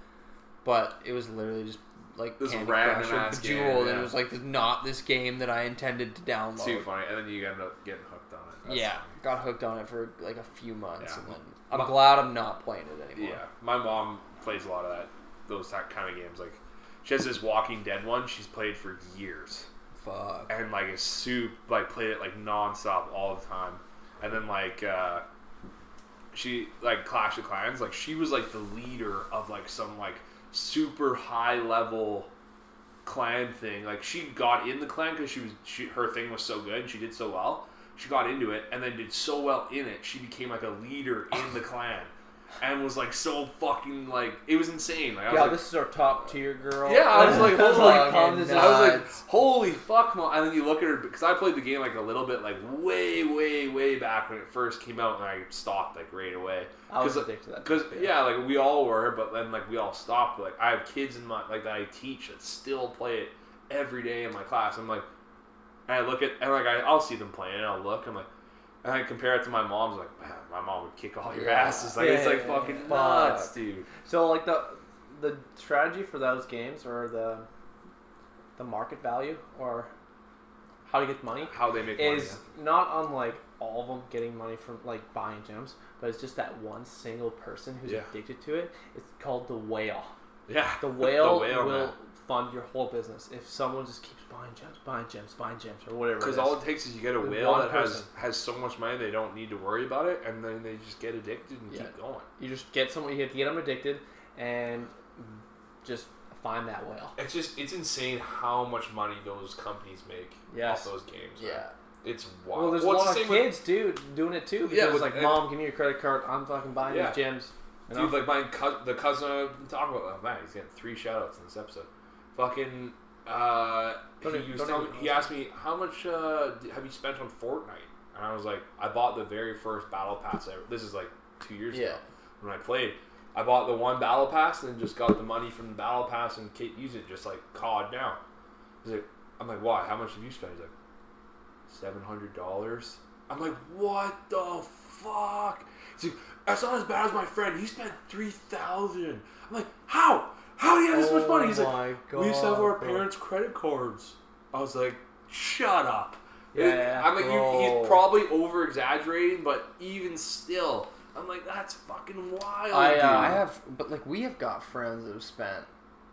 [SPEAKER 1] but it was literally just like
[SPEAKER 3] This
[SPEAKER 1] Candy
[SPEAKER 3] random
[SPEAKER 1] Crush or
[SPEAKER 3] ass game,
[SPEAKER 1] Bejeweled, and
[SPEAKER 3] yeah.
[SPEAKER 1] it was like not this game that I intended to download.
[SPEAKER 3] too funny. And then you end up getting hooked on it. That's
[SPEAKER 1] yeah,
[SPEAKER 3] funny.
[SPEAKER 1] got hooked on it for like a few months,
[SPEAKER 3] Yeah.
[SPEAKER 1] and then I'm glad I'm not playing it anymore.
[SPEAKER 3] Yeah, my mom plays a lot of that, those that kind of games. Like, she has this Walking Dead one she's played for years,
[SPEAKER 1] Fuck.
[SPEAKER 3] and like is soup like played it like nonstop all the time, and then like uh, she like Clash of Clans, like she was like the leader of like some like super high level clan thing. Like she got in the clan because she was she, her thing was so good and she did so well. She got into it and then did so well in it. She became like a leader in the clan and was like so fucking like it was insane. Like I was
[SPEAKER 5] Yeah,
[SPEAKER 3] like,
[SPEAKER 5] this is our top tier girl.
[SPEAKER 3] yeah, I was like,
[SPEAKER 1] That's
[SPEAKER 3] holy
[SPEAKER 1] fucking
[SPEAKER 3] fuck, this is- I was like,
[SPEAKER 1] nuts.
[SPEAKER 3] holy fuck, mom. And then you look at her because I played the game like a little bit, like way, way, way back when it first came out, and I stopped like right away.
[SPEAKER 5] I was
[SPEAKER 3] 'Cause-
[SPEAKER 5] addicted to that.
[SPEAKER 3] Because yeah, like we all were, but then like we all stopped. Like I have kids in my like that I teach that still play it every day in my class. I'm like, and I look at and like I, I'll see them playing, and I'll look. I'm like, and I compare it to my mom's. Like, man, my mom would kick all your
[SPEAKER 1] Yeah.
[SPEAKER 3] asses. Like it's
[SPEAKER 5] Yeah,
[SPEAKER 3] like
[SPEAKER 5] yeah,
[SPEAKER 3] fucking
[SPEAKER 5] yeah.
[SPEAKER 3] nuts, dude.
[SPEAKER 2] So like the the strategy for those games or the the market value or how to get money
[SPEAKER 3] How they make money.
[SPEAKER 2] is not unlike all of them getting money from like buying gems, but it's just that one single person who's
[SPEAKER 3] Yeah.
[SPEAKER 2] addicted to it. It's called the whale.
[SPEAKER 3] Yeah,
[SPEAKER 2] The whale,
[SPEAKER 3] man.
[SPEAKER 2] will fund your whole business if someone just keeps buying gems, buying gems, buying gems, or whatever.
[SPEAKER 3] Because
[SPEAKER 2] it is.
[SPEAKER 3] all it takes is you get a
[SPEAKER 2] With
[SPEAKER 3] whale
[SPEAKER 2] one
[SPEAKER 3] that has,
[SPEAKER 2] person.
[SPEAKER 3] has so much money they don't need to worry about it, and then they just get addicted and
[SPEAKER 1] Yeah.
[SPEAKER 3] keep going.
[SPEAKER 2] you just get someone, you have to get them addicted, and just find that whale.
[SPEAKER 3] It's just it's insane how much money those companies make
[SPEAKER 2] Yes.
[SPEAKER 3] off those games. man.
[SPEAKER 1] Yeah.
[SPEAKER 3] it's wild.
[SPEAKER 2] Well, there's
[SPEAKER 3] it's
[SPEAKER 2] a
[SPEAKER 3] the
[SPEAKER 2] lot of
[SPEAKER 3] same with-
[SPEAKER 2] kids, dude, doing it too. Because
[SPEAKER 3] Yeah, with-
[SPEAKER 2] it's like, mom, give me your credit card. I'm fucking buying
[SPEAKER 3] Yeah.
[SPEAKER 2] these gems. You know?
[SPEAKER 3] Dude, like my cou- the cousin I've been talking about. Oh man, he's getting three shoutouts in this episode. Fucking, uh,
[SPEAKER 2] Don't
[SPEAKER 3] he,
[SPEAKER 2] even-
[SPEAKER 3] was
[SPEAKER 2] don't
[SPEAKER 3] telling,
[SPEAKER 2] even-
[SPEAKER 3] he asked me how much uh, d- have you spent on Fortnite, and I was like, I bought the very first battle pass. I, this is like two years ago
[SPEAKER 1] Yeah.
[SPEAKER 3] when I played. I bought the one battle pass and then just got the money from the battle pass and kept using it, just like COD now. He's like, I'm like, why? How much have you spent? He's like, seven hundred dollars. I'm like, what the fuck? He's like, that's not as bad as my friend. He spent three thousand. I'm like, how? How do you have this
[SPEAKER 2] "Oh
[SPEAKER 3] much money? He's
[SPEAKER 1] Oh
[SPEAKER 3] like, we used to have our parents' credit cards. I was like, shut up.
[SPEAKER 2] Yeah, yeah,
[SPEAKER 3] I'm like, you,
[SPEAKER 1] bro.
[SPEAKER 3] he's probably over exaggerating, but even still, I'm like, that's fucking wild.
[SPEAKER 1] I,
[SPEAKER 3] dude.
[SPEAKER 1] uh, I have, but like we have got friends that have spent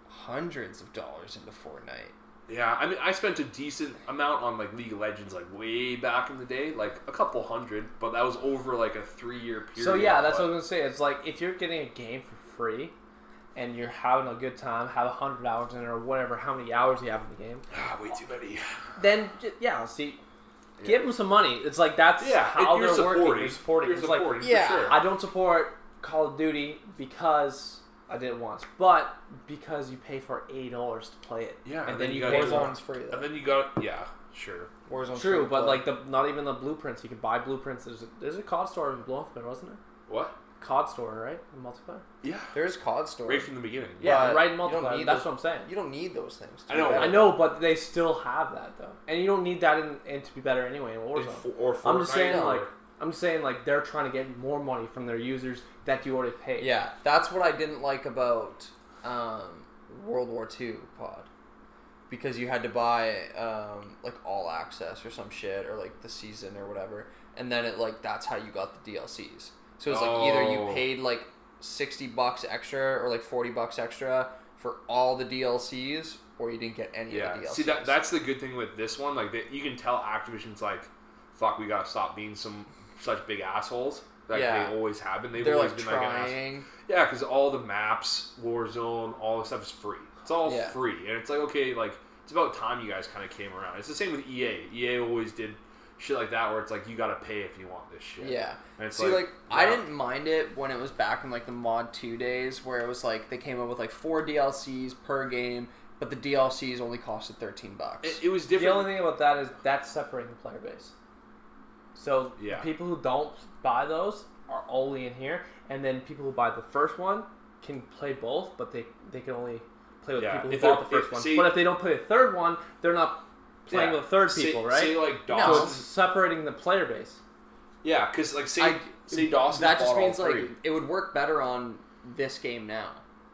[SPEAKER 1] hundreds of dollars into Fortnite.
[SPEAKER 3] Yeah, I mean, I spent a decent amount on like League of Legends, like way back in the day, like a couple hundred, but that was over like a three-year period.
[SPEAKER 2] so yeah, that's
[SPEAKER 3] but-
[SPEAKER 2] what I was gonna say. It's like if you're getting a game for free, and you're having a good time, have a hundred hours in it or whatever, how many hours you have in the game,
[SPEAKER 3] Ah, way too many.
[SPEAKER 2] then j- yeah, see, give them some money. It's like that's
[SPEAKER 3] Yeah,
[SPEAKER 2] how
[SPEAKER 3] it- you're
[SPEAKER 2] they're working.
[SPEAKER 3] supporting.
[SPEAKER 2] You're supporting.
[SPEAKER 3] You're
[SPEAKER 2] it's like
[SPEAKER 3] supporting, for
[SPEAKER 1] yeah,
[SPEAKER 3] sure.
[SPEAKER 2] I don't support Call of Duty because I did it once, but because you pay for eight dollars to play it.
[SPEAKER 3] Yeah,
[SPEAKER 2] and,
[SPEAKER 3] and
[SPEAKER 2] then,
[SPEAKER 3] then
[SPEAKER 2] you
[SPEAKER 3] you
[SPEAKER 2] pay
[SPEAKER 3] gotta
[SPEAKER 2] for
[SPEAKER 3] do
[SPEAKER 2] it.
[SPEAKER 1] Warzone's
[SPEAKER 3] it.
[SPEAKER 1] free
[SPEAKER 3] And
[SPEAKER 1] though.
[SPEAKER 3] then you got yeah, sure.
[SPEAKER 1] Warzone's free
[SPEAKER 2] True,
[SPEAKER 1] to
[SPEAKER 2] but
[SPEAKER 1] play.
[SPEAKER 2] like the not even the blueprints. You could buy blueprints. There's a, there's a COD store in Bluffman, wasn't there?
[SPEAKER 3] What?
[SPEAKER 2] COD store, right? In multiplayer.
[SPEAKER 3] Yeah,
[SPEAKER 1] there's COD store.
[SPEAKER 3] right from the beginning.
[SPEAKER 2] Yeah,
[SPEAKER 1] But
[SPEAKER 2] right in
[SPEAKER 1] you don't
[SPEAKER 2] multiplayer.
[SPEAKER 1] need
[SPEAKER 2] That's
[SPEAKER 1] those-
[SPEAKER 2] what I'm saying.
[SPEAKER 1] You don't need those things.
[SPEAKER 3] I know,
[SPEAKER 1] dude.
[SPEAKER 3] Yeah.
[SPEAKER 2] I know, but they still have that though, and you don't need that in, in to be better anyway in
[SPEAKER 3] Or,
[SPEAKER 2] Warzone.
[SPEAKER 3] or
[SPEAKER 2] I'm just
[SPEAKER 3] Fortnite
[SPEAKER 2] saying,
[SPEAKER 3] or-
[SPEAKER 2] like, I'm just saying, like, they're trying to get more money from their users that you already paid.
[SPEAKER 1] Yeah, that's what I didn't like about um, World War II pod, because you had to buy um, like all access or some shit or like the season or whatever, and then it like that's how you got the DLCs. So it's like either
[SPEAKER 3] Oh.
[SPEAKER 1] you paid like sixty bucks extra or like forty bucks extra for all the DLCs, or you didn't get any of
[SPEAKER 3] yeah.
[SPEAKER 1] the DLCs.
[SPEAKER 3] See that that's the good thing with this one. Like that you can tell Activision's like, fuck, we gotta stop being some such big assholes. Like
[SPEAKER 1] Yeah.
[SPEAKER 3] they always have been. They've
[SPEAKER 1] they're
[SPEAKER 3] always
[SPEAKER 1] like
[SPEAKER 3] been like an asshole.
[SPEAKER 1] trying.
[SPEAKER 3] Yeah, because all the maps, Warzone, all this stuff is free. It's all
[SPEAKER 1] Yeah.
[SPEAKER 3] free, and it's like okay, like it's about time you guys kind of came around. It's the same with E EA. EA always did shit like that, where it's like you got to pay if you want this shit.
[SPEAKER 1] Yeah.
[SPEAKER 3] And it's
[SPEAKER 1] See, like, I
[SPEAKER 3] yeah.
[SPEAKER 1] didn't mind it when it was back in like the mod two days, where it was like they came up with like four DLCs per game, but the DLCs only costed thirteen bucks.
[SPEAKER 3] It, it was
[SPEAKER 2] The
[SPEAKER 3] different.
[SPEAKER 2] only thing about that is that's separating the player base. So
[SPEAKER 3] Yeah.
[SPEAKER 2] people who don't buy those are only in here, and then people who buy the first one can play both, but they they can only play with
[SPEAKER 3] Yeah,
[SPEAKER 2] people who
[SPEAKER 3] if they're-
[SPEAKER 2] bought the first
[SPEAKER 3] if-
[SPEAKER 2] one.
[SPEAKER 3] see-
[SPEAKER 2] but if they don't play the third one, they're not playing
[SPEAKER 3] Yeah.
[SPEAKER 2] with third
[SPEAKER 3] Say-
[SPEAKER 2] people, right?
[SPEAKER 3] Say like
[SPEAKER 1] No.
[SPEAKER 2] so it's
[SPEAKER 3] Dawson.
[SPEAKER 2] separating the player base.
[SPEAKER 3] Yeah, because like say
[SPEAKER 1] I-
[SPEAKER 3] say Dawson.
[SPEAKER 1] that just
[SPEAKER 3] bought all
[SPEAKER 1] means like
[SPEAKER 3] three.
[SPEAKER 1] it would work better on this game now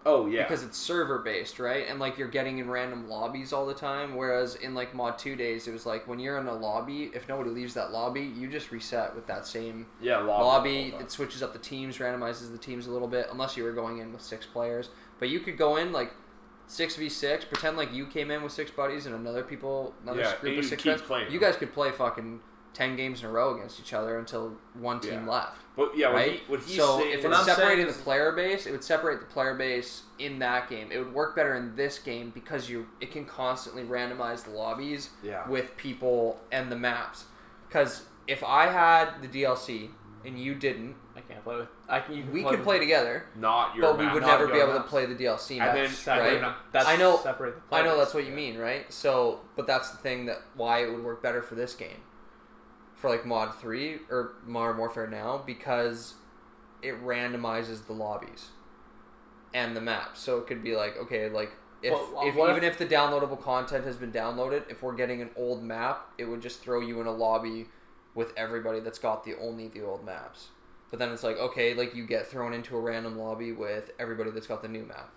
[SPEAKER 3] oh yeah,
[SPEAKER 1] because it's server based, right? And like you're getting in random lobbies all the time. Whereas in like mod two days, it was like when you're in a lobby, if nobody leaves that lobby, you just reset with that same
[SPEAKER 3] yeah lobby.
[SPEAKER 1] lobby. It switches up the teams, randomizes the teams a little bit, unless you were going in with six players. But you could go in like six v six, pretend like you came in with six buddies and another people, another
[SPEAKER 3] Yeah,
[SPEAKER 1] group
[SPEAKER 3] and
[SPEAKER 1] of
[SPEAKER 3] you
[SPEAKER 1] six
[SPEAKER 3] keep
[SPEAKER 1] friends.
[SPEAKER 3] playing.
[SPEAKER 1] You guys could play fucking ten games in a row against each other until one team
[SPEAKER 3] Yeah.
[SPEAKER 1] left.
[SPEAKER 3] But yeah,
[SPEAKER 1] Right.
[SPEAKER 3] what, he, what he's
[SPEAKER 1] so
[SPEAKER 3] saying
[SPEAKER 1] if
[SPEAKER 3] is-
[SPEAKER 2] What
[SPEAKER 1] it's
[SPEAKER 2] I'm saying
[SPEAKER 1] separating the
[SPEAKER 2] is-
[SPEAKER 1] player base, it would separate the player base in that game. It would work better in this game because you it can constantly randomize the lobbies
[SPEAKER 3] Yeah.
[SPEAKER 1] with people and the maps. Because if I had the DLC and you didn't,
[SPEAKER 2] I can't play with. I can. You can
[SPEAKER 1] we
[SPEAKER 2] play
[SPEAKER 1] could
[SPEAKER 2] with-
[SPEAKER 1] play together,
[SPEAKER 3] not your
[SPEAKER 1] but we
[SPEAKER 3] map.
[SPEAKER 1] would
[SPEAKER 2] not
[SPEAKER 1] never
[SPEAKER 2] your
[SPEAKER 1] be able to
[SPEAKER 2] maps.
[SPEAKER 1] play the DLC
[SPEAKER 3] And then
[SPEAKER 1] maps,
[SPEAKER 3] separate
[SPEAKER 1] right?
[SPEAKER 3] them.
[SPEAKER 2] That's
[SPEAKER 1] I know-
[SPEAKER 2] Separate the player
[SPEAKER 1] I know
[SPEAKER 2] base.
[SPEAKER 1] that's what you mean, right? So, but that's the thing that why it would work better for this game, for like Mod Three or Modern Warfare now, because it randomizes the lobbies and the maps. So it could be like, okay, like if,
[SPEAKER 2] Well,
[SPEAKER 1] if
[SPEAKER 2] what
[SPEAKER 1] even if the downloadable content has been downloaded, if we're getting an old map, it would just throw you in a lobby with everybody that's got the only the old maps. But then it's like, okay, like you get thrown into a random lobby with everybody that's got the new map.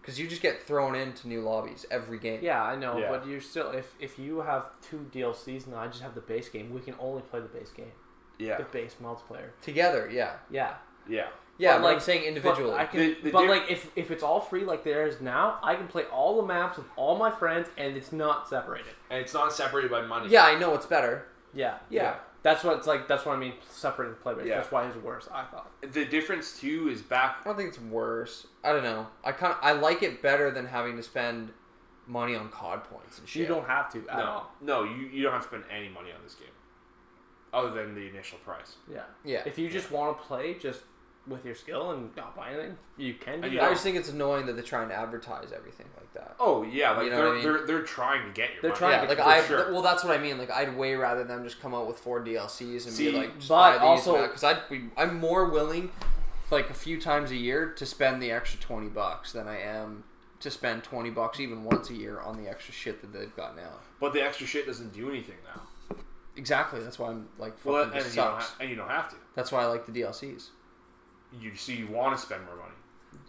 [SPEAKER 1] Because you just get thrown into new lobbies every game.
[SPEAKER 2] Yeah, I know,
[SPEAKER 3] Yeah.
[SPEAKER 2] but you're still if if you have two DLCs and I just have the base game, we can only play the base game,
[SPEAKER 3] yeah,
[SPEAKER 2] the base multiplayer.
[SPEAKER 1] Together, yeah.
[SPEAKER 2] Yeah,
[SPEAKER 3] yeah.
[SPEAKER 1] Yeah,
[SPEAKER 2] But,
[SPEAKER 1] like,
[SPEAKER 2] like,
[SPEAKER 1] saying individually.
[SPEAKER 2] But, I can,
[SPEAKER 3] The- the
[SPEAKER 2] but
[SPEAKER 3] diff-
[SPEAKER 2] like if if it's all free like there is now, I can play all the maps with all my friends and it's not separated.
[SPEAKER 3] And it's not separated by money.
[SPEAKER 1] yeah, I know it's better.
[SPEAKER 2] Yeah,
[SPEAKER 3] Yeah.
[SPEAKER 2] That's what it's like. That's what I mean. Separating the player base.
[SPEAKER 3] Yeah.
[SPEAKER 2] That's why it's worse. I thought.
[SPEAKER 3] The difference too is back.
[SPEAKER 1] I don't think it's worse. I don't know. I kind of I like it better than having to spend money on COD points and shit.
[SPEAKER 2] You don't have to at
[SPEAKER 3] No,
[SPEAKER 2] all.
[SPEAKER 3] no, you, you don't have to spend any money on this game, other than the initial price.
[SPEAKER 2] Yeah.
[SPEAKER 1] Yeah.
[SPEAKER 2] If you just want to play just with your skill and not buy anything, you can do
[SPEAKER 3] And you
[SPEAKER 2] that.
[SPEAKER 1] I just think it's annoying that they're trying to advertise everything like that.
[SPEAKER 3] Oh yeah, like
[SPEAKER 1] You know
[SPEAKER 3] they're,
[SPEAKER 1] what I mean?
[SPEAKER 3] they're they're trying to get your.
[SPEAKER 2] They're
[SPEAKER 3] money.
[SPEAKER 2] trying
[SPEAKER 1] Yeah,
[SPEAKER 2] to
[SPEAKER 1] like
[SPEAKER 2] for
[SPEAKER 1] I
[SPEAKER 3] sure.
[SPEAKER 1] th- well, that's what I mean. Like I'd way rather them just come out with four DLCs and
[SPEAKER 3] See,
[SPEAKER 1] be like, just
[SPEAKER 2] but
[SPEAKER 1] buy these
[SPEAKER 2] also-
[SPEAKER 1] because I'd be I'm more willing, like a few times a year, to spend the extra twenty bucks than I am to spend twenty bucks even once a year on the extra shit that they've got now.
[SPEAKER 3] But the extra shit doesn't do anything now.
[SPEAKER 1] Exactly. That's why I'm like, fucking
[SPEAKER 3] Well, and,
[SPEAKER 1] this
[SPEAKER 3] you don't
[SPEAKER 1] sucks.
[SPEAKER 3] ha- and you don't have to.
[SPEAKER 1] That's why I like the DLCs.
[SPEAKER 3] You so you want to spend more money.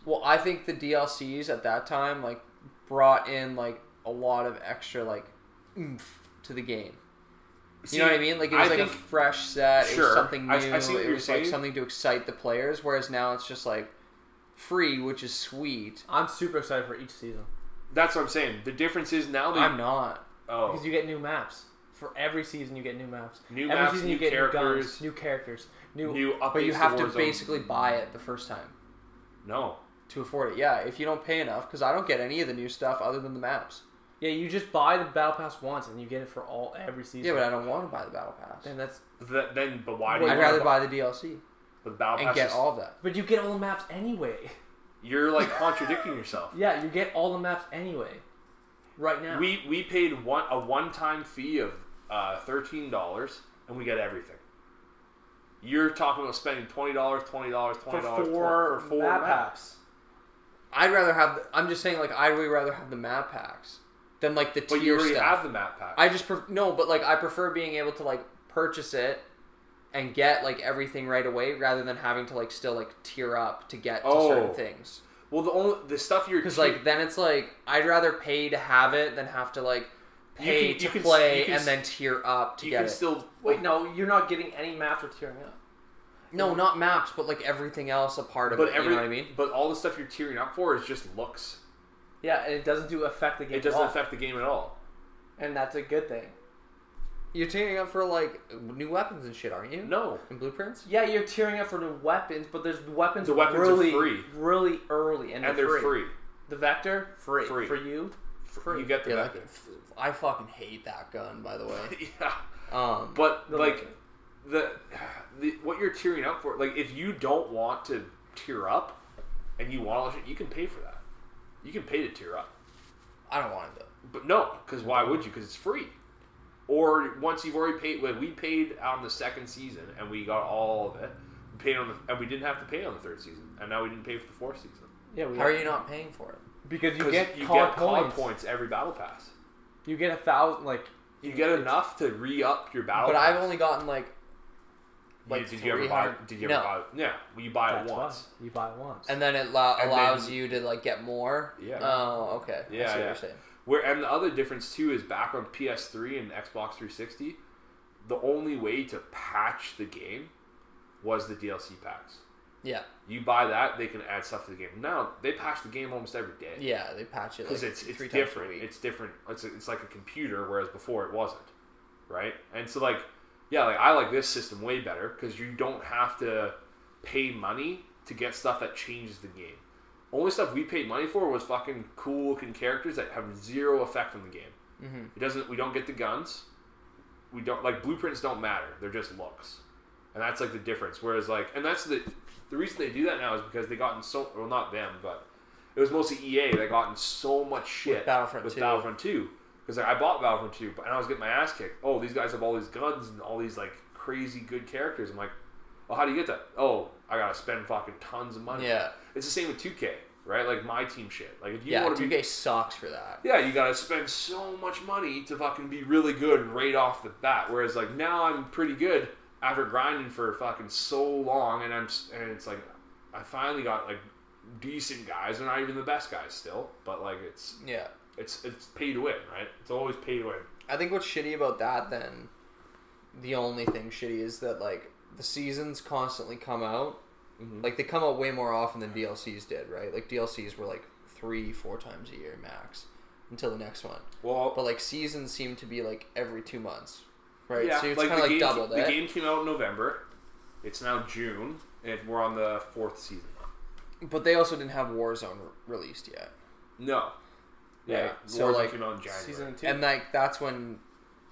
[SPEAKER 1] Well, I think the DLCs at that time like brought in like a lot of extra like oomph to the game. You know
[SPEAKER 3] See,
[SPEAKER 1] what I mean? Like it was like a
[SPEAKER 3] think-
[SPEAKER 1] fresh set. It was
[SPEAKER 3] Sure.
[SPEAKER 1] something new.
[SPEAKER 3] I- I see what
[SPEAKER 1] it
[SPEAKER 3] you're
[SPEAKER 1] was
[SPEAKER 3] saying.
[SPEAKER 1] like something to excite the players. Whereas now it's just like free, which is sweet.
[SPEAKER 2] I'm super excited for each season
[SPEAKER 3] that's what I'm saying. The difference is now they
[SPEAKER 1] I'm not.
[SPEAKER 3] oh
[SPEAKER 2] because you get new maps. For every season, you get new maps.
[SPEAKER 3] New
[SPEAKER 2] every
[SPEAKER 3] maps,
[SPEAKER 2] season,
[SPEAKER 3] new
[SPEAKER 2] you get new
[SPEAKER 3] characters.
[SPEAKER 2] guns, new characters, new.
[SPEAKER 3] new updates.
[SPEAKER 1] But you have to
[SPEAKER 3] Warzone.
[SPEAKER 1] basically buy it the first time
[SPEAKER 3] no.
[SPEAKER 1] to afford it. Yeah, if you don't pay enough, because I don't get any of the new stuff other than the maps.
[SPEAKER 2] yeah, you just buy the battle pass once and you get it for all every season.
[SPEAKER 1] Yeah, but I don't want to buy the battle pass.
[SPEAKER 2] and that's
[SPEAKER 3] Th- then, but why do
[SPEAKER 2] Well,
[SPEAKER 3] you
[SPEAKER 1] I'd rather buy the DLC
[SPEAKER 3] the battle
[SPEAKER 1] and
[SPEAKER 3] pass
[SPEAKER 1] get
[SPEAKER 3] is-
[SPEAKER 1] all of that.
[SPEAKER 2] but you get all the maps anyway.
[SPEAKER 3] You're like contradicting yourself.
[SPEAKER 2] Yeah, you get all the maps anyway. Right now.
[SPEAKER 3] We we paid one a one time fee of uh, thirteen dollars and we got everything. You're talking about spending twenty dollars, twenty dollars,
[SPEAKER 2] for
[SPEAKER 3] twenty
[SPEAKER 2] four,
[SPEAKER 3] dollars for four
[SPEAKER 2] map
[SPEAKER 3] maps.
[SPEAKER 2] packs.
[SPEAKER 1] I'd rather have. The, I'm just saying, like I'd way rather have the map packs than like the
[SPEAKER 3] But
[SPEAKER 1] tier
[SPEAKER 3] you already
[SPEAKER 1] stuff.
[SPEAKER 3] have the map pack.
[SPEAKER 1] I just pref- no, but like I prefer being able to like purchase it and get like everything right away rather than having to like still like tier up to get to
[SPEAKER 3] Oh.
[SPEAKER 1] certain things.
[SPEAKER 3] well, the only the stuff you're
[SPEAKER 1] Because like then it's like I'd rather pay to have it than have to like
[SPEAKER 3] You
[SPEAKER 1] pay
[SPEAKER 3] can- you
[SPEAKER 1] to
[SPEAKER 3] can s-
[SPEAKER 1] play
[SPEAKER 3] you can
[SPEAKER 1] and
[SPEAKER 3] s-
[SPEAKER 1] then tier up to
[SPEAKER 3] you
[SPEAKER 1] get
[SPEAKER 3] can
[SPEAKER 1] it.
[SPEAKER 3] still
[SPEAKER 2] Wait, no, you're not getting any maps with tearing up.
[SPEAKER 1] no, not maps, but like everything else a part of
[SPEAKER 3] but
[SPEAKER 1] it.
[SPEAKER 3] every
[SPEAKER 1] you know what I mean?
[SPEAKER 3] but all the stuff you're tearing up for is just looks.
[SPEAKER 2] Yeah, and it doesn't do affect the game.
[SPEAKER 3] It doesn't
[SPEAKER 2] at all.
[SPEAKER 3] affect the game at all.
[SPEAKER 2] and that's a good thing.
[SPEAKER 1] You're tearing up for like new weapons and shit, aren't you?
[SPEAKER 3] No,
[SPEAKER 1] And blueprints.
[SPEAKER 2] Yeah, you're tearing up for new weapons, but there's weapons,
[SPEAKER 3] The weapons are
[SPEAKER 2] really,
[SPEAKER 3] free.
[SPEAKER 2] really early, and,
[SPEAKER 3] and they're free.
[SPEAKER 2] The vector, free,
[SPEAKER 3] Free.
[SPEAKER 2] for you.
[SPEAKER 3] You get the
[SPEAKER 1] Yeah,
[SPEAKER 3] map
[SPEAKER 1] like, f- I fucking hate that gun, by the way.
[SPEAKER 3] pack. yeah.
[SPEAKER 1] Um,
[SPEAKER 3] But
[SPEAKER 2] The
[SPEAKER 3] like
[SPEAKER 2] Lincoln.
[SPEAKER 3] the, the what you're tearing up for, like if you don't want to tear up and you want all that shit, you can pay for that. You can pay to tear up,
[SPEAKER 1] I don't want it though.
[SPEAKER 3] but no, because why would you? Because it's free. Or once you've already paid, like we paid on the second season and we got all of it. We paid on the, and we didn't have to pay on the third season, and now we didn't pay for the fourth season
[SPEAKER 2] Yeah, we
[SPEAKER 1] How are you not paying for it?
[SPEAKER 2] because you
[SPEAKER 3] because
[SPEAKER 2] get
[SPEAKER 3] you
[SPEAKER 2] card
[SPEAKER 3] get card
[SPEAKER 2] points.
[SPEAKER 3] points every battle pass.
[SPEAKER 2] You get a thousand like
[SPEAKER 3] You get enough to re up your battle.
[SPEAKER 1] But
[SPEAKER 3] pass.
[SPEAKER 1] I've only gotten like
[SPEAKER 3] You-
[SPEAKER 1] like
[SPEAKER 3] did you ever buy?
[SPEAKER 1] 300
[SPEAKER 3] Did you ever
[SPEAKER 1] no.
[SPEAKER 3] buy? Yeah, well, you buy it
[SPEAKER 2] that's
[SPEAKER 3] once.
[SPEAKER 2] why. You buy it once.
[SPEAKER 1] and then it allow,
[SPEAKER 3] And
[SPEAKER 1] allows
[SPEAKER 3] then-
[SPEAKER 1] you to like get more.
[SPEAKER 3] Yeah.
[SPEAKER 1] Oh, okay. I see
[SPEAKER 3] Yeah,
[SPEAKER 1] what
[SPEAKER 3] yeah.
[SPEAKER 1] you're saying.
[SPEAKER 3] Where and the other difference too is back on PS3 and Xbox 360, the only way to patch the game was the DLC packs.
[SPEAKER 1] Yeah.
[SPEAKER 3] You buy that, they can add stuff to the game. Now they patch the game almost every day
[SPEAKER 1] Yeah, they patch it like
[SPEAKER 3] because it's it's
[SPEAKER 1] three
[SPEAKER 3] different.
[SPEAKER 1] times a week.
[SPEAKER 3] It's different. It's it's like a computer, whereas before it wasn't, right? And so like, yeah, like I like this system way better because you don't have to pay money to get stuff that changes the game. Only stuff we paid money for was fucking cool looking characters that have zero effect on the game.
[SPEAKER 1] Mhm.
[SPEAKER 3] It doesn't. We don't get the guns. We don't like blueprints. Don't matter. They're just looks, and that's like the difference. Whereas like, and that's the the reason they do that now is because they gotten so well not them but it was mostly EA that gotten so much shit
[SPEAKER 1] Battlefront 2.
[SPEAKER 3] Battlefront Two because like I bought Battlefront Two but- and I was getting my ass kicked. Oh, these guys have all these guns and all these like crazy good characters. I'm like, oh, how do you get that? Oh, I gotta spend fucking tons of money.
[SPEAKER 1] Yeah.
[SPEAKER 3] it's the same with 2K, right? Like my team shit. Like if you
[SPEAKER 1] yeah,
[SPEAKER 3] want to be
[SPEAKER 1] 2K sucks for that.
[SPEAKER 3] yeah, you gotta spend so much money to fucking be really good right off the bat. Whereas like now I'm pretty good after grinding for fucking so long, and I'm s- and it's like I finally got like decent guys. They're not even the best guys still, but like it's
[SPEAKER 1] Yeah.
[SPEAKER 3] it's it's pay to win, right? It's always pay to win.
[SPEAKER 1] I think what's shitty about that then the only thing shitty is that like the seasons constantly come out.
[SPEAKER 3] Mm-hmm.
[SPEAKER 1] Like they come out way more often than DLCs did, right? Like DLCs were like three, four times a year max until the next one.
[SPEAKER 3] Well,
[SPEAKER 1] But like seasons seem to be like every two months. Right?
[SPEAKER 3] yeah,
[SPEAKER 1] so it's
[SPEAKER 3] like
[SPEAKER 1] kinda
[SPEAKER 3] the
[SPEAKER 1] like eh?
[SPEAKER 3] game,
[SPEAKER 1] double
[SPEAKER 3] the
[SPEAKER 1] that.
[SPEAKER 3] game came out in November. It's now June, and we're on the fourth season.
[SPEAKER 1] But they also didn't have Warzone re- released yet.
[SPEAKER 3] No, yeah,
[SPEAKER 1] Right, so,
[SPEAKER 3] Warzone
[SPEAKER 1] like,
[SPEAKER 3] came out in January.
[SPEAKER 2] season two.
[SPEAKER 1] And like that's when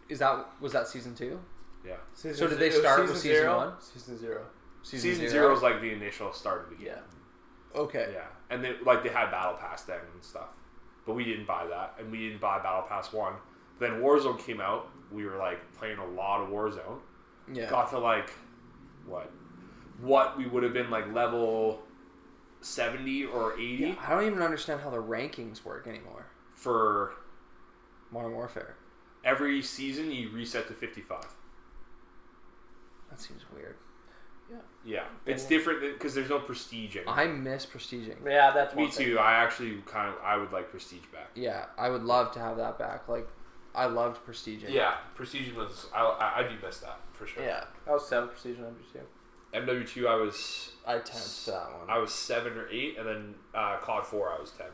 [SPEAKER 1] is that was that season two?
[SPEAKER 3] yeah,
[SPEAKER 2] Season
[SPEAKER 1] so did they
[SPEAKER 2] it was
[SPEAKER 1] start with season
[SPEAKER 2] zero?
[SPEAKER 1] one?
[SPEAKER 2] Season zero.
[SPEAKER 3] season, zero is like the initial start of the game.
[SPEAKER 2] Yeah.
[SPEAKER 1] Okay.
[SPEAKER 3] Yeah, and they like they had Battle Pass then and stuff, but we didn't buy that, and we didn't buy Battle Pass one. Then Warzone came out. We were like playing a lot of Warzone.
[SPEAKER 1] Yeah.
[SPEAKER 3] Got to like what, what we would have been like level seventy or eighty
[SPEAKER 1] I don't even understand how the rankings work anymore.
[SPEAKER 3] for
[SPEAKER 1] Modern Warfare.
[SPEAKER 3] every season. You reset to fifty five.
[SPEAKER 1] That seems weird.
[SPEAKER 3] Yeah, it's different because there's no prestige anymore.
[SPEAKER 1] I miss prestiging.
[SPEAKER 2] Yeah, that's
[SPEAKER 3] Me
[SPEAKER 2] one thing.
[SPEAKER 3] too. I actually kind of I would like prestige back.
[SPEAKER 1] Yeah, I would love to have that back. Like, I loved prestiging.
[SPEAKER 3] Yeah, prestige was I I, I do miss that for sure.
[SPEAKER 1] Yeah.
[SPEAKER 2] I was seven for season number two.
[SPEAKER 3] MW two I was
[SPEAKER 1] I temped that one.
[SPEAKER 3] I was seven or eight, and then uh, COD four I was ten.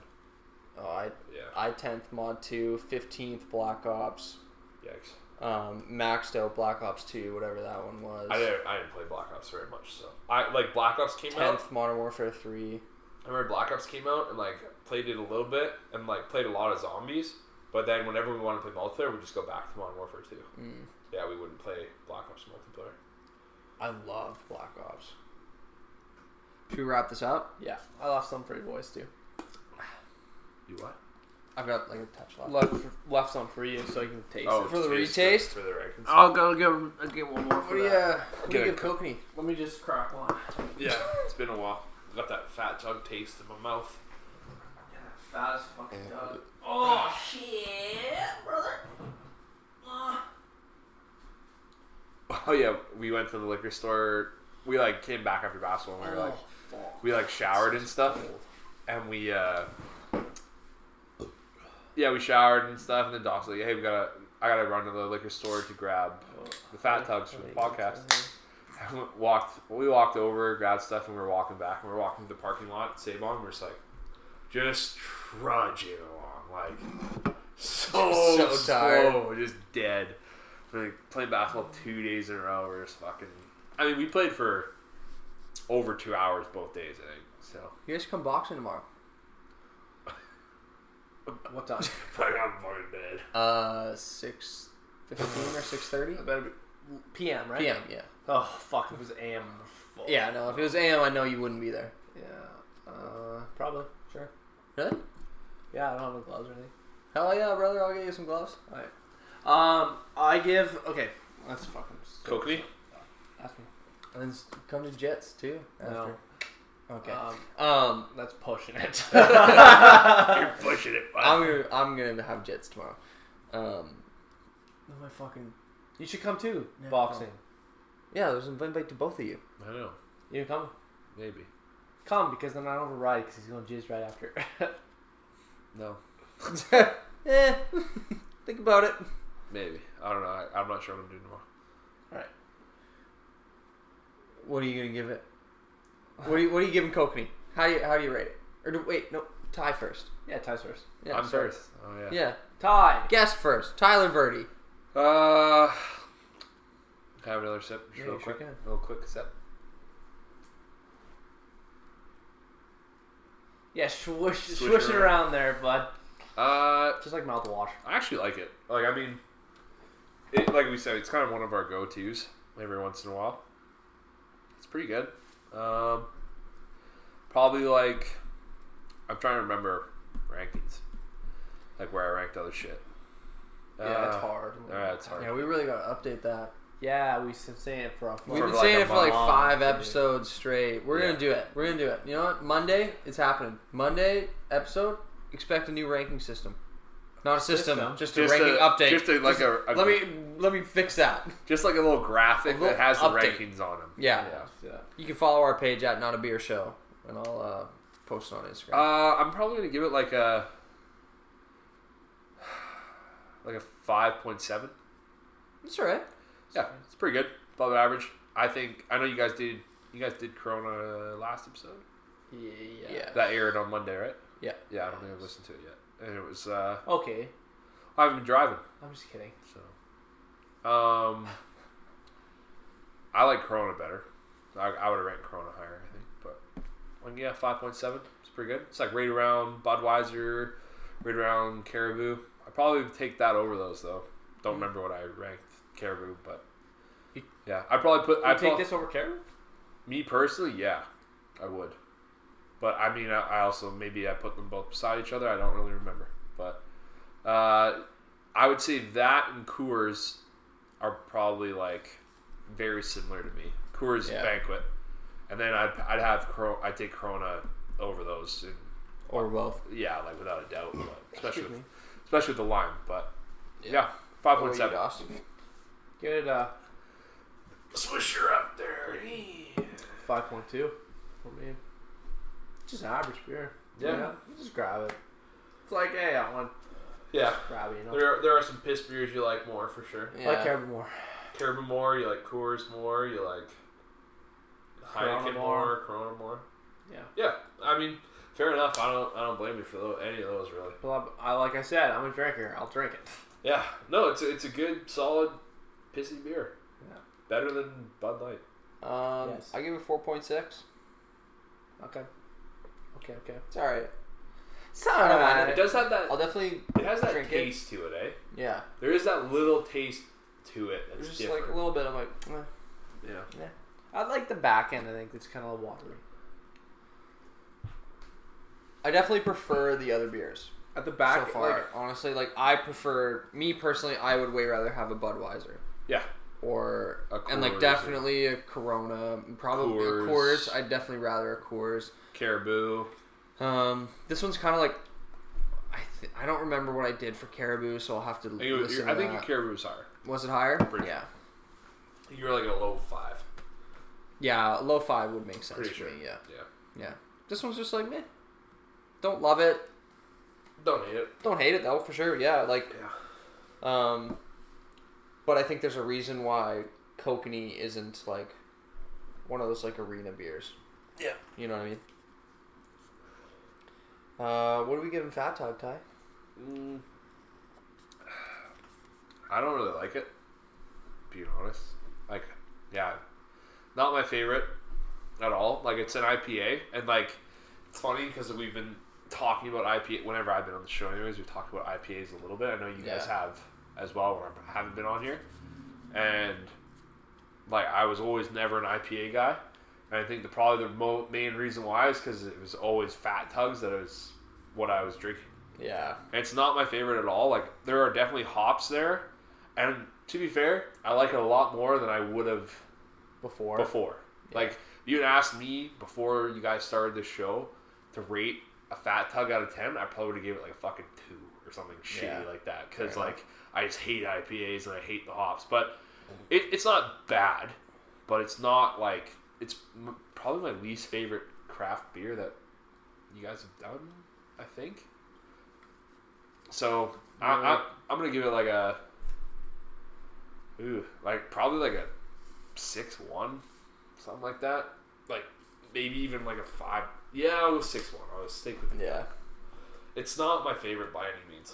[SPEAKER 1] oh, I
[SPEAKER 3] Yeah,
[SPEAKER 1] I tenth mod two, fifteenth Black Ops,
[SPEAKER 3] yikes.
[SPEAKER 1] um, maxed out Black Ops two, whatever that one was.
[SPEAKER 3] I didn't I didn't play Black Ops very much, so I like Black Ops came out.
[SPEAKER 1] Tenth Modern Warfare three.
[SPEAKER 3] I remember Black Ops came out and like played it a little bit and like played a lot of zombies. But then whenever we wanted to play multiplayer, we just go back to Modern Warfare two.
[SPEAKER 1] Mm.
[SPEAKER 3] Yeah, we wouldn't play Black Ops multiplayer.
[SPEAKER 1] I loved Black Ops. Should we wrap this up?
[SPEAKER 2] Yeah, I lost some free boys too.
[SPEAKER 3] You what?
[SPEAKER 1] I've got like a touch left.
[SPEAKER 2] Left left some for you, so you can taste
[SPEAKER 1] for the
[SPEAKER 3] taste-
[SPEAKER 1] retaste?
[SPEAKER 3] Oh, for the rankings.
[SPEAKER 2] Oh. I'll go give I'll get one more
[SPEAKER 1] What do you, uh, what do you
[SPEAKER 3] Get a
[SPEAKER 1] give Kokanee?
[SPEAKER 2] Oh, Let me just crack one.
[SPEAKER 3] Yeah, it's been a while. I got that fat tug taste in my mouth.
[SPEAKER 2] Fat as fucking dog. Oh shit, brother.
[SPEAKER 3] Oh yeah, we went to the liquor store. We like came back after basketball. and We were like, we like showered and stuff, and we uh, yeah, we showered and stuff. And then Doc's like, hey, we gotta, I gotta run to the liquor store to grab the fat tugs for the podcast. And we walked, we walked over, grabbed stuff, and we were walking back. And we were walking to the parking lot at Savon. And we're just like, just trudging along, like so,
[SPEAKER 1] So tired.
[SPEAKER 3] slow, just dead. We're like playing basketball two days in a row. We're just fucking. I mean, we played for over two hours both days. I think so.
[SPEAKER 1] You guys come boxing tomorrow.
[SPEAKER 2] What time?
[SPEAKER 3] Fuck, I'm fucking dead.
[SPEAKER 1] Uh, six fifteen or six thirty
[SPEAKER 2] I better be PM, right?
[SPEAKER 1] p.m. Yeah.
[SPEAKER 2] Oh fuck, it was AM. Fuck.
[SPEAKER 1] Yeah, no. If it was AM, I know you wouldn't be there.
[SPEAKER 2] Yeah. Uh, probably. Sure.
[SPEAKER 1] Really? Yeah, I don't have any gloves or anything. Hell yeah, brother! I'll get you some gloves. All right.
[SPEAKER 2] Um, I give. Okay, let's fucking.
[SPEAKER 3] Coakley?
[SPEAKER 1] Ask me. And then s- come to Jets too.
[SPEAKER 2] No.
[SPEAKER 1] after. Okay.
[SPEAKER 2] Um,
[SPEAKER 1] Um,
[SPEAKER 2] that's pushing it.
[SPEAKER 3] You're pushing it. bud.
[SPEAKER 1] I'm gonna, I'm gonna have Jets tomorrow. Um, no, my fucking
[SPEAKER 2] you should come too.
[SPEAKER 1] Yeah,
[SPEAKER 2] boxing.
[SPEAKER 1] yeah. There's an invite to both of you.
[SPEAKER 3] I don't know.
[SPEAKER 2] You come.
[SPEAKER 3] Maybe.
[SPEAKER 2] Come because then I don't have a ride because he's going to jizz right after.
[SPEAKER 3] No.
[SPEAKER 1] eh, think about it.
[SPEAKER 3] Maybe. I don't know. I, I'm not sure what I'm doing tomorrow.
[SPEAKER 1] What are you gonna give it? What are you, what are you giving Kokanee? How do you how do you rate it? Or do, wait, no, tie first.
[SPEAKER 2] yeah, Ty's first.
[SPEAKER 1] Yeah,
[SPEAKER 3] I'm
[SPEAKER 1] sorry.
[SPEAKER 3] first. Oh yeah.
[SPEAKER 1] Yeah,
[SPEAKER 2] Ty.
[SPEAKER 1] guess first. Tyler Verdi.
[SPEAKER 3] Uh, have another sip, just
[SPEAKER 1] Yeah,
[SPEAKER 3] real
[SPEAKER 1] you sure
[SPEAKER 3] quick,
[SPEAKER 1] can.
[SPEAKER 3] real quick sip.
[SPEAKER 2] Yeah, swoosh,
[SPEAKER 3] Swoosh
[SPEAKER 2] swoosh it
[SPEAKER 3] around.
[SPEAKER 2] around there, bud.
[SPEAKER 3] Uh,
[SPEAKER 2] Just like mouthwash.
[SPEAKER 3] I actually like it. Like I mean, it, like we said, it's kind of one of our go-tos every once in a while. It's pretty good. Um, probably like I'm trying to remember rankings, like where I ranked other shit.
[SPEAKER 1] Yeah, it's
[SPEAKER 3] Uh,
[SPEAKER 1] hard.
[SPEAKER 3] Yeah, it's hard.
[SPEAKER 1] Yeah, we really gotta update that.
[SPEAKER 2] Yeah, we've been saying it for a
[SPEAKER 1] We've
[SPEAKER 3] For
[SPEAKER 1] been
[SPEAKER 3] like
[SPEAKER 1] saying
[SPEAKER 3] a
[SPEAKER 1] it for like
[SPEAKER 2] month.
[SPEAKER 1] five episodes straight. We're
[SPEAKER 3] Yeah.
[SPEAKER 1] gonna do it. We're gonna do it. You know what? Monday, it's happening. Monday episode, expect a new ranking system. Not a system,
[SPEAKER 2] System.
[SPEAKER 1] just a
[SPEAKER 3] Just
[SPEAKER 1] ranking
[SPEAKER 3] a-
[SPEAKER 1] update.
[SPEAKER 3] just a- like a- a-
[SPEAKER 1] let me let me fix that.
[SPEAKER 3] Just like a little graphic
[SPEAKER 1] A little
[SPEAKER 3] that has the
[SPEAKER 1] update.
[SPEAKER 3] rankings on them.
[SPEAKER 1] Yeah.
[SPEAKER 3] Yeah.
[SPEAKER 2] Yeah.
[SPEAKER 1] You can follow our page at Not a Beer Show, and I'll uh, post it on Instagram.
[SPEAKER 3] Uh, I'm probably gonna give it like a like a five point seven.
[SPEAKER 1] it's alright.
[SPEAKER 3] Yeah, it's pretty good. Above average, I think. I know you guys did. You guys did Corona last episode
[SPEAKER 2] Yeah.
[SPEAKER 1] Yeah.
[SPEAKER 3] that aired on Monday, right?
[SPEAKER 1] Yeah.
[SPEAKER 3] Yeah, I don't think I've listened to it yet, and it was. uh
[SPEAKER 2] Okay,
[SPEAKER 3] I haven't been driving,
[SPEAKER 2] I'm just kidding.
[SPEAKER 3] so. Um, I like Corona better. I, I would have ranked Corona higher, I think, but like, yeah, five point seven. It's pretty good. It's like right around Budweiser, right around Caribou. I probably would take that over those though. Don't remember what I ranked Caribou, but
[SPEAKER 2] Hmm. You-
[SPEAKER 3] yeah, I probably put. I
[SPEAKER 2] I take
[SPEAKER 3] prob-
[SPEAKER 2] this over Karen.
[SPEAKER 3] Me personally, yeah, I would. But I mean, I, I also maybe I put them both beside each other. I don't really remember, but uh, I would say that and Coors are probably like very similar to me. Coors
[SPEAKER 1] Yeah.
[SPEAKER 3] Banquet, and then I'd, I'd have Cor- I'd take Corona over those. And,
[SPEAKER 1] Or both.
[SPEAKER 3] yeah, like without a doubt, but especially with, especially with the lime. But yeah, five point seven.
[SPEAKER 2] Give it a
[SPEAKER 3] Swisher up there.
[SPEAKER 2] five point two for me. Just an average beer.
[SPEAKER 3] Yeah.
[SPEAKER 2] You know? You just grab it. It's like, hey, I want
[SPEAKER 3] Yeah,
[SPEAKER 2] to grab it, you know.
[SPEAKER 3] there are, there are some piss beers you like more for sure.
[SPEAKER 2] I like Karen more.
[SPEAKER 3] Caribou more, you like Coors more, you like
[SPEAKER 2] Corona
[SPEAKER 3] Heineken
[SPEAKER 2] more.
[SPEAKER 3] more, Corona more.
[SPEAKER 2] Yeah.
[SPEAKER 3] Yeah, I mean, fair enough. I don't, I don't blame you for tho- any of those really.
[SPEAKER 2] Well, I, like I said, I'm a drinker. I'll drink it.
[SPEAKER 3] Yeah, no, it's a, it's a good, solid, pissy beer.
[SPEAKER 2] Yeah.
[SPEAKER 3] Better than Bud Light.
[SPEAKER 1] Um,
[SPEAKER 2] Yes.
[SPEAKER 1] I give it four point six.
[SPEAKER 2] Okay. Okay, okay.
[SPEAKER 1] It's alright.
[SPEAKER 2] It's
[SPEAKER 1] I don't mind
[SPEAKER 3] It does have that.
[SPEAKER 1] I'll definitely.
[SPEAKER 3] It has that
[SPEAKER 1] drink it.
[SPEAKER 3] taste to it, eh?
[SPEAKER 1] Yeah.
[SPEAKER 3] There is that little taste to it that's
[SPEAKER 1] There's just
[SPEAKER 3] different.
[SPEAKER 1] like a little bit. I'm like, eh.
[SPEAKER 3] yeah.
[SPEAKER 2] I like the back end. I think it's kind of watery.
[SPEAKER 1] I definitely prefer the other beers.
[SPEAKER 2] At the back,
[SPEAKER 1] so far,
[SPEAKER 2] like,
[SPEAKER 1] honestly, like I prefer me personally, I would way rather have a Budweiser
[SPEAKER 3] Yeah.
[SPEAKER 1] or
[SPEAKER 3] A
[SPEAKER 1] and
[SPEAKER 3] Coors or-
[SPEAKER 1] like definitely a Corona, probably
[SPEAKER 3] Coors.
[SPEAKER 1] a Coors. I'd definitely rather a Coors.
[SPEAKER 3] Caribou.
[SPEAKER 1] Um, this one's kind of like I th- I don't remember what I did for Caribou, so I'll have to
[SPEAKER 3] I think, you-
[SPEAKER 1] listen.
[SPEAKER 3] I
[SPEAKER 1] to
[SPEAKER 3] think your
[SPEAKER 1] that.
[SPEAKER 3] Caribou was higher.
[SPEAKER 1] was it higher?
[SPEAKER 3] Pretty-
[SPEAKER 1] yeah,
[SPEAKER 3] You were like a low five.
[SPEAKER 1] yeah, low five would make sense
[SPEAKER 3] Pretty
[SPEAKER 1] for
[SPEAKER 3] sure.
[SPEAKER 1] me. Yeah,
[SPEAKER 3] Yeah.
[SPEAKER 1] yeah. This one's just like meh. Don't love it.
[SPEAKER 3] Don't hate it.
[SPEAKER 1] Don't hate it though, for sure. Yeah, like
[SPEAKER 3] Yeah.
[SPEAKER 1] Um, but I think there's a reason why Kokanee isn't like one of those like arena beers.
[SPEAKER 3] Yeah.
[SPEAKER 1] You know what I mean? Uh, what do we give him Fat Tog Ty?
[SPEAKER 3] Mm. I don't really like it. Being honest, like, yeah, not my favorite at all. Like, it's an IPA, and like, it's funny because we've been talking about IPA whenever I've been on the show. Anyways, we've talked about IPAs a little bit. I know you guys
[SPEAKER 1] Yeah.
[SPEAKER 3] have as well, where I haven't been on here, and like, I was always never an IPA guy. And I think the probably the mo- main reason why is because it was always fat tugs that was what I was drinking.
[SPEAKER 1] Yeah.
[SPEAKER 3] And it's not my favorite at all. Like there are definitely hops there, and to be fair, I like it a lot more than I would have
[SPEAKER 1] Before.
[SPEAKER 3] before. Like you had asked me before you guys started this show to rate a fat tug out of ten, I probably would have gave it like a fucking two or something shitty
[SPEAKER 1] Yeah.
[SPEAKER 3] like that because like I just hate IPAs and I hate the hops, but it, it's not bad, but it's not like it's m- probably my least favorite craft beer that you guys have done. I think. So I, I, I'm gonna give it like a, ooh, like probably like a six one, something like that. Like maybe even like a five. Yeah, I was six one. I was stick with it.
[SPEAKER 1] Yeah.
[SPEAKER 3] It's not my favorite by any means.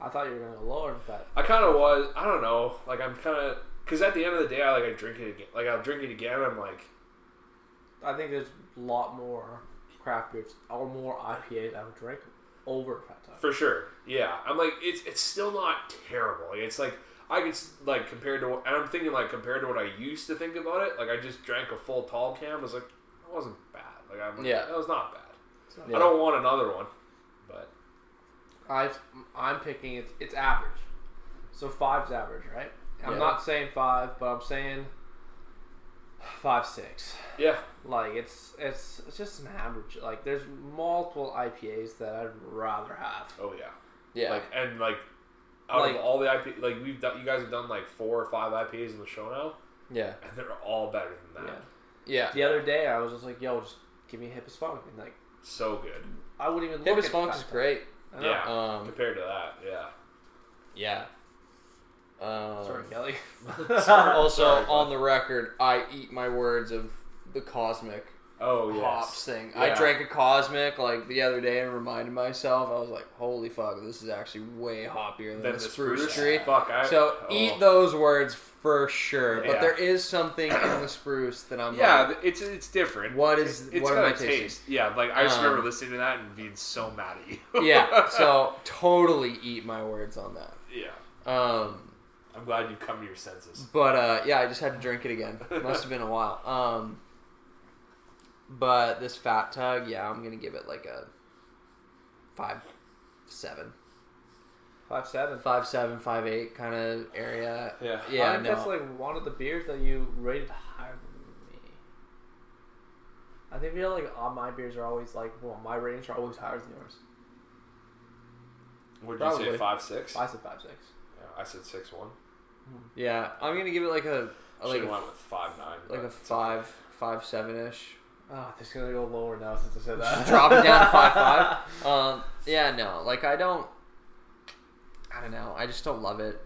[SPEAKER 2] I thought you were gonna go lower than that.
[SPEAKER 3] I kind of was. I don't know. Like I'm kind of because at the end of the day, I like I drink it again. Like I'll drink it again. I'm like
[SPEAKER 2] I think there's a lot more craft beers or more IPAs I would drink over Fat Tug.
[SPEAKER 3] for sure. Yeah, I'm like it's it's still not terrible. Like, it's like I could s- like compared to what- and I'm thinking like compared to what I used to think about it. Like I just drank a full tall can. I was like that wasn't bad. Like I'm like,
[SPEAKER 1] Yeah.
[SPEAKER 3] that was not bad.
[SPEAKER 2] not
[SPEAKER 3] I don't want another one, but
[SPEAKER 2] I I'm picking it's it's average. So five's average, right? I'm
[SPEAKER 1] Yeah.
[SPEAKER 2] not saying five, but I'm saying five six.
[SPEAKER 3] yeah,
[SPEAKER 2] Like it's it's it's just an average. Like there's multiple IPAs that I'd rather have.
[SPEAKER 3] oh yeah.
[SPEAKER 1] Yeah.
[SPEAKER 3] Like and like out
[SPEAKER 2] Like-
[SPEAKER 3] of all the IP, like we've done, you guys have done like four or five IPAs in the show now,
[SPEAKER 1] yeah.
[SPEAKER 3] and they're all better than that.
[SPEAKER 2] Yeah.
[SPEAKER 1] Yeah.
[SPEAKER 2] The other day I was just like, yo, just give me hip as funk, and like
[SPEAKER 3] So good.
[SPEAKER 2] I wouldn't even look
[SPEAKER 1] Hip as
[SPEAKER 2] at
[SPEAKER 1] Funk
[SPEAKER 2] Fat
[SPEAKER 1] is
[SPEAKER 2] Tug.
[SPEAKER 1] great.
[SPEAKER 2] I know.
[SPEAKER 3] Yeah.
[SPEAKER 1] Um.
[SPEAKER 3] compared to that, yeah.
[SPEAKER 1] Yeah. Um,
[SPEAKER 2] Sorry, Kelly.
[SPEAKER 1] Also,
[SPEAKER 3] Sorry, bud.
[SPEAKER 1] on the record, I eat my words of the cosmic
[SPEAKER 3] oh yes.
[SPEAKER 1] hops thing. I
[SPEAKER 3] Yeah.
[SPEAKER 1] drank a cosmic like the other day and reminded myself. I was like, "Holy fuck, this is actually way hoppier than,
[SPEAKER 3] Then
[SPEAKER 1] the
[SPEAKER 3] the
[SPEAKER 1] spruce,
[SPEAKER 3] spruce?
[SPEAKER 1] tree."
[SPEAKER 3] Fuck, I-
[SPEAKER 1] so
[SPEAKER 3] oh.
[SPEAKER 1] eat those words for sure. But
[SPEAKER 3] Yeah.
[SPEAKER 1] there is something in the spruce that I'm
[SPEAKER 3] Yeah,
[SPEAKER 1] like,
[SPEAKER 3] th- it's it's different.
[SPEAKER 1] What is-
[SPEAKER 3] It's
[SPEAKER 1] what am
[SPEAKER 3] got
[SPEAKER 1] I
[SPEAKER 3] a
[SPEAKER 1] tasting?
[SPEAKER 3] taste? Yeah, like I just remember
[SPEAKER 1] Um,
[SPEAKER 3] listening to that and being so mad at you.
[SPEAKER 1] yeah. So totally eat my words on that.
[SPEAKER 3] yeah,
[SPEAKER 1] Um,
[SPEAKER 3] I'm glad you've come to your senses.
[SPEAKER 1] But uh, yeah, I just had to drink it again. Must have been a while. Um, but this fat tug, yeah, I'm gonna give it like a five, seven,
[SPEAKER 2] Five seven.
[SPEAKER 1] five, seven, five, eight kind of area.
[SPEAKER 3] Yeah.
[SPEAKER 1] yeah,
[SPEAKER 2] I think
[SPEAKER 1] no,
[SPEAKER 2] that's like one of the beers that you rated higher than me. I think feel like all my beers are always like well, my ratings are always higher than yours.
[SPEAKER 3] Would you
[SPEAKER 1] probably.
[SPEAKER 3] say five six?
[SPEAKER 2] I said five six.
[SPEAKER 3] Yeah, I said six one.
[SPEAKER 1] yeah, I'm gonna give it like a like
[SPEAKER 3] Should
[SPEAKER 1] a,
[SPEAKER 3] have went with five nine.
[SPEAKER 1] like a
[SPEAKER 3] but-
[SPEAKER 1] five, five, seven ish.
[SPEAKER 2] Oh, this is gonna go lower now since I said that.
[SPEAKER 1] Drop it down to five, five. Um, yeah, no, like I don't, I don't know, I just don't love it.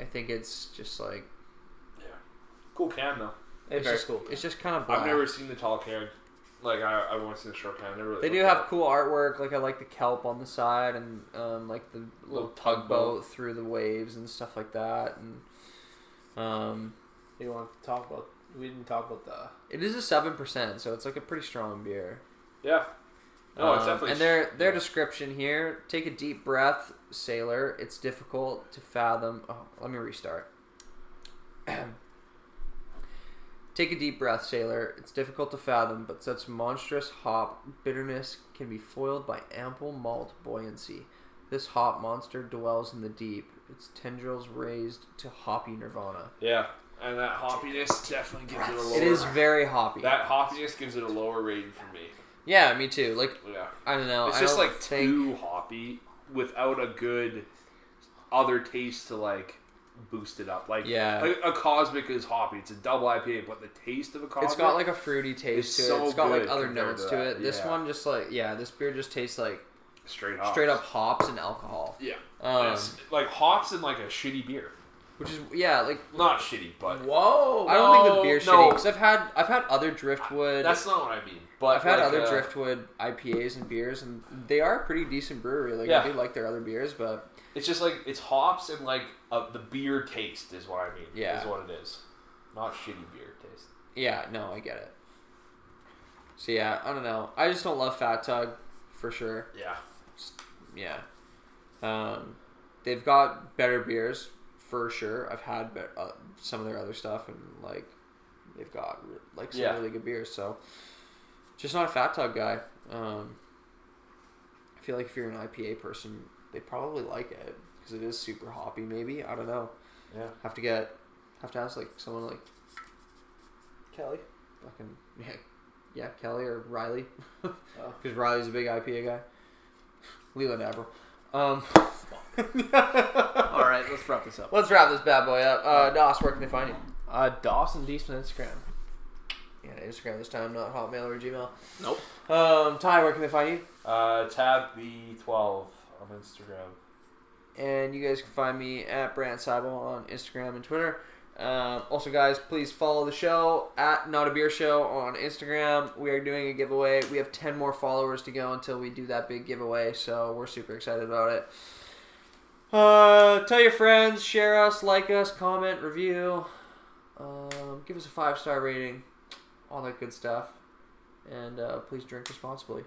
[SPEAKER 1] I think it's just like
[SPEAKER 3] Yeah. Cool can though.
[SPEAKER 2] It's
[SPEAKER 1] it's
[SPEAKER 2] very
[SPEAKER 1] just
[SPEAKER 2] cool.
[SPEAKER 1] it's just kind of.
[SPEAKER 3] I've never seen the tall can. Like I I've only seen the short can. I never really
[SPEAKER 1] They do
[SPEAKER 3] looked at
[SPEAKER 1] have
[SPEAKER 3] it.
[SPEAKER 1] cool artwork. Like I like the kelp on the side, and um, like the little
[SPEAKER 3] Little
[SPEAKER 1] tugboat
[SPEAKER 3] tugboat.
[SPEAKER 1] through the waves and stuff like that. And um,
[SPEAKER 2] You want to talk about? We didn't talk about the.
[SPEAKER 1] it is a seven percent, so it's like a pretty strong beer.
[SPEAKER 3] Yeah. No, Oh, it's
[SPEAKER 1] Um,
[SPEAKER 3] definitely.
[SPEAKER 1] And their their description here: take a deep breath, sailor. It's difficult to fathom. Oh, let me restart. Take a deep breath, sailor. It's difficult to fathom, but such monstrous hop bitterness can be foiled by ample malt buoyancy. This hop monster dwells in the deep, its tendrils raised to hoppy nirvana.
[SPEAKER 3] yeah, and that hoppiness definitely gives it a lower.
[SPEAKER 1] It is very hoppy.
[SPEAKER 3] That hoppiness gives it a lower rating for me.
[SPEAKER 1] yeah, me too. Like
[SPEAKER 3] Yeah.
[SPEAKER 1] I don't know.
[SPEAKER 3] It's
[SPEAKER 1] I
[SPEAKER 3] just
[SPEAKER 1] don't
[SPEAKER 3] like
[SPEAKER 1] think-
[SPEAKER 3] too hoppy without a good other taste to like boost it up. Like
[SPEAKER 1] Yeah.
[SPEAKER 3] like, a, cosmic is hoppy. It's a double IPA, but the taste of a cosmic
[SPEAKER 1] It's got like a fruity taste
[SPEAKER 3] It's
[SPEAKER 1] to it.
[SPEAKER 3] so
[SPEAKER 1] it's got like
[SPEAKER 3] good
[SPEAKER 1] other
[SPEAKER 3] compared
[SPEAKER 1] notes
[SPEAKER 3] to
[SPEAKER 1] to,
[SPEAKER 3] that,
[SPEAKER 1] it. This
[SPEAKER 3] yeah. Oh.
[SPEAKER 1] one just like yeah, this beer just tastes like
[SPEAKER 3] straight hops.
[SPEAKER 1] straight up hops and alcohol,
[SPEAKER 3] Yeah.
[SPEAKER 1] Um,
[SPEAKER 3] It's like hops in like a shitty beer.
[SPEAKER 1] which is yeah like
[SPEAKER 3] Not shitty, but
[SPEAKER 2] Whoa!
[SPEAKER 1] I don't think the
[SPEAKER 3] No,
[SPEAKER 1] beer's
[SPEAKER 3] no.
[SPEAKER 1] shitty because I've had I've had other driftwood.
[SPEAKER 3] that's not what I mean. But
[SPEAKER 1] I've had
[SPEAKER 3] like,
[SPEAKER 1] other
[SPEAKER 3] uh,
[SPEAKER 1] driftwood IPAs and beers, and they are a pretty decent brewery. Like
[SPEAKER 3] Yeah.
[SPEAKER 1] I do like their other beers, but
[SPEAKER 3] It's just like it's hops and like uh, the beer taste is what I mean.
[SPEAKER 1] Yeah.
[SPEAKER 3] is what it is. Not shitty beer taste.
[SPEAKER 1] yeah, no, I get it. So yeah, I don't know. I just don't love Fat Tug for sure.
[SPEAKER 3] Yeah.
[SPEAKER 1] Yeah. Um, they've got better beers for sure. I've had be- uh, some of their other stuff, and like they've got re- like some
[SPEAKER 3] Yeah.
[SPEAKER 1] really good beers. So, just not a fat tub guy. Um, feel like if you're an IPA person, they probably like it because it is super hoppy. Maybe I don't know.
[SPEAKER 3] Yeah.
[SPEAKER 1] Have to get, have to ask like someone like Kelly, fucking yeah, yeah Kelly or Riley, because Riley's a big IPA guy. Leland Avril. Um,
[SPEAKER 2] All right, let's wrap this up.
[SPEAKER 1] let's wrap this bad boy up. Uh, Dos, where can they find you?
[SPEAKER 2] Uh, Dawson Deeson on Instagram.
[SPEAKER 1] Yeah, Instagram this time, not Hotmail or Gmail.
[SPEAKER 2] Nope.
[SPEAKER 1] Um, Ty, where can they find you?
[SPEAKER 3] Uh, tab B12 on Instagram.
[SPEAKER 1] and you guys can find me at Brant Seibel on Instagram and Twitter. Um, also, guys, please follow the show at Not a Beer Show on Instagram. We are doing a giveaway. We have ten more followers to go until we do that big giveaway, so we're super excited about it. Uh, tell your friends, share us, like us, comment, review, um, give us a five star rating, all that good stuff, and uh, please drink responsibly.